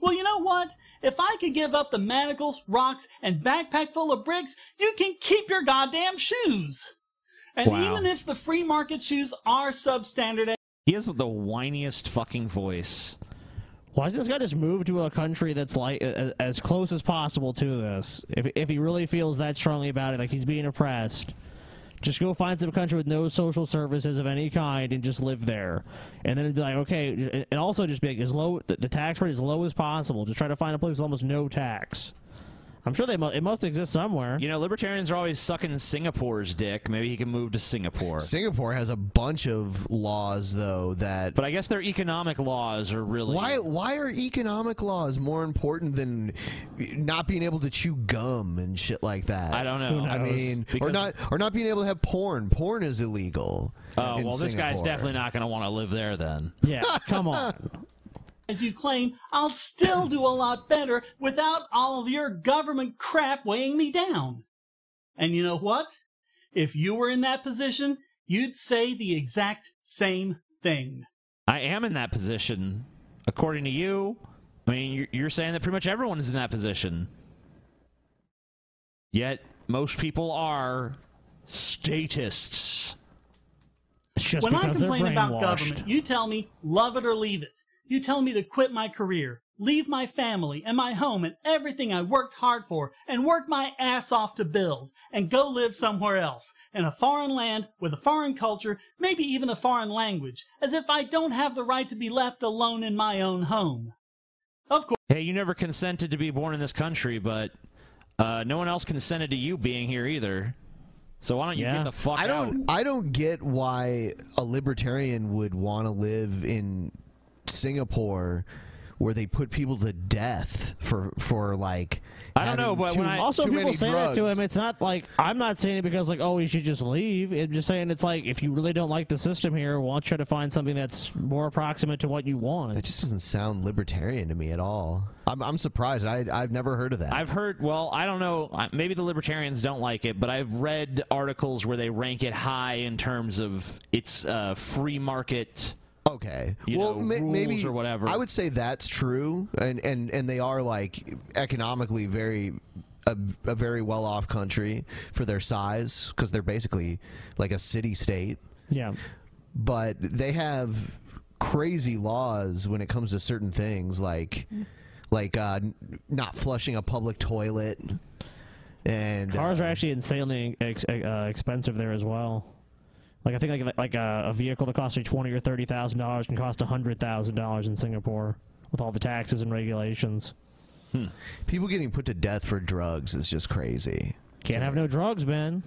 R: Well, you know what? If I could give up the manacles, rocks, and backpack full of bricks, you can keep your goddamn shoes. And
A: Wow.
R: even if the free market shoes are substandard,
A: He has the whiniest fucking voice.
D: Why does this guy just move to a country that's like a- a- as close as possible to this? If if he really feels that strongly about it, like he's being oppressed, just go find some country with no social services of any kind and just live there. And then it'd be like, okay, and- and also just be like, as low the, the tax rate as low as possible. Just try to find a place with almost no tax. I'm sure they mu- it must exist somewhere.
A: You know, libertarians are always sucking Singapore's dick. Maybe he can move to Singapore.
B: Singapore has a bunch of laws though that
A: but I guess their economic laws are really
B: why why are economic laws more important than not being able to chew gum and shit like that?
A: I don't know. Who
B: I
A: knows?
B: mean, or
A: Because-
B: not or not being able to have porn. Porn is illegal.
A: Oh
B: in
A: well, this guy's
B: Singapore.
A: definitely not going to want to live there then.
D: Yeah, come on.
R: as you claim, I'll still do a lot better without all of your government crap weighing me down. And you know what? If you were in that position, you'd say the exact same thing.
A: I am in that position, according to you. I mean, you're- you're saying that pretty much everyone is in that position. Yet most people are statists.
D: It's just
R: when I complain about government, you tell me love it or leave it. You tell me to quit my career, leave my family and my home and everything I worked hard for and worked my ass off to build and go live somewhere else in a foreign land with a foreign culture, maybe even a foreign language, as if I don't have the right to be left alone in my own home. Of course.
A: Hey, you never consented to be born in this country, but uh, no one else consented to you being here either. So why don't you get the fuck
B: I
A: out?
B: don't. I don't get why a libertarian would want to live in Singapore, where they put people to death for for like. having too-
D: also
B: too
D: people
B: many
D: say that to
B: drugs.
D: him, it's not like I'm not saying it because like oh he should just leave. I'm just saying it's like if you really don't like the system here, why don't you try to find something that's more approximate to what you want? That
B: just doesn't sound libertarian to me at all. I'm, I'm surprised. I I've never heard of that.
A: I've heard. Well, I don't know. uh, Maybe the libertarians don't like it, but I've read articles where they rank it high in terms of its uh, free market.
B: Okay.
A: You
B: well,
A: know,
B: ma-
A: rules
B: maybe
A: or whatever.
B: I would say that's true, and and and they are like economically very. A, a very well-off country for their size, because they're basically like a city-state.
D: Yeah,
B: but they have crazy laws when it comes to certain things, like like uh, n- not flushing a public toilet. And uh,
D: Cars are actually insanely ex- uh, expensive there as well. Like I think like like a, a vehicle that costs you twenty or thirty thousand dollars can cost hundred thousand dollars in Singapore with all the taxes and regulations.
B: People getting put to death for drugs is just crazy.
D: Can't have no drugs, man.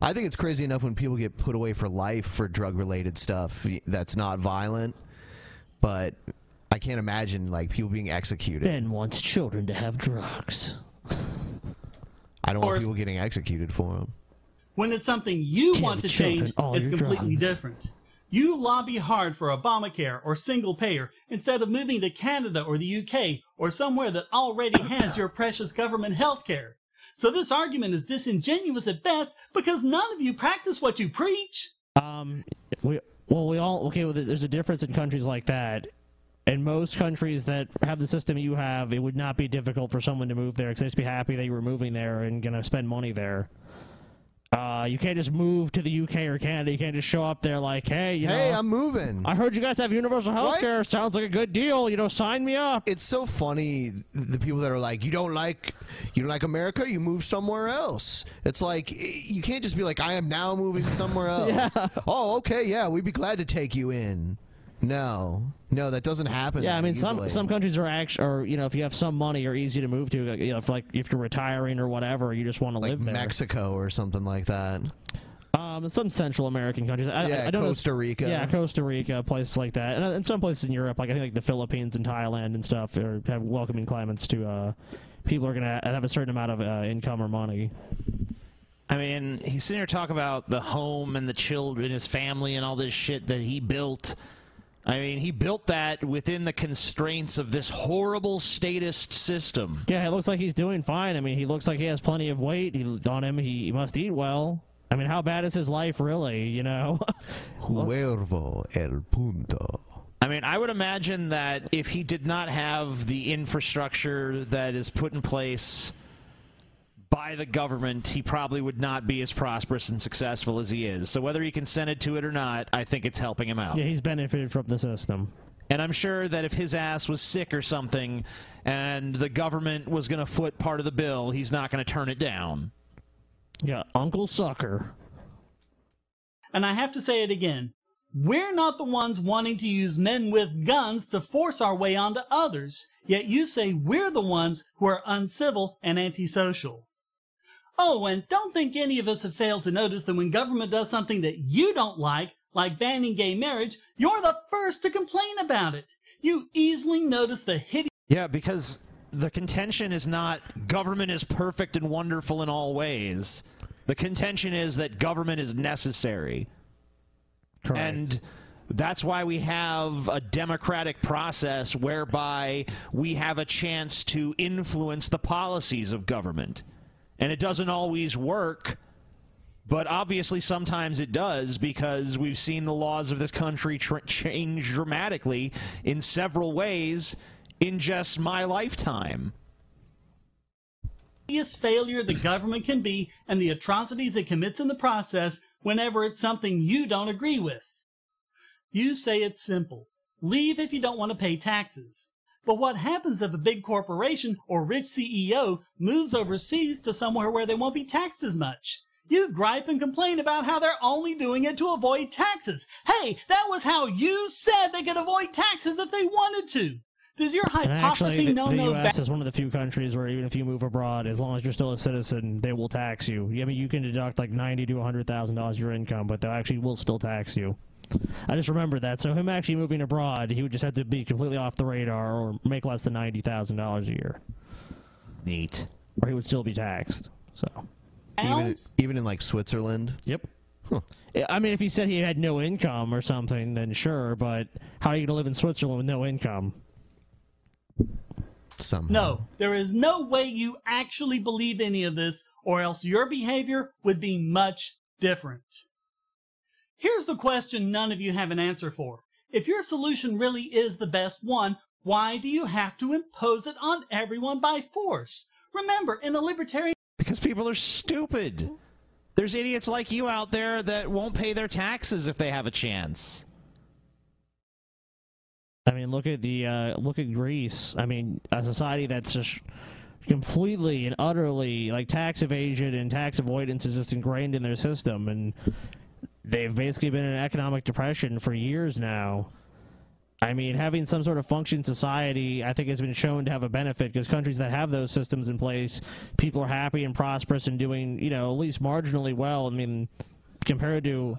B: I think it's crazy enough when people get put away for life for drug related stuff that's not violent, but I can't imagine like people being executed.
D: Ben wants children to have drugs.
B: I don't want
R: course.
B: people getting executed for them.
R: When it's something you want to
B: children
R: change,
B: all
R: it's
B: your
R: completely
B: drugs.
R: different. You lobby hard for Obamacare or single payer instead of moving to Canada or the UK or somewhere that already has your precious government health care. So this argument is disingenuous at best because none of you practice what you preach.
D: Um, we well, we all okay. Well, there's a difference in countries like that. In most countries that have the system you have, it would not be difficult for someone to move there because they'd just be happy that you were moving there and gonna spend money there. Uh, you can't just move to the UK or Canada. You can't just show up there like, hey, you
B: Hey,
D: know,
B: I'm moving.
D: I heard you guys have universal health care. Sounds like a good deal. You know, sign me up.
B: It's so funny the people that are like, you don't like, you don't like America, you move somewhere else. It's like eh, you can't just be like, I am now moving somewhere else. Oh, okay, yeah, we'd be glad to take you in. No, no, that doesn't happen.
D: Yeah, I
B: that
D: mean some
B: easily.
D: some countries are actually, or you know, if you have some money, are easy to move to. like, You know, if like if you're retiring or whatever, you just want to live there.
B: Mexico or something like that.
D: Um, some Central American countries. I, I-
B: Yeah,
D: I don't know-
B: Costa Rica.
D: Yeah, Costa Rica, places like that, and, uh, and some places in Europe, like I think like the Philippines and Thailand and stuff, are, have welcoming climates to uh, people are gonna have a certain amount of uh, income or money.
A: I mean, he's sitting here talking about the home and the children, his family, and all this shit that he built. I mean, he built that within the constraints of this horrible statist system.
D: Yeah, it looks like he's doing fine. I mean, he looks like he has plenty of weight he, on him. He, he must eat well. I mean, how bad is his life really? You know.
B: Huervo el punto.
A: I mean, I would imagine that if he did not have the infrastructure that is put in place by the government, he probably would not be as prosperous and successful as he is. So whether he consented to it or not, I think it's helping him out.
D: Yeah, he's benefited from the system.
A: And I'm sure that if his ass was sick or something and the government was going to foot part of the bill, he's not going to turn it down.
D: Yeah, Uncle Sucker.
R: And I have to say it again. We're not the ones wanting to use men with guns to force our way onto others, yet you say we're the ones who are uncivil and antisocial. Oh, and don't think any of us have failed to notice that when government does something that you don't like, like banning gay marriage, you're the first to complain about it. You easily notice the hideous
A: Yeah, because the contention is not government is perfect and wonderful in all ways. The contention is that government is necessary. And that's why we have a democratic process whereby we have a chance to influence the policies of government. And it doesn't always work, but obviously sometimes it does because we've seen the laws of this country tr- change dramatically in several ways in just my lifetime.
R: failure the government can be and the atrocities it commits in the process whenever it's something you don't agree with. You say it's simple. Leave if you don't want to pay taxes. But what happens if a big corporation or rich CEO moves overseas to somewhere where they won't be taxed as much? You gripe and complain about how they're only doing it to avoid taxes. Hey, that was how you said they could avoid taxes if they wanted to. Does your
D: And actually,
R: hypocrisy
D: the,
R: no
D: the
R: no
D: U.S. is one of the few countries where even if you move abroad, as long as you're still a citizen, they will tax you. I mean, you can deduct like ninety to hundred thousand dollars of your income, but they actually will still tax you. I just remember that. So him actually moving abroad, he would just have to be completely off the radar or make less than ninety thousand dollars a year.
A: Neat.
D: Or he would still be taxed. So.
B: Even, even in like Switzerland.
D: Yep. I mean, if he said he had no income or something, then sure. But how are you going to live in Switzerland with no income?
B: Some.
R: No, there is no way you actually believe any of this, or else your behavior would be much different. Here's the question none of you have an answer for. If your solution really is the best one, why do you have to impose it on everyone by force? Remember, in a libertarian
A: Because people are stupid. There's idiots like you out there that won't pay their taxes if they have a chance.
D: I mean, look at the uh, look at Greece. I mean, a society that's just completely and utterly like tax evasion and tax avoidance is just ingrained in their system, and they've basically been in an economic depression for years now. I mean, having some sort of functioning society, I think, has been shown to have a benefit because countries that have those systems in place, people are happy and prosperous and doing, you know, at least marginally well. I mean, compared to.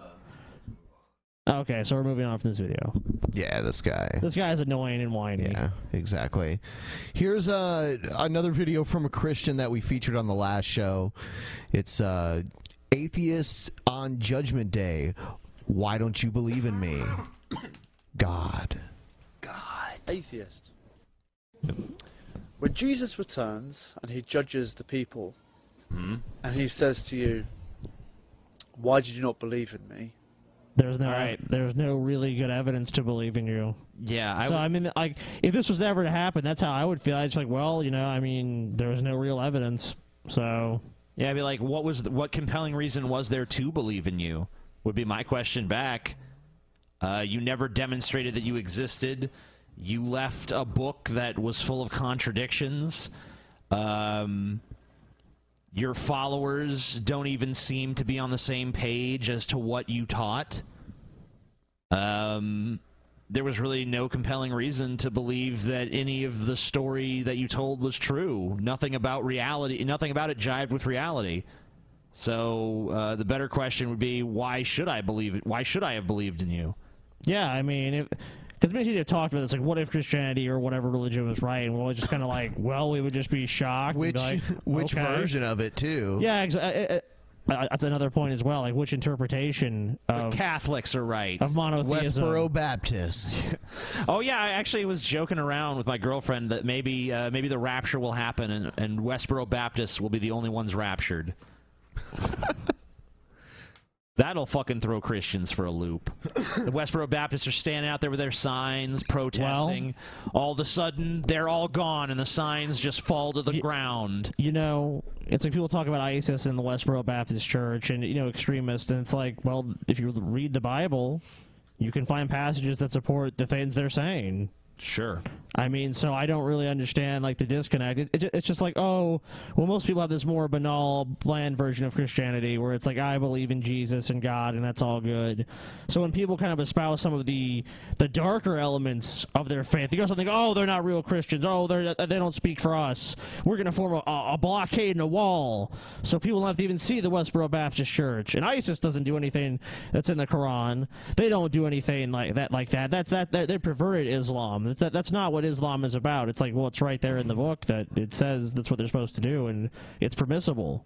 D: Okay, so we're moving on from this video.
B: Yeah, this guy.
D: This guy's annoying and whiny.
B: Yeah, exactly. Here's uh, another video from a Christian that we featured on the last show. It's uh, Atheists on Judgment Day. Why don't you believe in me? God.
S: atheist. When Jesus returns and he judges the people, and he says to you, Why did you not believe in me?
D: There's no there's no really good evidence to believe in you.
A: Yeah.
D: so I mean, like, if this was ever to happen, that's how I would feel. It's like, well, you know, I mean, there was no real evidence, so
A: Yeah, I'd be like, what was the, what compelling reason was there to believe in you? Would be my question back. Uh, you never demonstrated that you existed. You left a book that was full of contradictions. Um, your followers don't even seem to be on the same page as to what you taught. Um, there was really no compelling reason to believe that any of the story that you told was true. Nothing about reality, nothing about it jived with reality. So uh, the better question would be, why should I believe it? Why should I have believed in you?
D: Yeah, I mean, because many people have talked about this, like, what if Christianity or whatever religion was right? And we're always just kind of like, well, we would just be shocked. and be
B: Which
D: like,
B: which
D: okay.
B: version of it too?
D: Yeah, exactly. uh, That's another point as well. Like, which interpretation of
A: Catholics are right
D: Um, of monotheism?
B: Westboro Baptist.
A: Oh yeah, I actually was joking around with my girlfriend that maybe uh, maybe the rapture will happen and, and Westboro Baptists will be the only ones raptured. That'll fucking throw Christians for a loop. the Westboro Baptists are standing out there with their signs protesting. all of a sudden, they're all gone and the signs just fall to the ground.
D: You know, it's like people talk about ISIS and the Westboro Baptist Church and you know extremists, and it's like, well, if you read the Bible, you can find passages that support the things they're saying.
A: Sure.
D: I mean, so I don't really understand like the disconnect. It, it, it's just like, oh, well, most people have this more banal, bland version of Christianity where it's like, I believe in Jesus and God, and that's all good. So when people kind of espouse some of the the darker elements of their faith, you also think, oh, they're not real Christians. Oh, they are they don't speak for us. We're gonna form a, a a blockade and a wall, so people don't have to even see the Westboro Baptist Church. And ISIS doesn't do anything that's in the Quran. They don't do anything like that. Like that. That's that. They they perverted Islam. That's that, that's not what Islam is about. It's like well, it's right there in the book that it says that's what they're supposed to do, and it's permissible.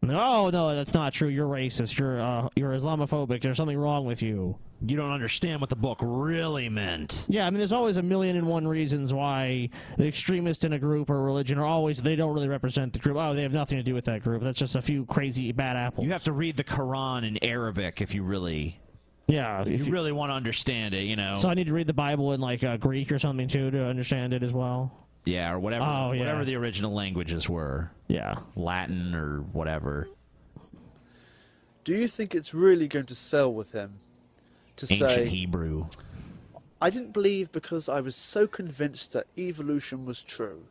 D: And they're, oh no, that's not true. You're racist. You're uh, you're Islamophobic. There's something wrong with you.
A: You don't understand what the book really meant.
D: Yeah, I mean, there's always a million and one reasons why the extremists in a group or religion are always they don't really represent the group. Oh, they have nothing to do with that group. That's just a few crazy bad apples.
A: You have to read the Quran in Arabic if you really,
D: yeah,
A: if,
D: if
A: you,
D: you-
A: really want to understand it. You know,
D: So I need to read the Bible in like uh, Greek or something too to understand it as well.
A: yeah, or whatever,
D: Oh, yeah.
A: whatever the original languages were.
D: Yeah,
A: Latin or whatever.
S: Do you think it's really going to sell with him to
A: Ancient
S: say
A: Hebrew.
S: I didn't believe because I was so convinced that evolution was true.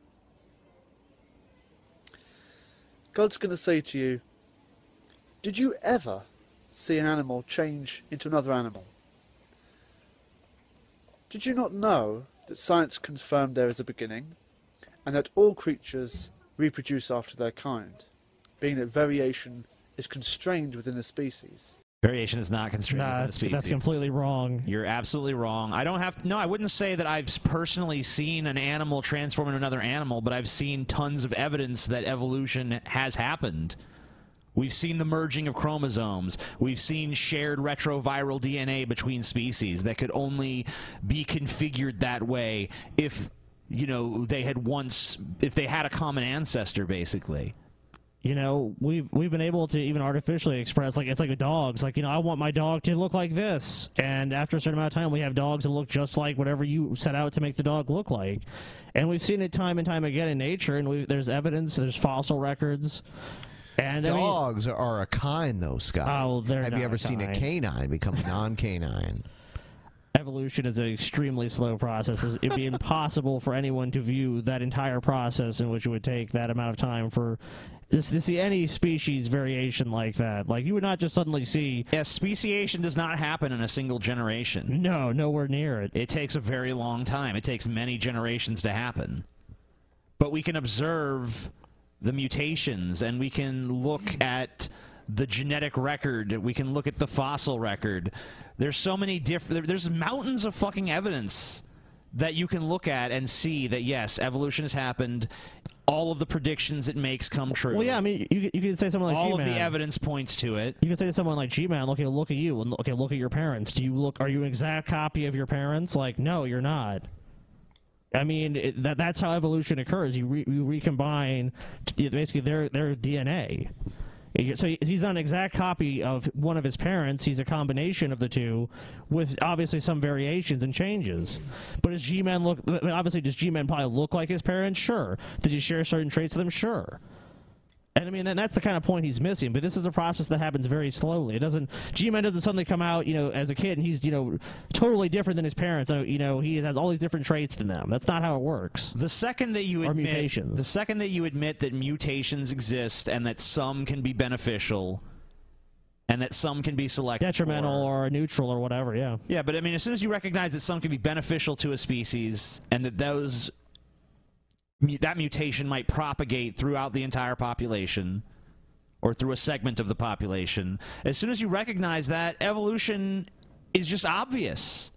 S: God's going to say to you, Did you ever see an animal change into another animal? Did you not know that science confirmed there is a beginning and that all creatures reproduce after their kind, being that variation is constrained within a species?
A: Variation is not constrained
D: Nah,
A: within a
D: that's,
A: species.
D: that's completely wrong.
A: You're absolutely wrong. I don't have no. I wouldn't say that I've personally seen an animal transform into another animal, but I've seen tons of evidence that evolution has happened. We've seen the merging of chromosomes. We've seen shared retroviral DNA between species that could only be configured that way if you know they had once if they had a common ancestor, basically.
D: you know, we've we've been able to even artificially express like it's like with dogs. Like, you know, I want my dog to look like this. And after a certain amount of time we have dogs that look just like whatever you set out to make the dog look like. And we've seen it time and time again in nature and we there's evidence, there's fossil records. And I mean-
B: Dogs are a kind though, Scott.
D: Oh, they're
B: Have
D: not
B: you ever
D: a
B: seen a
D: kind.
B: canine become non-canine?
D: evolution is an extremely slow process. It's- It'd be impossible for anyone to view that entire process in which it would take that amount of time for this to see any species variation like that. Like you would not just suddenly see.
A: Yeah, speciation does not happen in a single generation.
D: No, nowhere near it.
A: It takes a very long time. It takes many generations to happen. But we can observe the mutations and we can look at the genetic record. We can look at the fossil record. There's so many different, there, there's mountains of fucking evidence that you can look at and see that, yes, evolution has happened. All of the predictions it makes come true.
D: Well, yeah, I mean, you, you could say something like
A: all of
D: G-Man.
A: the evidence points to it.
D: You could say to someone like, "Gee, man, look at look at you, and okay, look at your parents. Do you look? Are you an exact copy of your parents? Like, no, you're not." I mean, it, that that's how evolution occurs. You, re, you recombine t- basically their their DNA. So he's not an exact copy of one of his parents. He's a combination of the two, with obviously some variations and changes. But does G-Man look? but Obviously, does G-Man probably look like his parents? Sure. Does he share certain traits with them? Sure. And I mean, that- that's the kind of point he's missing. But this is a process that happens very slowly. It doesn't. G-Man doesn't suddenly come out, you know, as a kid, and he's you know totally different than his parents. Uh, You know, he has all these different traits than them. That's not how it works.
A: The second that you
D: or
A: admit-
D: mutations.
A: The second that you admit that mutations exist and that some can be beneficial, and that some can be selected
D: detrimental or neutral or whatever. Yeah.
A: Yeah, but I mean, as soon as you recognize that some can be beneficial to a species, and that those mu- that mutation might propagate throughout the entire population or through a segment of the population, as soon as you recognize that, evolution is just obvious.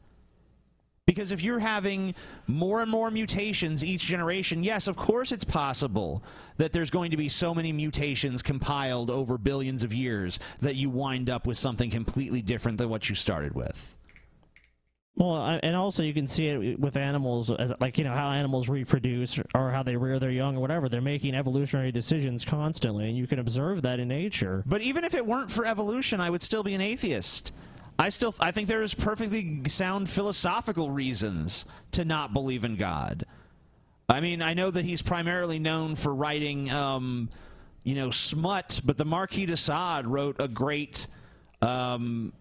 A: Because if you're having more and more mutations each generation, yes, of course it's possible that there's going to be so many mutations compiled over billions of years that you wind up with something completely different than what you started with.
D: Well, I- and also you can see it with animals, as like you know how animals reproduce or how they rear their young or whatever. They're making evolutionary decisions constantly, and you can observe that in nature.
A: But even if it weren't for evolution, I would still be an atheist. I still I think there is perfectly sound philosophical reasons to not believe in God. I mean, I know that he's primarily known for writing, um, you know, smut, but the Marquis de Sade wrote a great um,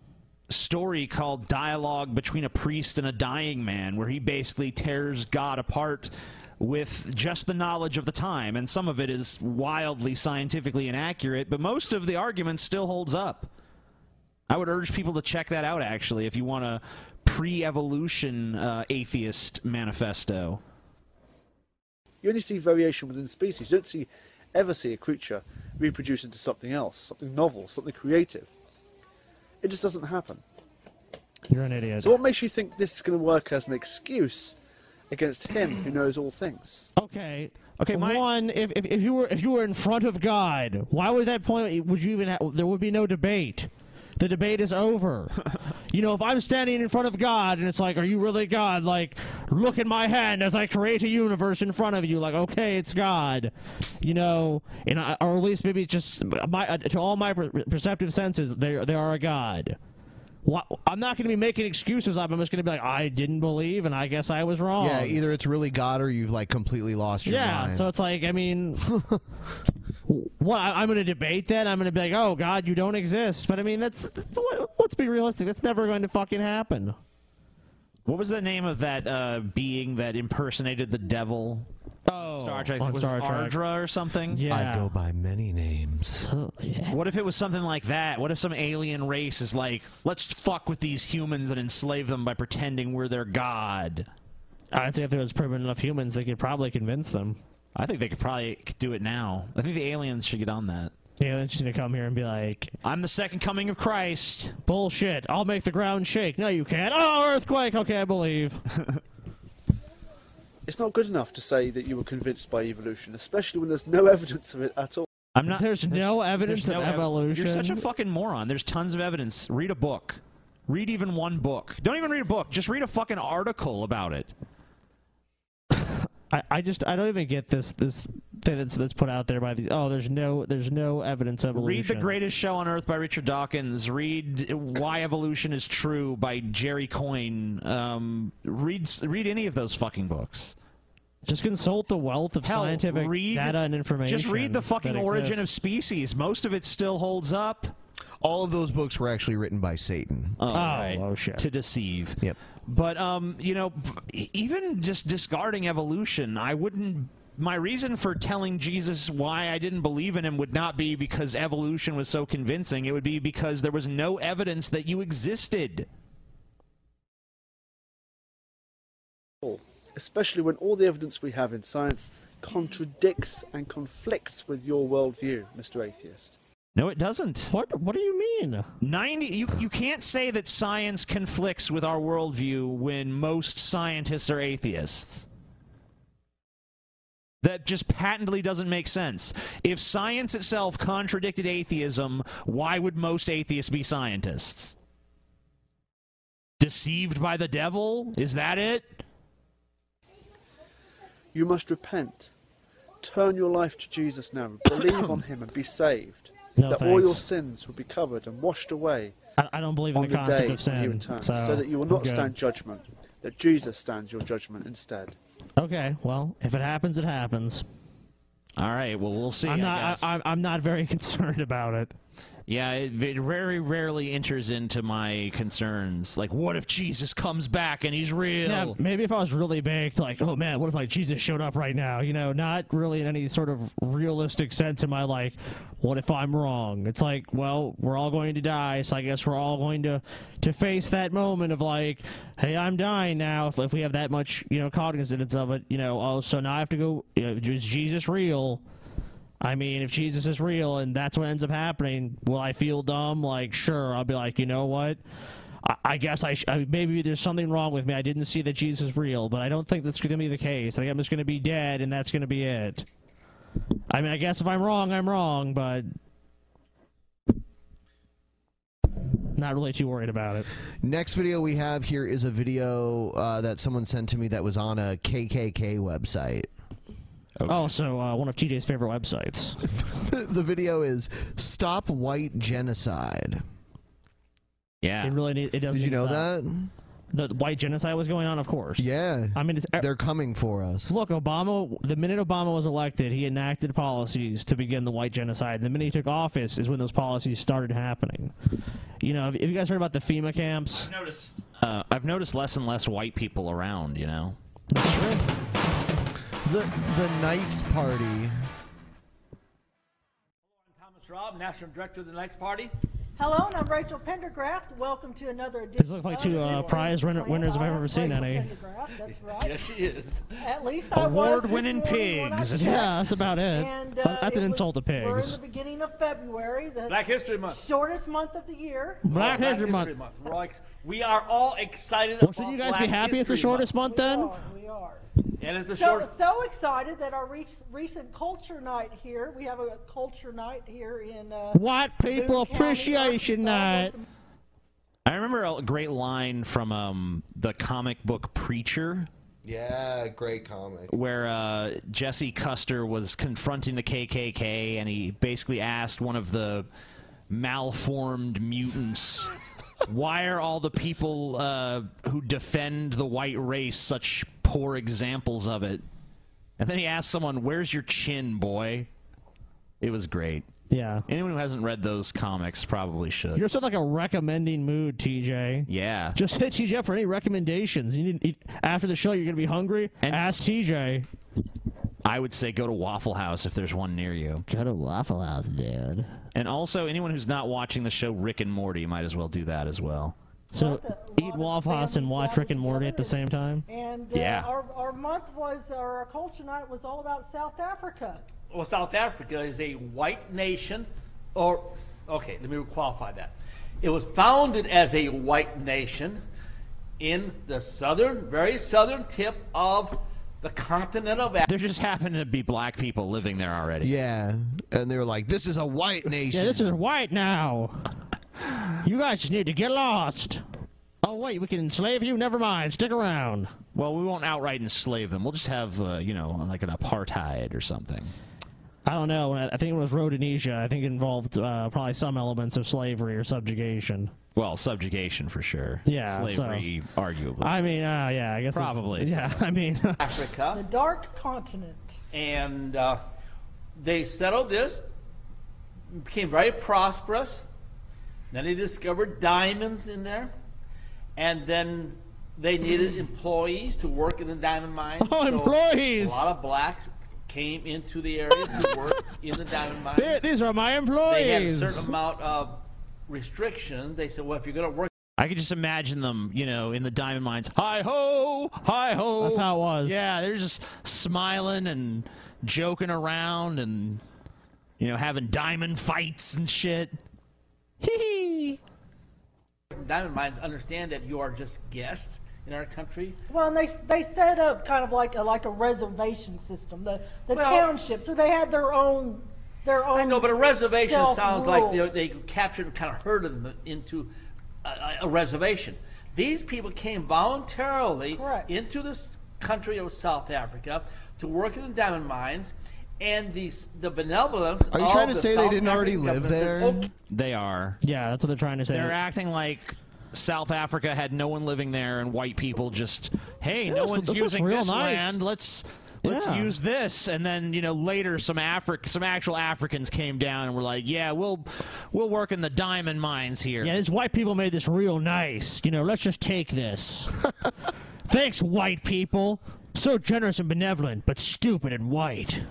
A: story called Dialogue Between a Priest and a Dying Man, where he basically tears God apart with just the knowledge of the time. And some of it is wildly scientifically inaccurate, but most of the argument still holds up. I would urge people to check that out, actually, if you want a pre evolution uh, atheist manifesto.
S: You only see variation within species. You don't see, ever see a creature reproduce into something else, something novel, something creative. It just doesn't happen.
D: You're an idiot.
S: So what makes you think this is going to work as an excuse against him who knows all things?
D: Okay. Okay. One, if, if if you were if you were in front of God, why would that point? Would you even? Ha- there would be no debate. The debate is over. you know, if I'm standing in front of God and it's like, "Are you really God?" Like, look at my hand as I create a universe in front of you. Like, okay, it's God. You know, and I, or at least maybe it's just my uh, to all my per- perceptive senses, they they are a God. Why, I'm not going to be making excuses up. I'm just going to be like, I didn't believe, and I guess I was wrong.
B: Yeah, either it's really God or you've like completely lost your
D: Oh. Yeah,
B: mind.
D: so it's like I mean, what I, I'm going to debate that I'm going to be like, oh God, you don't exist. But I mean, that's let's be realistic. That's never going to fucking happen.
A: What was the name of that uh, being that impersonated the devil? Oh, Star Trek.
B: on
A: was
B: Star
A: it
B: Trek.
A: Ardra or something.
B: I go by many names.
A: What if it was something like that? What if some alien race is like, let's fuck with these humans and enslave them by pretending we're their god?
D: I'd say if there was permanent enough humans, they could probably convince them.
A: I think they could probably do it now. I think the aliens should get on that.
D: Yeah, they're just going to come here and be like,
A: I'm the second coming of Christ.
D: Bullshit. I'll make the ground shake. No, you can't. Oh, earthquake. Okay, I believe.
S: It's not good enough to say that you were convinced by evolution, especially when there's no evidence of it at all.
A: I'm not.
D: There's no evidence
A: there's
D: of
A: ev-
D: evolution.
A: You're such a fucking moron. There's tons of evidence. Read a book. Read even one book. Don't even read a book. Just read a fucking article about it.
D: I, I just I don't even get this this thing that's that's put out there by these. Oh, there's no there's no evidence of evolution.
A: Read The Greatest Show on Earth by Richard Dawkins. Read Why Evolution is True by Jerry Coyne. Um, read s- read any of those fucking books.
D: Just consult the wealth of
A: Hell,
D: scientific
A: read-
D: data and information.
A: Just read the fucking
D: that
A: Origin of
D: exists.
A: Species. Most of it still holds up.
B: All of those books were actually written by Satan.
A: Oh, right. To deceive. Yep. But um, you know, b- even just discarding evolution, I wouldn't. My reason for telling Jesus why I didn't believe in him would not be because evolution was so convincing. It would be because there was no evidence that you existed.
S: all, especially when all the evidence we have in science contradicts and conflicts with your worldview, Mr. Atheist.
A: No, it doesn't.
D: What What do you mean?
A: Ninety. You you can't say that science conflicts with our worldview when most scientists are atheists. That just patently doesn't make sense. If science itself contradicted atheism, why would most atheists be scientists? Deceived by the devil? Is that it?
S: You must repent. Turn your life to Jesus now. Believe on him and be saved.
D: No,
S: that all your
D: thanks.
S: sins will be covered and washed away
D: I, I don't believe in
S: on
D: the
S: the,
D: concept
S: day
D: of
S: when you
D: sin.
S: return,
D: so,
S: that you will
D: I'm
S: not
D: good.
S: stand judgment, that Jesus stands your judgment instead.
D: Okay, well, if it happens, it happens.
A: All right. Well, we'll see.
D: I'm
A: I
D: not.
A: guess.
D: I, I, I'm not very concerned about it.
A: Yeah, it, it very rarely enters into my concerns. Like, what if Jesus comes back and he's real?
D: Yeah, maybe if I was really baked, like, oh man, what if like Jesus showed up right now? You know, not really in any sort of realistic sense. Am I like, what if I'm wrong? It's like, well, we're all going to die, so I guess we're all going to to face that moment of like, hey, I'm dying now. If, if we have that much, you know, cognizance of it, you know, oh, so now I have to go. You know, is Jesus real? I mean, if Jesus is real and that's what ends up happening, will I feel dumb? Like, sure, I'll be like, you know what? I, I guess I, sh- I maybe there's something wrong with me. I didn't see that Jesus is real, but I don't think that's going to be the case. I think I'm just going to be dead, and that's going to be it. I mean, I guess if I'm wrong, I'm wrong, but not really too worried about it.
B: Next video we have here is a video uh, that someone sent to me that was on a KKK website.
D: Also, uh, one of TJ's favorite websites.
B: the video is Stop White Genocide.
A: Yeah,
D: it really need, it doesn't.
B: Did you know
D: that the white genocide was going on? Of course.
B: Yeah,
D: I mean, it's, er
B: they're coming for us.
D: Look, Obama. The minute Obama was elected, he enacted policies to begin the white genocide. The minute he took office is when those policies started happening. You know, have have you guys heard about the FEMA camps? I've
A: noticed. Uh, I've noticed less and less white people around. You know.
B: The the Knights Party.
T: Thomas Robb, National Director of the Knights Party.
E: Hello, and I'm Rachel Pendergraft. Welcome to another edition.
D: These look like two uh, prize winner, winners if I've ever seen any.
E: Pendergraft, that's right.
T: Yes, he is.
E: At least I was this
D: Award-winning
E: morning when I
D: pigs.
E: checked.
D: Yeah, that's about it.
E: And, uh,
D: But that's
E: it
D: an insult
E: was-
D: to
E: We're in
D: pigs.
E: the beginning of February. The
T: Black History Month.
E: Shortest month of the year.
D: Black History Month.
T: We're ex- we are all excited.
D: Well, should you guys be
T: Black
D: happy it's the
T: History
D: shortest month then?
T: And it's the
E: So,
T: shortest.
E: so excited that our re- recent culture night here, we have a culture night here in. Uh,
D: White
E: Boone
D: people
E: County,
D: appreciation night.
A: I remember a great line from um, the comic book Preacher.
B: Yeah, great comic.
A: where uh, Jesse Custer was confronting the KKK, and he basically asked one of the malformed mutants, "Why are all the people uh, who defend the white race such poor examples of it?" And then he asked someone, "Where's your chin, boy?" It was great.
D: Yeah.
A: Anyone who hasn't read those comics probably should.
D: You're sort of like a recommending mood, TJ.
A: yeah.
D: Just hit TJ up for any recommendations. You need, after the show, you're gonna be hungry. Ask TJ.
A: I would say go to Waffle House if there's one near you.
D: Go to Waffle House, dude.
A: And also, anyone who's not watching the show Rick and Morty might as well do that as well.
D: So eat Waffle House and watch Rick and Morty at the same time.
E: And uh,
A: Yeah.
E: our, our month was, or our culture night was all about South Africa.
T: Well, South Africa is a white nation, or okay, let me qualify that. It was founded as a white nation in the southern, very southern tip of the continent of Africa.
A: There just happen to be black people living there already.
B: Yeah, and they were like, "This is a white nation."
D: Yeah, this is white now. you guys just need to get lost. Oh wait, we can enslave you. Never mind. Stick around.
A: Well, we won't outright enslave them. We'll just have, uh, you know, like an apartheid or something.
D: I don't know. I I think it was Rhodesia. I think it involved uh, probably some elements of slavery or subjugation.
A: Well, subjugation for sure.
D: Yeah,
A: slavery, arguably.
D: I mean, uh, yeah, I guess it's-
A: Probably.
D: Yeah, I mean,
T: Africa.
E: The dark continent.
T: And uh, they settled this, became very prosperous. Then they discovered diamonds in there. And then they needed employees to work in the diamond mines.
D: Oh, employees!
T: A lot of blacks came into the area to work in the diamond mines.
D: There- these are my
T: They had a
D: employees.
T: certain amount of restriction. They said, well, if you're going to work
A: I could just imagine them, you know, in the diamond mines. Hi ho, hi ho.
D: That's how it was.
A: Yeah, they're just smiling and joking around and, you know, having diamond fights and shit. Hee
T: diamond mines, understand that you are just guests in our country.
E: Well, and they they set up kind of like a like a reservation system. The the
T: Well-
E: townships, so they had their own their own.
T: I know, but a reservation sounds like
E: self-rule.
T: they, they captured and kind of herded them into a- a, a reservation. These people came voluntarily into this country of South Africa to work in the diamond mines, and the s- the benevolence.
B: Are you
T: of
B: trying to
T: the
B: say they
T: South
B: didn't already
T: African
B: live
T: government said, "Oh,
B: there?
T: "Okay,
A: They are.
D: Yeah, that's what they're trying to say.
A: They're acting like South Africa had no one living there and white people just, hey,
D: Yeah,
A: no
D: this-
A: one's
D: this looks
A: using
D: real
A: this
D: nice.
A: land. Let's Let's
D: Yeah.
A: use this, and then you know later some Afri- some actual Africans came down and were like, yeah, we'll we'll work in the diamond mines here.
D: Yeah, these white people made this real nice. You know, let's just take this. Thanks, white people. So generous and benevolent, but stupid and white.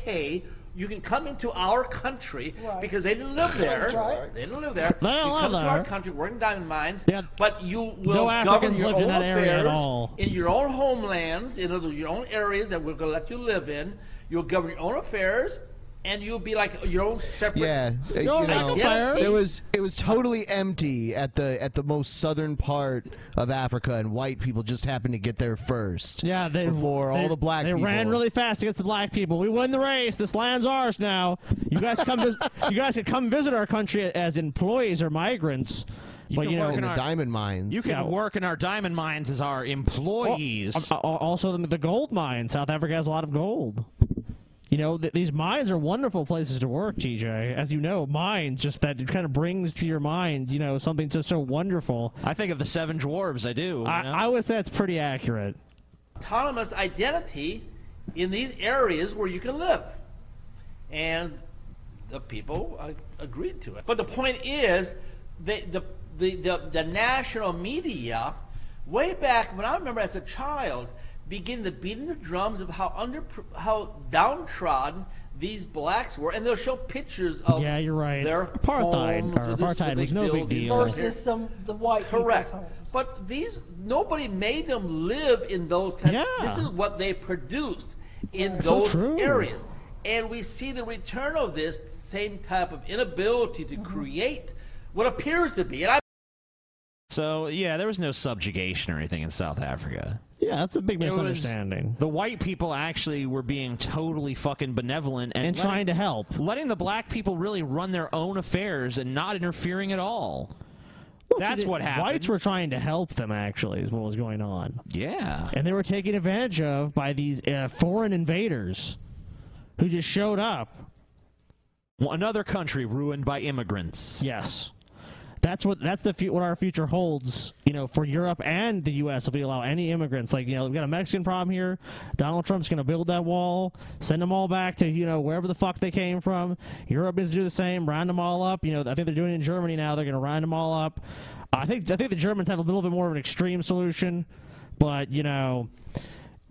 T: okay, you can come into our country because they didn't live there.
D: That's right.
T: They didn't live there.
D: They don't
T: you
D: live
T: come to our
D: there.
T: country, work in diamond mines, but you
D: No
T: will govern
D: Africans
T: your
D: lived
T: own
D: in that
T: affairs
D: area at all.
T: in your own homelands, in other- your own areas that we're going to let you live in. You'll govern your own affairs, and you'll be like your own separate.
B: Yeah, uh, you know, it was it was totally empty at the at the most southern part of Africa, and white people just happened to get there first.
D: Yeah, they
B: before
D: they-
B: all the black
D: They
B: people.
D: ran really fast against the black people. We win the race. This land's ours now. You guys come. vis- you guys can come visit our country as employees or migrants. but
A: can
D: you know,
A: work in In the our- diamond
B: mines.
A: You can
D: Yeah. Oh,
A: work in our diamond mines as our employees.
D: Al- al- Uh, Also, the, the gold mine. South Africa has a lot of gold. You know, th- these mines are wonderful places to work, TJ. As you know, mines just that it kind of brings to your mind, you know, something so so wonderful.
A: I think of the seven dwarves. I do.
D: I, I would say that's pretty accurate.
T: autonomous identity in these areas where you can live. And the people uh, agreed to it. But the point is, the, the, the, the, the national media, way back when I remember as a child, began to beating the drums of how under how downtrodden these blacks were, and they'll show pictures of
D: Yeah, you're right.
T: their
D: Apartheid,
T: homes,
D: or
T: of their
D: apartheid
T: civic
D: was no big
T: buildings.
D: deal.
E: versus some the white people's
T: Correct.
E: home.
T: But these nobody made them live in those kind of this is what they produced in
D: It's so
T: those
D: true.
T: areas. And we see the return of this same type of inability to create what appears to be and I
A: So yeah, there was no subjugation or anything in South Africa.
D: Yeah, that's a big
A: It was-
D: misunderstanding.
A: the white people actually were being totally fucking benevolent and,
D: And trying to help,
A: letting the black people really run their own affairs and not interfering at all. That's what happened.
D: Whites were trying to help them, actually, is what was going on.
A: Yeah.
D: And they were taken advantage of by these uh, foreign invaders who just showed up.
A: Well, another country ruined by immigrants.
D: Yes. That's what that's the fu- what our future holds, you know, for Europe and the U.S. If we allow any immigrants, like you know, we got a Mexican problem here. Donald Trump's going to build that wall, send them all back to you know wherever the fuck they came from. Europe is to do the same, round them all up. You know, I think they're doing it in Germany now. They're going to round them all up. I think I think the Germans have a little bit more of an extreme solution, but you know,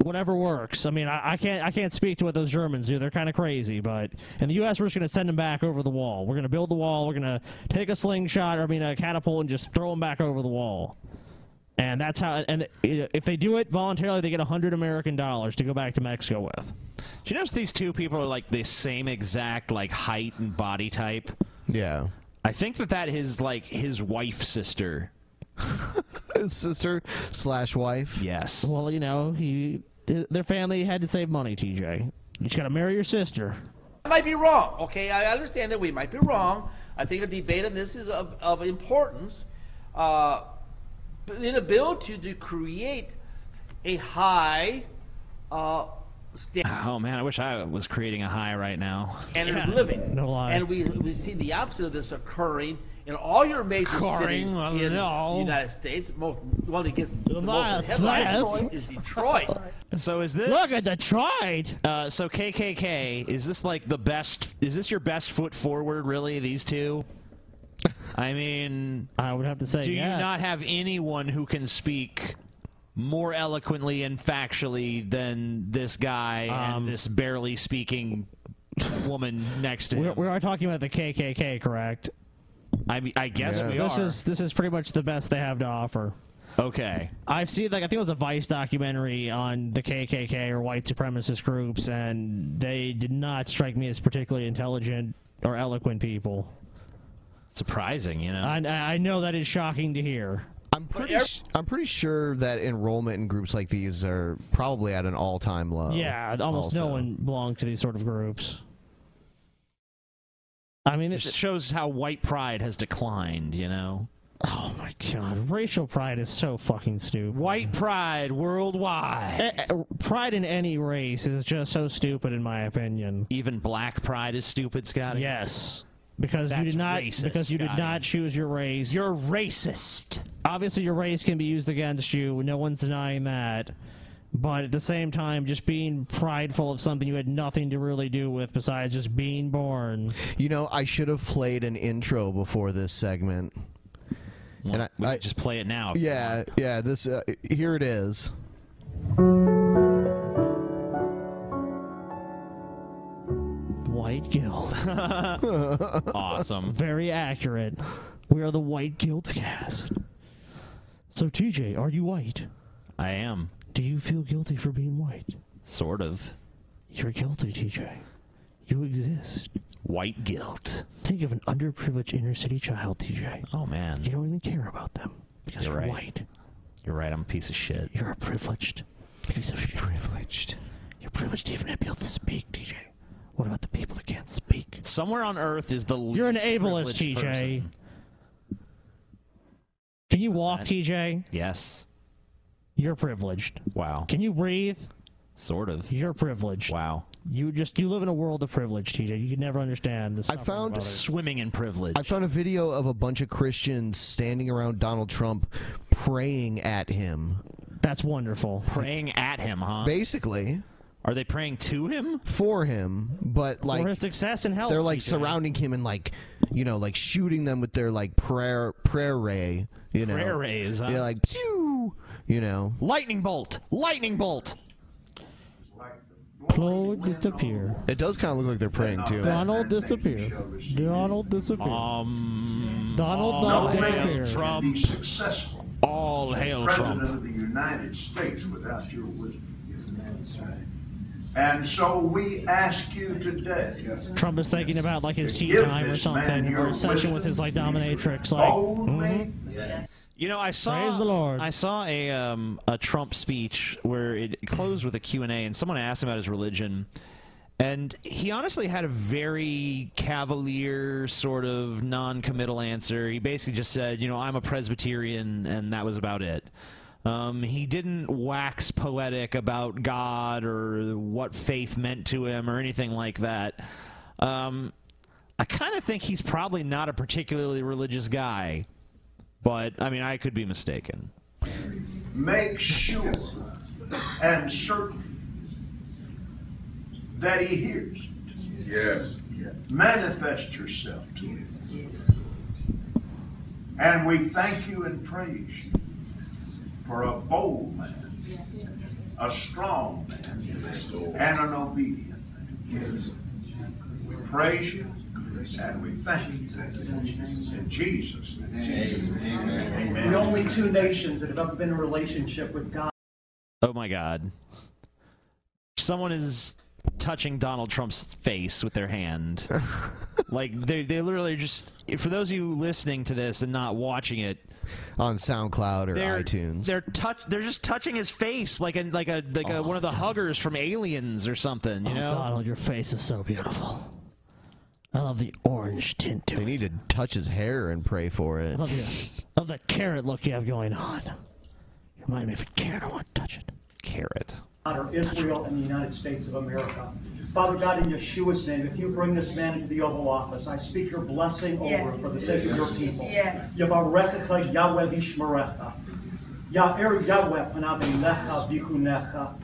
D: whatever works. I mean, I, I can't I can't speak to what those Germans do. They're kind of crazy, but in the U.S., we're just going to send them back over the wall. We're going to build the wall. We're going to take a slingshot or I mean a catapult and just throw them back over the wall. And that's how. And uh, if they do it voluntarily, they get hundred American dollars to go back to Mexico with.
A: Do you notice these two people are like the same exact like height and body type?
B: Yeah.
A: I think that that is like his wife sister.
B: sister slash wife.
A: Yes.
D: Well, you know, he th- their family had to save money. TJ, you just got to marry your sister.
T: I might be wrong, okay? I understand that we might be wrong. I think a debate on this is of, of importance. Uh, but the inability to create a high uh, standard
A: Oh man, I wish I was creating a high right now.
T: and of living.
A: No lie.
T: And we, we see the opposite of this occurring in all your major
A: Occurring,
T: cities
A: well,
T: in
A: no.
T: the United States. Most, one that gets the
A: Not
T: most headlines
A: Detroit.
T: is Detroit.
A: So is this? Look at Detroit. Uh, so KKK is this like the best? Is this your best foot forward? Really, these two? I mean,
D: I would have to say
A: Do
D: yes.
A: you not have anyone who can speak more eloquently and factually than this guy
D: Um,
A: and this barely speaking woman next to
D: We,
A: him?
D: we are talking about the KKK, correct?
A: I mean, I guess we
D: this
A: are.
D: is this is pretty much the best they have to offer.
A: Okay.
D: I've seen like I think it was a Vice documentary on the KKK or white supremacist groups, and they did not strike me as particularly intelligent or eloquent people.
A: Surprising, you know.
D: I, I know that is shocking to hear.
B: I'm pretty. s- I'm pretty sure that enrollment in groups like these are probably at an all-time low.
D: yeah, almost no one belongs to these sort of groups. I mean,
A: it shows how white pride has declined. You know.
D: Oh my god, racial pride is so fucking stupid.
A: White pride worldwide.
D: Eh, pride in any race is just so stupid, in my opinion.
A: Even black pride is stupid, Scotty.
D: Yes, because you did not
A: racist,
D: because you did
A: Scotty.
D: not choose your race.
A: You're racist.
D: Obviously, your race can be used against you. No one's denying that. but at the same time, just being prideful of something you had nothing to really do with besides just being born.
B: You know, I should have played an intro before this segment. and I, I
A: just play it now.
B: Yeah, yeah. This uh, here it is.
D: White Guild.
A: awesome.
D: Very accurate. We are the White Guild cast. So, TJ, are you white?
A: I am.
D: Do you feel guilty for being white?
A: Sort of.
D: You're guilty, TJ. You exist.
A: White guilt.
D: Think of an underprivileged inner city child, TJ.
A: Oh, man.
D: You don't even care about them because
A: You're
D: you're
A: right.
D: white.
A: You're right. I'm a piece of shit.
D: You're a privileged piece of shit.
B: Privileged.
D: You're privileged to even be able to speak, TJ. What about the people that can't speak?
A: Somewhere on Earth is the least
D: You're an ableist,
A: privileged
D: TJ.
A: person.
D: Can you walk, TJ?
A: Yes.
D: You're privileged.
A: Wow.
D: Can you breathe?
A: Sort of.
D: You're privileged.
A: Wow.
D: You just you live in a world of privilege, TJ. You can never understand this.
B: I found-
A: swimming in privilege.
B: I found a video of a bunch of Christians standing around Donald Trump praying at him.
D: That's wonderful.
A: Praying at him, huh?
B: Basically.
A: Are they praying to him?
B: For him, but like
D: his success and health,
B: They're like
D: TJ.
B: surrounding him and like you know, like shooting them with their like prayer prayer ray, you know.
A: Prayer rays, huh?
B: Yeah, like pew, you know.
A: Lightning bolt. Lightning bolt.
D: Claude disappear.
B: It does kind of look like they're praying too.
D: Donald disappear. Donald disappear.
A: Um.
D: Donald
A: all
D: Duck
A: hail
D: disappear.
A: Trump. All hail
J: President
A: Trump.
J: of the United States without your wisdom. And so we ask you today.
D: Trump is thinking about like his tea
J: Give
D: time or
J: this man
D: something, or
J: your
D: a session with his like dominatrix, like. mhm.
A: You know, I saw
D: Praise the Lord.
A: I saw a um, a Trump speech where it closed with a Q and A, and someone asked him about his religion, and he honestly had a very cavalier, sort of non-committal answer. He basically just said, "You know, I'm a Presbyterian," and that was about it. Um, he didn't wax poetic about God or what faith meant to him or anything like that. Um, I kind of think he's probably not a particularly religious guy, but I mean, I could be mistaken.
J: Make sure and certain that he hears. Yes. Manifest yourself to him. And we thank you and praise you for a bold man, a strong man, and an obedient man. We praise you and we thank you in Jesus' name.
C: We're the only two nations that have ever been in a relationship with God.
A: Oh my God. Someone is touching Donald Trump's face with their hand. like, they, they literally just, for those of you listening to this and not watching it,
B: on SoundCloud or
A: they're,
B: iTunes. Oh,
A: They're touch. They're just touching his face, like a like a like a, one of the huggers from Aliens or something. You
D: Oh,
A: know,
D: Donald, your face is so beautiful. I love the orange tint to
B: they
D: it.
B: need to touch his hair and pray for
D: I
B: it.
D: love you. love that carrot look you have going on. You remind me of a carrot. I want to touch it.
A: Carrot.
C: Honor Israel and the United States of America. Father God, in Yeshua's name, if you bring this man into the Oval Office, I speak your blessing over him
U: Yes.
C: for the sake of your people.
U: Yes.
C: Yavarechecha Yahweh vishmerecha. Ya'er Yahweh panavilecha vikunecha.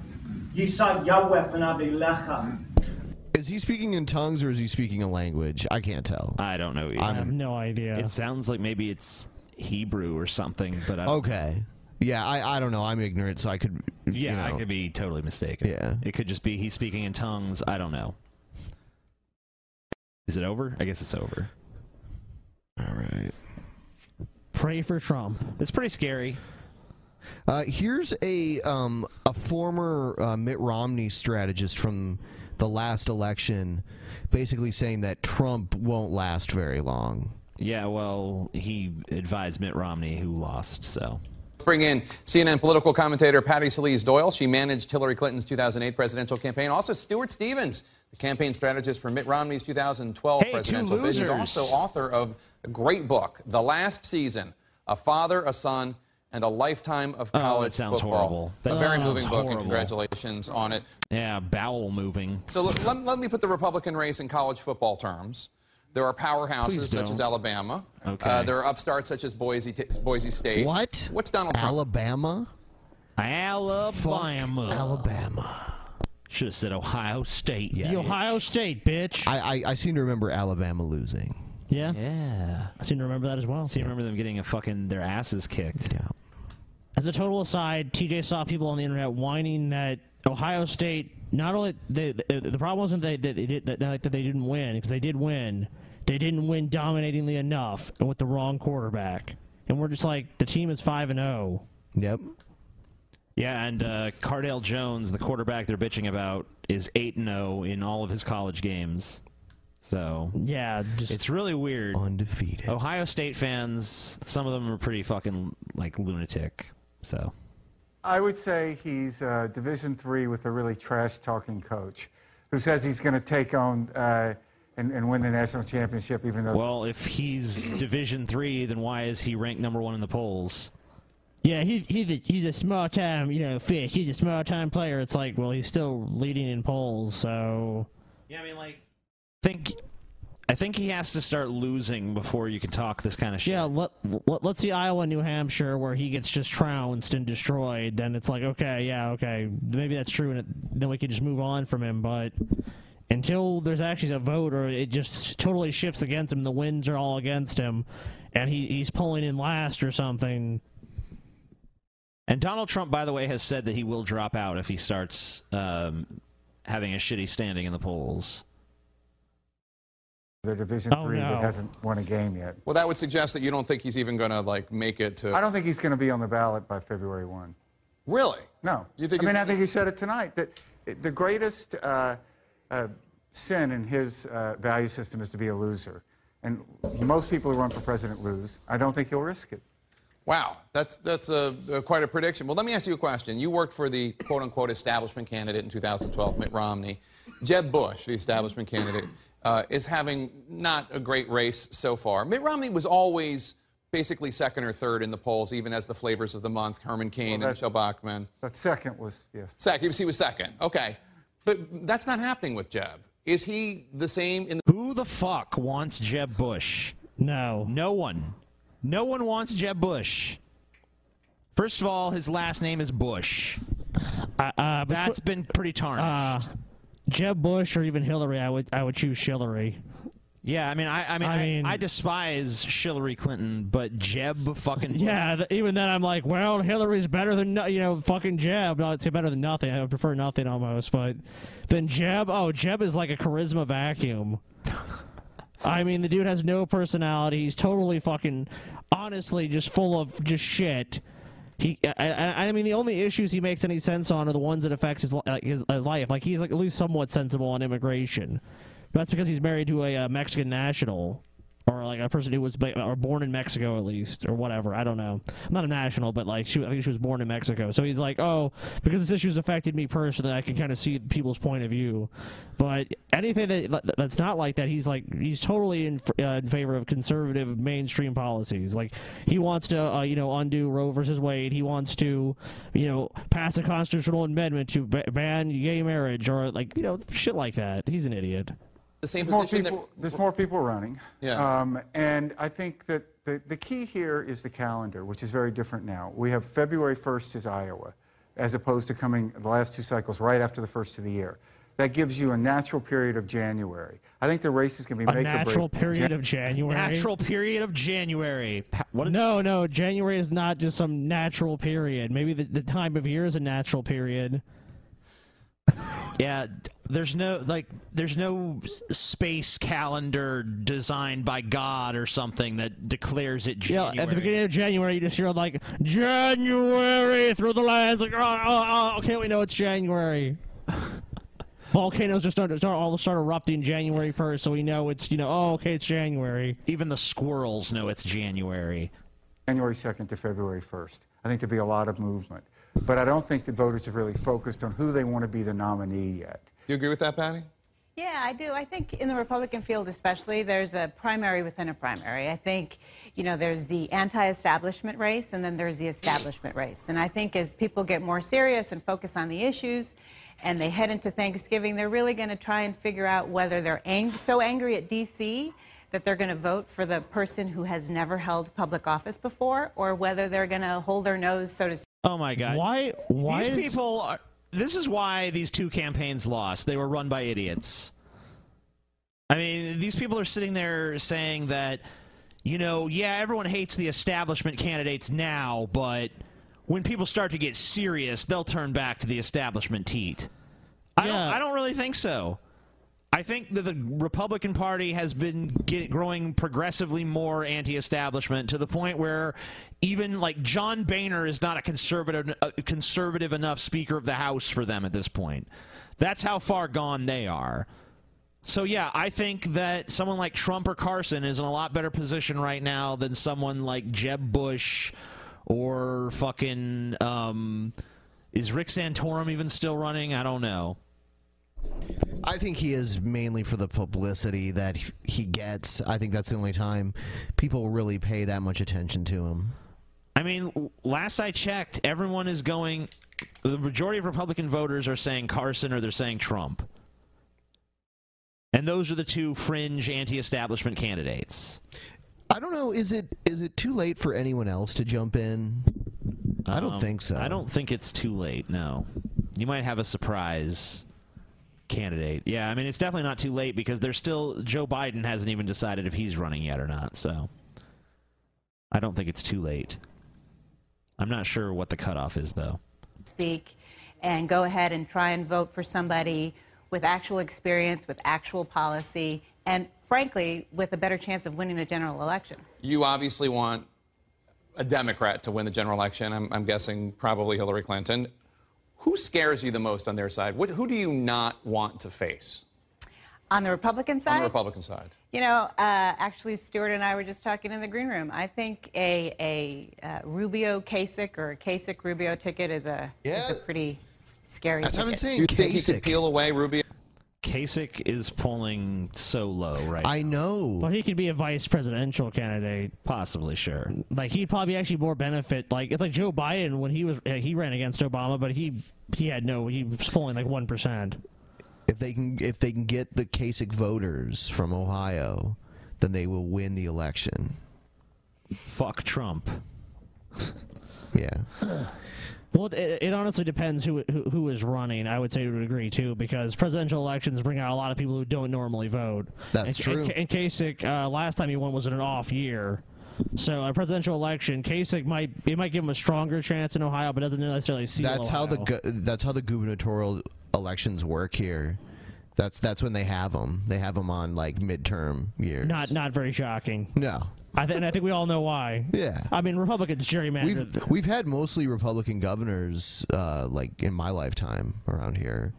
C: Yisa Yahweh panavilecha.
B: Is he speaking in tongues or is he speaking a language? I can't tell.
A: I don't know.
B: I have
D: no idea.
A: It sounds like maybe it's Hebrew or something, but I
B: Okay. Yeah, I, I don't know. I'm ignorant, so I could.
A: Yeah,
B: you know.
A: I could be totally mistaken. Yeah, it could just be he's speaking in tongues. I don't know. Is it over? I guess it's over.
B: All right.
D: Pray for Trump.
A: It's pretty scary.
B: Uh, here's a um, a former uh, Mitt Romney strategist from the last election, basically saying that Trump won't last very long.
A: Yeah, well, he advised Mitt Romney, who lost. So
V: Bring in CNN political commentator Patty Celeste Doyle. She managed Hillary Clinton's 2008 presidential campaign. Also, Stuart Stevens, the campaign strategist for Mitt Romney's 2012
A: Hey, two
V: presidential bid. He's
A: losers.
V: also author of a great book, The Last Season A Father, a Son, and a Lifetime of
A: Oh, that
V: College
A: sounds
V: Football.
A: horrible. That
V: a very
A: sounds
V: moving book, and
A: horrible.
V: congratulations on it.
A: yeah, bowel moving.
V: So let, let, let me put the Republican race in college football terms. There are powerhouses
A: Please
V: such as
A: don't.
V: Alabama.
A: Okay.
V: Uh, there are upstarts such as Boise, Boise State.
B: What?
V: What's Donald Trump?
B: Alabama?
A: Alabama.
B: Alabama.
A: Should have said Ohio State.
B: Yeah.
D: The Ohio State, bitch.
B: I, I, I seem to remember Alabama losing.
D: Yeah.
A: Yeah.
D: I seem to remember that as well. I
A: seem to remember them getting a fucking their asses kicked.
B: Yeah.
D: As a total aside, TJ saw people on the internet whining that Ohio State not only they, the, the problem wasn't that they, they did that, that they didn't win because they did win. They didn't win dominatingly enough and with the wrong quarterback. And we're just like the team is five and oh. zero.
B: Yep.
A: Yeah, and uh, Cardale Jones, the quarterback they're bitching about, is eight and zero in all of his college games. So
D: yeah,
A: it's really weird.
B: Undefeated.
A: Ohio State fans, some of them are pretty fucking like lunatic. So
U: I would say he's uh, Division three with a really trash talking coach who says he's going to take on uh, and, and win the national championship, even though.
A: well, if he's Division three, then why is he ranked number one in the polls?
D: Yeah, he, he's a, he's a small time you know fish. He's a small time player. It's like well he's still leading in polls, so
A: Yeah, I mean like think I think he has to start losing before you can talk this kind of shit.
D: Yeah, let, let, let's see Iowa, and New Hampshire, where he gets just trounced and destroyed. Then it's like, okay, yeah, okay, maybe that's true, and it, then we can just move on from him. But until there's actually a vote, or it just totally shifts against him, the winds are all against him, and he, he's pulling in last or something.
A: And Donald Trump, by the way, has said that he will drop out if he starts um, having a shitty standing in the polls.
U: They're Division
A: Oh,
U: three
A: no.
U: that hasn't won a game yet.
V: Well, that would suggest that you don't think he's even going to like make it to.
U: I don't think he's going to be on the ballot by February one.
V: Really?
U: No.
V: You think
U: I mean,
V: it's-
U: I think he said it tonight that the greatest uh, uh, sin in his uh, value system is to be a loser. And most people who run for president lose. I don't think he'll risk it.
V: Wow, that's that's a, a quite a prediction. Well, let me ask you a question. You worked for the quote unquote establishment candidate in 2012, Mitt Romney. Jeb Bush, the establishment candidate, uh, is having not a great race so far. Mitt Romney was always basically second or third in the polls, even as the flavors of the month, Herman Cain
U: Well,
V: and Michelle Bachmann.
U: That second was yes.
V: Second, he was second. Okay, but that's not happening with Jeb. Is he the same in?
A: Who the fuck wants Jeb Bush?
D: No.
A: No one. No one wants Jeb Bush. First of all, his last name is Bush. That's been pretty tarnished.
D: Uh, Jeb Bush or even Hillary, I would I would choose Hillary.
A: yeah, I mean, I, I mean,
D: I
A: I,
D: mean-
A: I despise Hillary Clinton, but Jeb fucking
D: Yeah, th- even then I'm like, well, Hillary's better than no- you know, fucking Jeb. No, I'd say better than nothing. I would prefer nothing almost, but then Jeb. Oh, Jeb is like a charisma vacuum. I mean, the dude has no personality. He's totally fucking, honestly, just full of just shit. He, I, I, I mean, the only issues he makes any sense on are the ones that affects his, li- like, his uh, life. Like he's like at least somewhat sensible on immigration. That's because he's married to a uh, Mexican national, or like a person who was ba- or born in Mexico at least, or whatever. I don't know. Not a national, but like she, I think she was born in Mexico. So he's like, oh, because this issue's affected me personally, I can kind of see people's point of view. But anything that that's not like that, he's like he's totally in uh, in favor of conservative mainstream policies. Like he wants to, uh, you know, undo Roe versus Wade. He wants to, you know, pass a constitutional amendment to ba- ban gay marriage or like you know shit like that. He's an idiot.
V: The same
U: more
V: position that-
U: people, There's more people running.
V: Yeah.
U: Um, and I think that the, the key here is the calendar, which is very different now. We have February 1st is Iowa, as opposed to coming the last two cycles right after the first of the year. That gives you a natural period of January. I think the race is going to be
D: A
U: make
D: natural
U: or break.
D: period of January.
A: Natural period of January.
D: no, no, January is not just some natural period. Maybe the, the time of year is a natural period.
A: Yeah, there's no like there's no s- space calendar designed by God or something that declares it January.
D: At the beginning of January, you just hear like January through the lands. Like, oh, oh, oh, okay, we know it's January. Volcanoes just start, start all start erupting January first, so we know it's you know oh okay it's January.
A: Even the squirrels know it's January.
U: January 2nd to February 1st. I think there'll be a lot of movement. But I don't think the voters have really focused on who they want to be the nominee yet.
V: Do you agree with that, Patty?
W: Yeah, I do. I think in the Republican field, especially, there's a primary within a primary. I think, you know, there's the anti establishment race and then there's the establishment race. And I think as people get more serious and focus on the issues and they head into Thanksgiving, they're really going to try and figure out whether they're ang- so angry at D.C. that they're going to vote for the person who has never held public office before or whether they're going to hold their nose, so to speak.
A: Oh my god.
D: Why? Why
A: these
D: is-
A: people are. This is why these two campaigns lost. They were run by idiots. I mean, these people are sitting there saying that, you know, yeah, everyone hates the establishment candidates now, but when people start to get serious, they'll turn back to the establishment teat. I don't. I don't really think so. I think that the Republican Party has been get, growing progressively more anti-establishment to the point where even like John Boehner is not a conservative a conservative enough Speaker of the House for them at this point. That's how far gone they are. So yeah, I think that someone like Trump or Carson is in a lot better position right now than someone like Jeb Bush or fucking um, is Rick Santorum even still running? I don't know.
B: I think he is mainly for the publicity that he- he gets. I think that's the only time people really pay that much attention to him.
A: I mean, l- last I checked, everyone is going. The majority of Republican voters are saying Carson or they're saying Trump. And those are the two fringe anti establishment candidates.
B: I don't know. Is it is it too late for anyone else to jump in? I don't
A: Um,
B: think so.
A: I don't think it's too late, no. You might have a surprise candidate. Yeah, I mean, it's definitely not too late because there's still. Joe Biden hasn't even decided if he's running yet or not, so. I don't think it's too late. I'm not sure what the cutoff is, though.
W: speak and go ahead and try and vote for somebody with actual experience, with actual policy, and frankly, with a better chance of winning a general election.
V: You obviously want a Democrat to win the general election. I'm, I'm guessing probably Hillary Clinton. Who scares you the most on their side? What, who do you not want to face
W: On the Republican
V: on the
W: side,
V: Republican side?
W: you know, uh, actually, Stuart and I were just talking in the green room. I think a, a uh, Rubio Kasich or a Kasich Rubio ticket is a, is a pretty scary ticket.
V: Do you think he could peel away Rubio?
A: Kasich is polling so low right
B: I know.
D: But he could be a vice presidential candidate.
A: Possibly, sure.
D: Like he'd probably actually more benefit. Like it's like Joe Biden when he was uh, he ran against Obama, but he he had no he was polling like one percent.
B: If they can if they can get the Kasich voters from Ohio, then they will win the election.
A: Fuck Trump.
B: yeah.
D: Well, it, it honestly depends who, who who is running. I would say to a degree too, because presidential elections bring out a lot of people who don't normally vote.
B: That's
D: and,
B: true.
D: And, and Kasich, uh, last time he won was in an off year, so a presidential election, Kasich might it might give him a stronger chance in Ohio, but doesn't necessarily see.
B: that's how the gu- that's how the gubernatorial elections work here. That's that's when they have them. They have them on like midterm years.
D: not not very shocking.
B: No.
D: I th- and I think we all know why.
B: Yeah.
D: I mean, Republicans gerrymander.
B: We've we've had mostly Republican governors uh, like in my lifetime around here,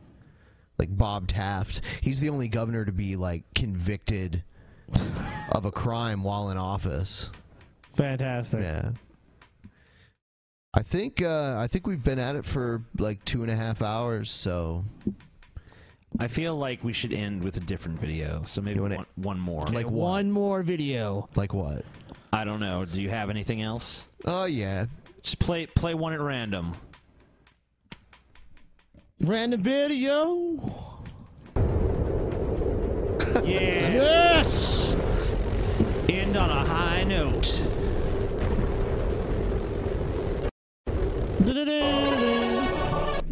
B: like Bob Taft. He's the only governor to be like convicted of a crime while in office.
D: Fantastic.
B: Yeah. I think uh, I think we've been at it for like two and a half hours. So
A: I feel like we should end with a different video, so maybe one, one more.
B: Like what?
D: one more video.
B: Like what?
A: I don't know. Do you have anything else?
B: Oh yeah.
A: Just play play one at random.
D: Random video.
A: yeah.
D: Yes.
A: End on a high note.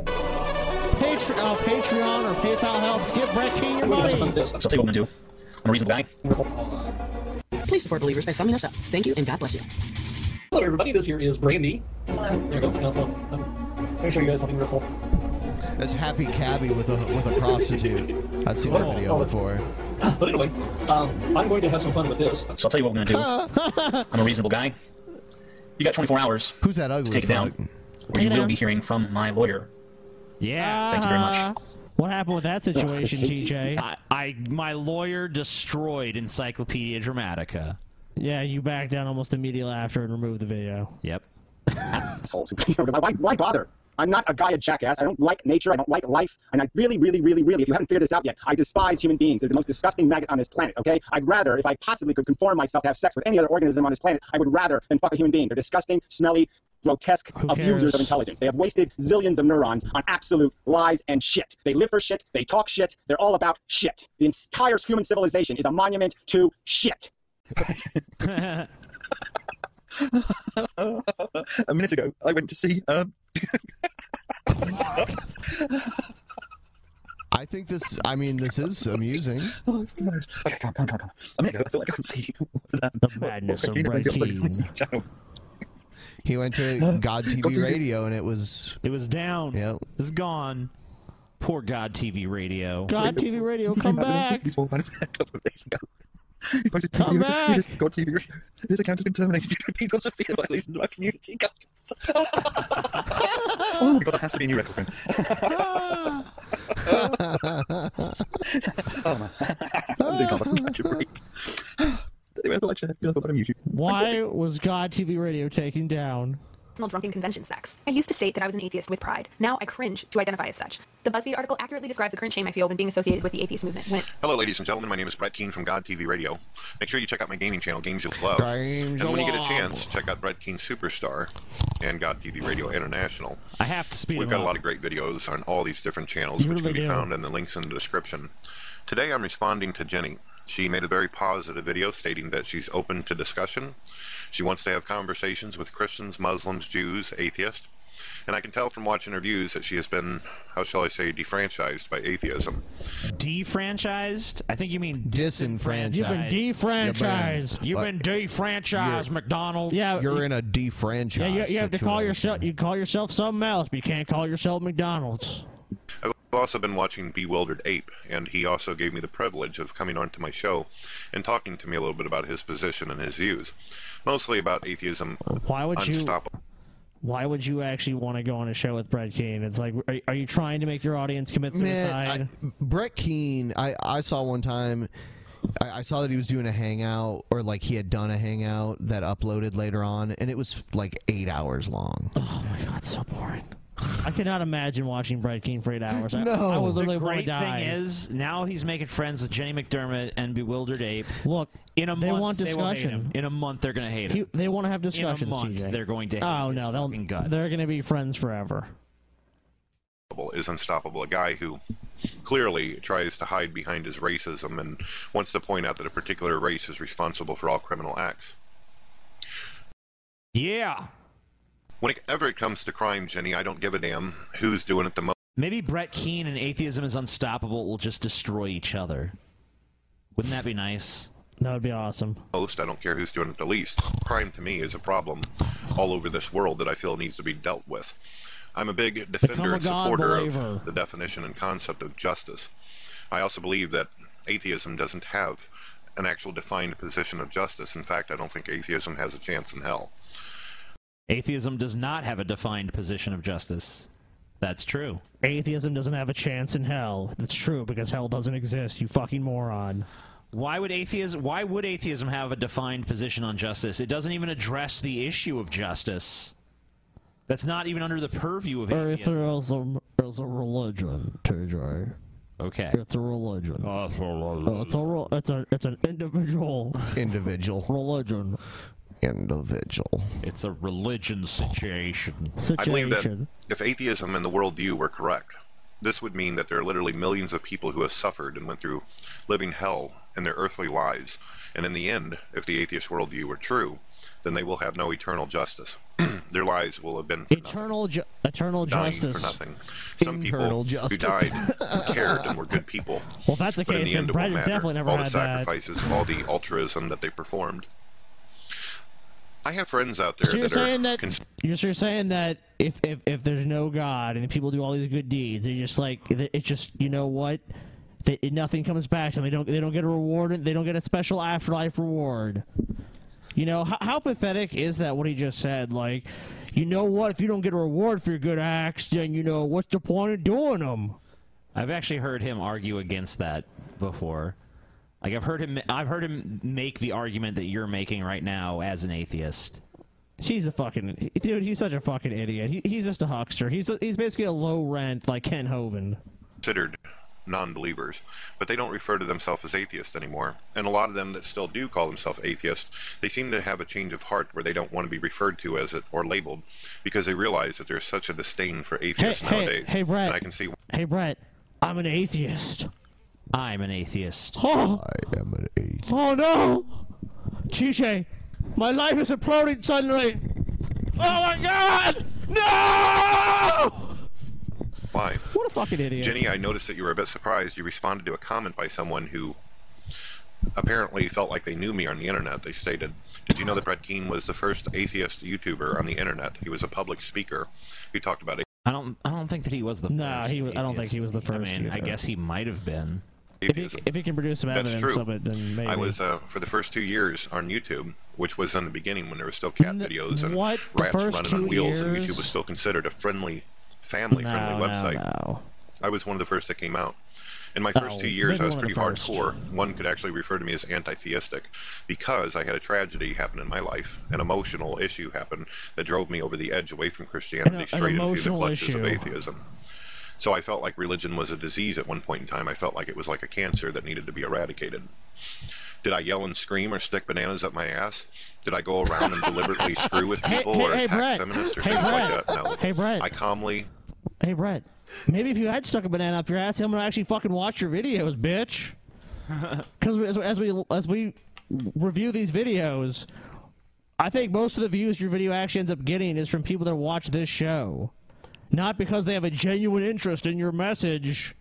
D: Patreon, uh, Patreon or PayPal helps give Brett King your money.
G: Please support believers by thumbing us up. Thank you and God bless you.
X: Hello, everybody. This here is Brandy. There you go. No, no, no. Let me show you guys something real cool.
B: That's Happy Cabby with a with a prostitute. I've seen that
X: Oh,
B: video
X: oh.
B: before.
X: Ah, But anyway, um, I'm going to have some fun with this. So I'll tell you what I'm going to do. I'm a reasonable guy. You got 24 hours.
B: Who's that ugly?
X: To take it down. Or you will be hearing from my lawyer.
A: Yeah.
X: Thank you very much.
D: What happened with that Ah. situation, TJ?
A: I, I my lawyer destroyed Encyclopedia Dramatica.
D: Yeah, you backed down almost immediately after and removed the video.
A: Yep.
H: why, why bother? I'm not a guy, a jackass. I don't like nature. I don't like life. And I really, really, really, really, if you haven't figured this out yet, I despise human beings. They're the most disgusting maggot on this planet, okay? I'd rather, if I possibly could conform myself to have sex with any other organism on this planet, I would rather than fuck a human being. They're disgusting, smelly, grotesque abusers
Y: cares?
H: of intelligence. They have wasted zillions of neurons on absolute lies and shit. They live for shit. They talk shit. They're all about shit. The entire human civilization is a monument to shit.
I: a minute ago, I went to see. Um,
B: I think this. I mean, this is amusing.
I: oh, it's been nice. okay, come on, come on, come on. A minute ago, I felt like I couldn't see. the
B: madness of He went to God TV
A: God TV.
B: Radio, and it was
A: it was down.
B: Yeah,
A: it's gone. Poor God TV radio.
D: God TV radio, come back.
I: He posted
D: Come
I: videos of-
D: back.
I: he just- God TV Radio. This account has been terminated due to repeat lots of fear violations of our community guidelines. oh my god, that has to be a new record for him. oh man. I'm doing God, I'm such a break. Anyway, I thought I'd share because I thought I'd amuse you.
D: Why was God TV radio taken down?
L: personal drunken convention sex. I used to state that I was an atheist with pride. Now I cringe to identify as such. The BuzzFeed article accurately describes the current shame I feel when being associated with the atheist movement. When it
M: Hello, ladies and gentlemen. My name is Brett Keene from God TV Radio. Make sure you check out my gaming channel, Games You'll Love.
B: Games
M: and when
B: You'll
M: you get
B: Love.
M: a chance, check out Brett Keene Superstar and God TV Radio International.
A: I have to speed
M: We've
A: him
M: got
A: up.
M: a lot of great videos on all these different channels,
A: You
M: which
A: really
M: can
A: do.
M: be found in the links in the description. Today, I'm responding to Jenny. She made a very positive video stating that she's open to discussion. She wants to have conversations with Christians, Muslims, Jews, atheists. And I can tell from watching her views that she has been, how shall I say, defranchised by atheism.
A: Defranchised? I think you mean
B: Disenfranchised.
A: disenfranchised.
B: You've been defranchised.
A: You've been
B: Like,
A: defranchised,
B: you're-
A: McDonald.
D: Yeah,
B: you're in a defranchised.
D: Yeah, you, you have to call
B: situation.
D: yourself. You call yourself something else, but you can't call yourself McDonald's.
M: I've also been watching Bewildered Ape, and he also gave me the privilege of coming onto my show and talking to me a little bit about his position and his views, mostly about atheism.
D: Why would you-
M: unstoppable.
D: Why would you actually want to go on a show with Brett Keane? It's like, are, are you trying to make your audience commit suicide?
B: Man, I, Brett Keane, I, I saw one time. I, I saw that he was doing a hangout, or like he had done a hangout that uploaded later on, and it was like eight hours long.
D: Oh my god, so boring. I cannot imagine watching Brett Keane for eight hours. I, I would literally
A: the
D: want
A: great
D: to die.
A: thing is now he's making friends with Jenny McDermott and Bewildered Ape.
D: Look,
A: in a
D: they
A: month
D: want
A: they will hate
D: discussion.
A: him. In a month they're going to hate him.
D: He- they want to have
A: In a
D: discussions.
A: month,
D: TJ.
A: they're going to hate
D: oh
A: his
D: no, they'll,
A: fucking guts.
D: they're going to be friends forever.
M: is unstoppable. A guy who clearly tries to hide behind his racism and wants to point out that a particular race is responsible for all criminal acts.
A: Yeah.
M: Whenever it comes to crime, Jenny, I don't give a damn who's doing it the most.
A: Maybe Brett Keane and atheism is unstoppable will just destroy each other. Wouldn't that be nice?
D: That would be awesome.
M: most. I don't care who's doing it the least. Crime to me is a problem all over this world that I feel needs to be dealt with. I'm a big
D: Become
M: defender
D: a
M: and
D: God
M: supporter
D: believer.
M: of the definition and concept of justice. I also believe that atheism doesn't have an actual defined position of justice. In fact, I don't think atheism has a chance in hell.
A: Atheism does not have a defined position of justice. That's true.
D: Atheism doesn't have a chance in hell. That's true because hell doesn't exist. You fucking moron.
A: Why would atheism why would atheism have a defined position on justice? It doesn't even address the issue of justice. That's not even under the purview of atheism.
D: Earth is a, is a religion, TJ.
A: Okay.
D: It's a religion. Uh, it's a re- it's a it's an individual
B: individual
D: religion.
B: Individual.
A: It's a religion situation.
M: I believe that if atheism and the worldview were correct, this would mean that there are literally millions of people who have suffered and went through living hell in their earthly lives. And in the end, if the atheist worldview were true, then they will have no eternal justice. their lives will have been for
D: Eternal ju- eternal
M: dying
D: justice.
M: for nothing. Some
D: Eternal
M: people
D: justice.
M: who died who cared and were good people.
D: Well, if that's the
M: But in
D: case,
M: the
D: then
M: end, it
D: Brett
M: won't
D: has
M: matter.
D: definitely never
M: all the
D: had that.
M: sacrifices, all the altruism that they performed. I have friends out there
D: So you're
M: that are
D: saying that you're, so you're saying that if, if if there's no God and people do all these good deeds, they just like th- it's just you know what, they, it- nothing comes back to them. They don't they don't get a reward. and They don't get a special afterlife reward. You know how, how pathetic is that? What he just said, like, you know what? If you don't get a reward for your good acts, then you know what's the point of doing them?
A: I've actually heard him argue against that before. Like I've heard him I've heard him make the argument that you're making right now as an atheist.
D: She's a fucking dude. He's such a fucking idiot. He, he's just a huckster. He's a, he's basically a low rent like Ken Hovind.
M: considered non-believers, but they don't refer to themselves as atheists anymore. And a lot of them that still do call themselves atheists, they seem to have a change of heart where they don't want to be referred to as it or labeled because they realize that there's such a disdain for atheists
D: hey,
M: nowadays.
D: hey, Brett.
M: And I can see
D: Hey Brett, I'm an atheist.
A: I'm an atheist.
D: Oh.
B: I am an atheist.
D: Oh no! Chiche, My life is imploding suddenly. Oh my god! No!
M: Why?
D: What a fucking idiot.
M: Jenny, I noticed that you were a bit surprised. You responded to a comment by someone who apparently felt like they knew me on the internet. They stated, Did you know that Brett Keane was the first atheist YouTuber on the internet? He was a public speaker. He talked about
A: I don't. I don't think that he was the.
D: No,
A: first
D: he wa- I don't think he was the first
A: I mean, I
D: either.
A: guess he might have been.
D: If he, if he can produce some
M: That's
D: evidence
M: true.
D: of it, then maybe.
M: I was uh, for the first two years on YouTube, which was in the beginning when there were still cat videos and
D: what? The
M: rats
D: first
M: running on
D: two
M: wheels, and
D: years?
M: YouTube was still considered a friendly, family-friendly
D: No, no,
M: website. I was one of the first that came out. In my first
D: Oh,
M: two years,
D: maybe
M: I was
D: one of
M: pretty
D: the first.
M: hardcore. One could actually refer to me as anti-theistic because I had a tragedy happen in my life, an emotional issue happened that drove me over the edge away from Christianity
D: an
M: straight into the
D: emotional
M: clutches of
D: issue.
M: atheism. So I felt like religion was a disease at one point in time. I felt like it was like a cancer that needed to be eradicated. Did I yell and scream or stick bananas up my ass? Did I go around and deliberately screw with people
D: hey-
M: or
D: hey,
M: attack
D: Brett.
M: feminists or
D: Hey,
M: things
D: Brett.
M: like that? No.
D: Hey, Brett.
M: I calmly
D: Hey, Brett. Maybe if you had stuck a banana up your ass, I'm gonna actually fucking watch your videos, bitch. Because as, as we as we review these videos, I think most of the views your video actually ends up getting is from people that watch this show, not because they have a genuine interest in your message.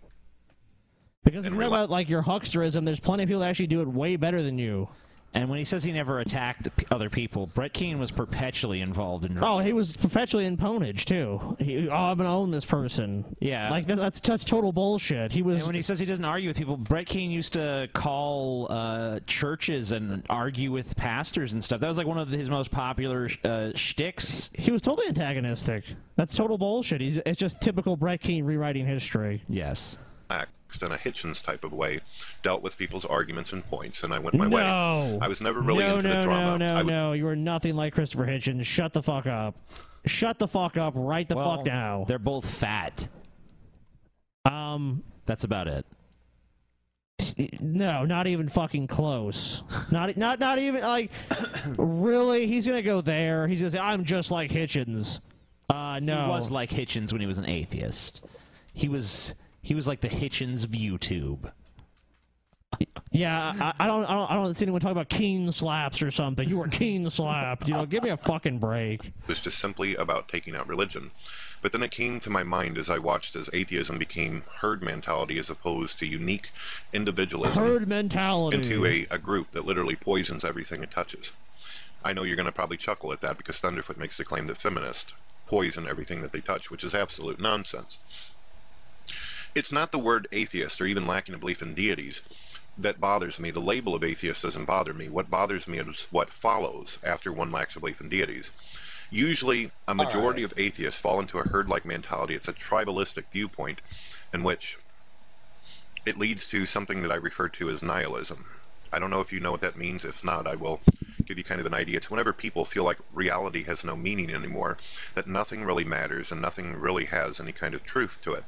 D: Because if you know about like your hucksterism, there's plenty of people that actually do it way better than you.
A: And when he says he never attacked p- other people, Brett Keane was perpetually involved in.
D: Oh, he was perpetually in ponage too. He, oh, I'm gonna own this person.
A: Yeah.
D: like that, that's that's total bullshit. He was.
A: And when he says he doesn't argue with people, Brett Keane used to call uh, churches and argue with pastors and stuff. That was like one of his most popular uh, shticks.
D: He was totally antagonistic. That's total bullshit. He's, it's just typical Brett Keane rewriting history.
A: Yes.
M: relaxed in a Hitchens type of way, dealt with people's arguments and points, and I went my
D: No.
M: way. I was never really
D: no,
M: into
D: no,
M: the drama.
D: No, no,
M: I would-
D: no. You are nothing like Christopher Hitchens. Shut the fuck up. Shut the fuck up right the
A: Well,
D: fuck now.
A: They're both fat.
D: Um,
A: That's about it.
D: no, not even fucking close. Not not not even like really. He's gonna go there. He's gonna say I'm just like Hitchens. Uh, no.
A: He was like Hitchens when he was an atheist. He was he was like the Hitchens of YouTube.
D: Yeah, I, I don't, I don't, I don't see anyone talking about Keen slaps or something. You were Keen slapped. You know, give me a fucking break.
M: It was just simply about taking out religion. But then it came to my mind as I watched as atheism became herd mentality as opposed to unique individualism
D: Herd mentality.
M: into a, a group that literally poisons everything it touches. I know you're going to probably chuckle at that because Thunderfoot makes the claim that feminists poison everything that they touch, which is absolute nonsense. It's not the word atheist or even lacking a belief in deities that bothers me. The label of atheist doesn't bother me. What bothers me is what follows after one lacks a belief in deities. Usually, a majority of atheists fall into a herd like mentality. It's a tribalistic viewpoint in which it leads to something that I refer to as nihilism. I don't know if you know what that means. If not, I will give you kind of an idea. It's whenever people feel like reality has no meaning anymore, that nothing really matters and nothing really has any kind of truth to it.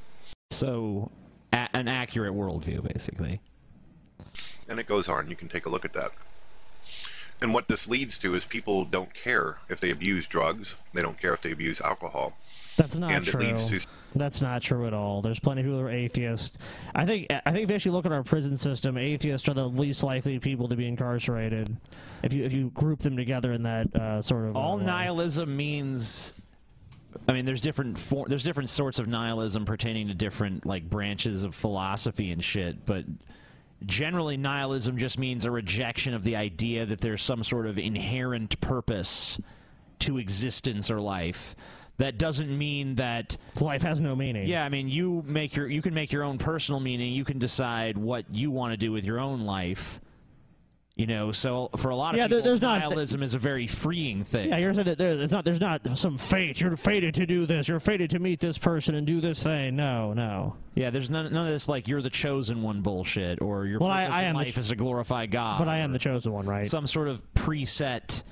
A: So, a- an accurate worldview, basically.
M: And it goes on. You can take a look at that. And what this leads to is people don't care if they abuse drugs, they don't care if they abuse alcohol.
D: That's not
M: and
D: true.
M: it leads to
D: That's not true at all. There's plenty of people who are atheists. I think, I think if you actually look at our prison system, atheists are the least likely people to be incarcerated. If you if you group them together in that uh, sort of uh,
A: All
D: way.
A: nihilism means. I mean, there's different for, there's different sorts of nihilism pertaining to different like branches of philosophy and shit, but generally nihilism just means a rejection of the idea that there's some sort of inherent purpose to existence or life. That doesn't mean that
D: life has no meaning.
A: Yeah, I mean, you make your you can make your own personal meaning. You can decide what you want to do with your own life. You know, so for a lot of
D: Yeah, there-
A: people,
D: there's not-
A: nihilism is a very freeing thing.
D: Yeah, you're saying that there, there's not there's not some fate. You're fated to do this. You're fated to meet this person and do this thing. No, no.
A: Yeah, there's none, none of this like you're the chosen one bullshit or your
D: Well, I-
A: purpose
D: I
A: in
D: am the
A: life
D: ch-
A: is to glorify God.
D: But I am the chosen one, right?
A: Some sort of preset,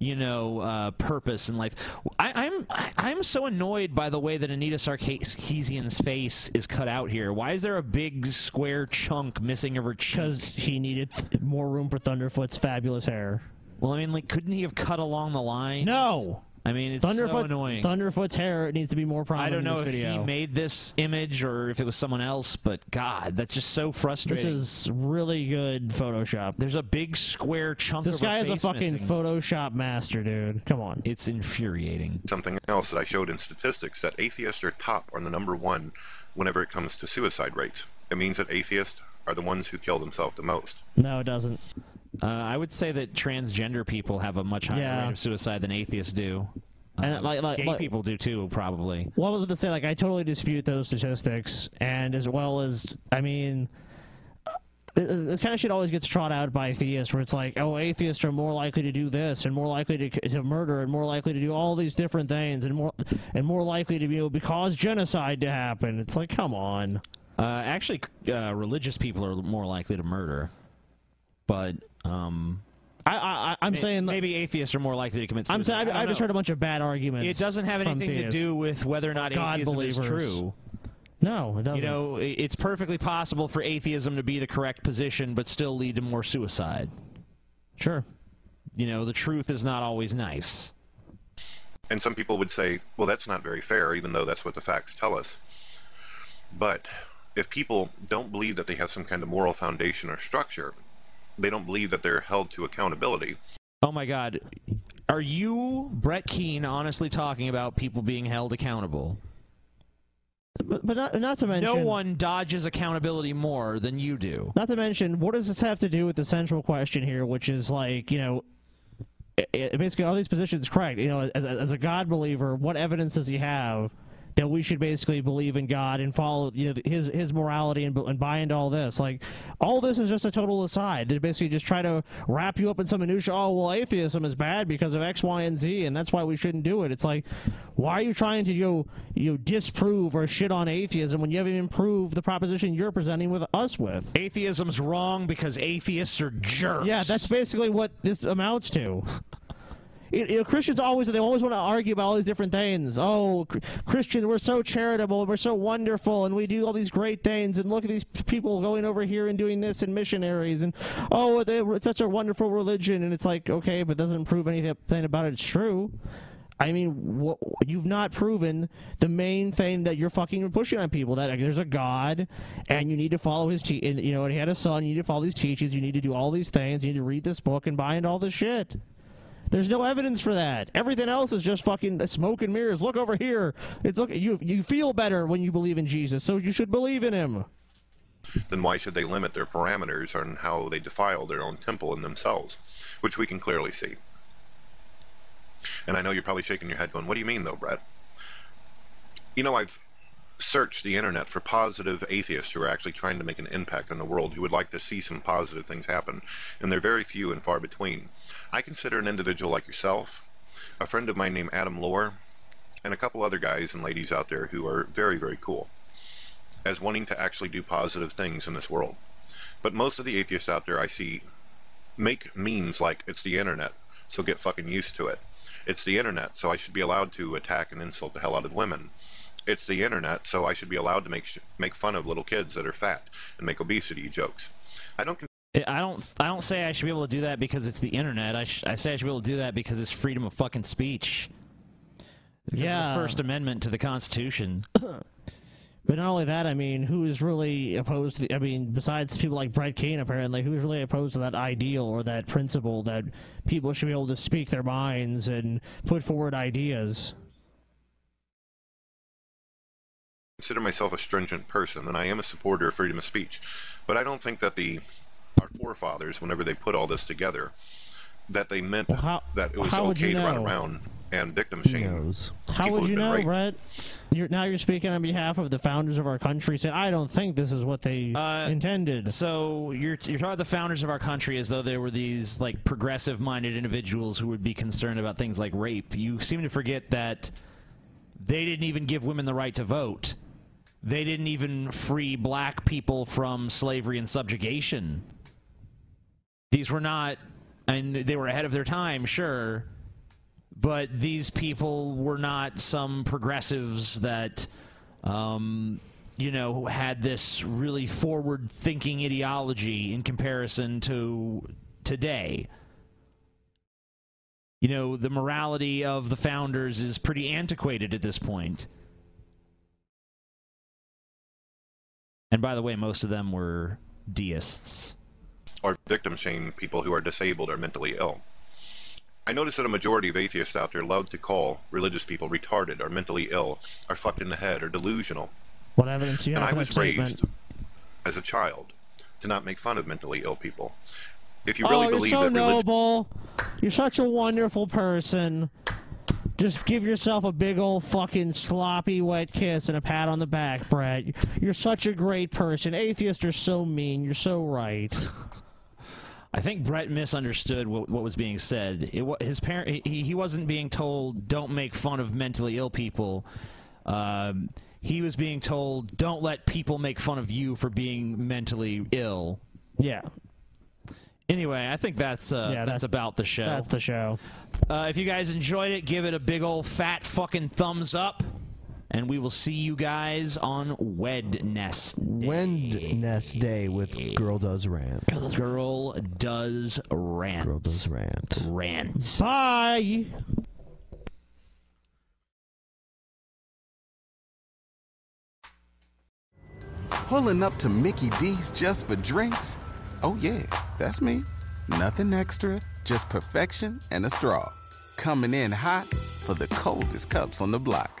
A: you know, uh, purpose in life. I, I'm I- I'm so annoyed by the way that Anita Sarkeesian's face is cut out here. Why is there a big square chunk missing of her cheek?
D: Because he needed th- more room for Thunderfoot's fabulous hair.
A: Well, I mean, like, couldn't he have cut along the line?
D: No.
A: I mean, it's so
D: Thunderfoot,
A: annoying.
D: Thunderfoot's hair needs to be more
A: I
D: prominent
A: don't
D: in
A: know
D: this
A: if
D: video.
A: he made this image or if it was someone else, but God, that's just so
D: This
A: frustrating.
D: is really good Photoshop.
A: There's a big square chunk.
D: This
A: of her
D: guy is a
A: face
D: fucking
A: missing.
D: Photoshop master, dude. Come on.
A: It's infuriating.
M: Something else that I showed in statistics that atheists are top on the number one whenever it comes to suicide rates. It means that atheists are the ones who kill themselves the most.
D: No, it doesn't.
A: Uh, I would say that transgender people have a much higher
D: Yeah.
A: rate of suicide than atheists do. Um,
D: And, like- like-
A: gay
D: like-
A: people do too, probably.
D: Well, I was to say, like, I totally dispute those statistics, and as well as, I mean, uh, th- th- this kind of shit always gets trot out by theists, where it's like, oh, atheists are more likely to do this, and more likely to, c- to murder, and more likely to do all these different things, and more and more likely to be able to cause genocide to happen. It's like, come on.
A: Uh, actually, uh, religious people are more likely to murder, but um,
D: I, I I'm saying
A: maybe atheists are more likely to commit. Suicide.
D: I'm saying
A: I
D: I, I
A: don't
D: just
A: know.
D: heard a bunch of bad arguments.
A: It doesn't have
D: from
A: anything to
D: theists.
A: do with whether or not
D: God
A: atheism
D: believers.
A: is true.
D: No, it doesn't.
A: You know, i- it's perfectly possible for atheism to be the correct position, but still lead to more suicide.
D: Sure.
A: You know, the truth is not always nice.
M: And some people would say, well, that's not very fair, even though that's what the facts tell us. But if people don't believe that they have some kind of moral foundation or structure, they don't believe that they're held to accountability.
A: Oh my God, are you Brett Keene honestly talking about people being held accountable?
D: but, but not not to mention
A: No one dodges accountability more than you do.
D: Not to mention, what does this have to do with the central question here, which is like, you know, i i basically are these positions correct? You know, as, as a God believer, what evidence does he have that we should basically believe in God and follow, you know, his his morality and, and buy into all this? Like, all this is just a total aside. They basically just try to wrap you up in some minutia. Oh, well, atheism is bad because of X, Y, and Z, and that's why we shouldn't do it. It's like, why are you trying to you know, you know, disprove or shit on atheism when you haven't even proved the proposition you're presenting with us with?
A: Atheism's wrong because atheists are jerks.
D: Yeah, that's basically what this amounts to. You you know, Christians always they always want to argue about all these different things. Oh, Chr- Christians, we're so charitable, we're so wonderful, and we do all these great things. And look at these p- people going over here and doing this, and missionaries, and oh, they, it's such a wonderful religion. And it's like, okay, but it doesn't prove anything about it. It's true. I mean, wha you've not proven the main thing that you're fucking pushing on people that like, there's a God, and you need to follow his te- and, you know, and he had a son. You need to follow these teachings. You need to do all these things. You need to read this book and buy into all this shit. There's no evidence for that. Everything else is just fucking smoke and mirrors. Look over here. It, look, you you feel better when you believe in Jesus, so you should believe in him.
M: Then why should they limit their parameters on how they defile their own temple and themselves, which we can clearly see? And I know you're probably shaking your head going, What do you mean, though, Brett? You know, I've searched the internet for positive atheists who are actually trying to make an impact on the world, who would like to see some positive things happen, and they're very few and far between. I consider an individual like yourself, a friend of mine named Adam Lohr, and a couple other guys and ladies out there who are very, very cool, as wanting to actually do positive things in this world. But most of the atheists out there I see make memes like it's the internet, so get fucking used to it. It's the internet, so I should be allowed to attack and insult the hell out of women. It's the internet, so I should be allowed to make sh- make fun of little kids that are fat and make obesity jokes. I don't. Con-
A: I- I don't. I don't say I should be able to do that because it's the internet. I, sh- I say I should be able to do that because it's freedom of fucking speech. Because of
D: Yeah.
A: the First Amendment to the Constitution.
D: But not only that, I mean, who is really opposed to the, I mean, besides people like Brett Kane, apparently, who's really opposed to that ideal or that principle that people should be able to speak their minds and put forward ideas?
M: consider myself a stringent person, and I am a supporter of freedom of speech, but I don't think that the our forefathers, whenever they put all this together, that they meant that it was
D: how would you
M: okay to run
D: know?
M: around and victim shame.
D: How
M: people
D: would
M: who've
D: you
M: been
D: know,
M: raped.
D: Brett? You're, now you're speaking on behalf of the founders of our country, saying, I don't think this is what they intended.
A: Uh, So you're you're talking about the founders of our country as though they were these like progressive-minded individuals who would be concerned about things like rape. You seem to forget that they didn't even give women the right to vote. They didn't even free black people from slavery and subjugation. These were not, I mean, they were ahead of their time, sure, but these people were not some progressives that um, you know had this really forward thinking ideology in comparison to today you know, the morality of the founders is pretty antiquated at this point. And by the way, most of them were deists.
M: or victim shame people who are disabled or mentally ill. I notice that a majority of atheists out there love to call religious people retarded or mentally ill or fucked in the head or delusional.
D: What evidence do you
M: And
D: have for
M: I
D: that
M: was
D: statement?
M: raised as a child to not make fun of mentally ill people. If you
D: oh,
M: really
D: you're
M: believe
D: so
M: that religion
D: noble. You're such a wonderful person. Just give yourself a big old fucking sloppy wet kiss and a pat on the back, Brett. You're such a great person. Atheists are so mean. You're so right.
A: I think Brett misunderstood what, what was being said. It, wa- his parent, he, he wasn't being told, "Don't make fun of mentally ill people." Um, he was being told, "Don't let people make fun of you for being mentally ill."
D: Yeah.
A: Anyway, I think that's uh,
D: Yeah,
A: that's,
D: that's-
A: about the show.
D: That's the show.
A: Uh, if you guys enjoyed it, give it a big old fat fucking thumbs up, and we will see you guys on Wednesday.
B: Wednesday with Girl Does Rant.
A: Girl does rant.
B: Girl does rant.
A: Rant.
D: Bye.
Z: Pulling up to Mickey D's just for drinks? Oh, yeah, that's me. Nothing extra, just perfection and a straw. Coming in hot for the coldest cups on the block.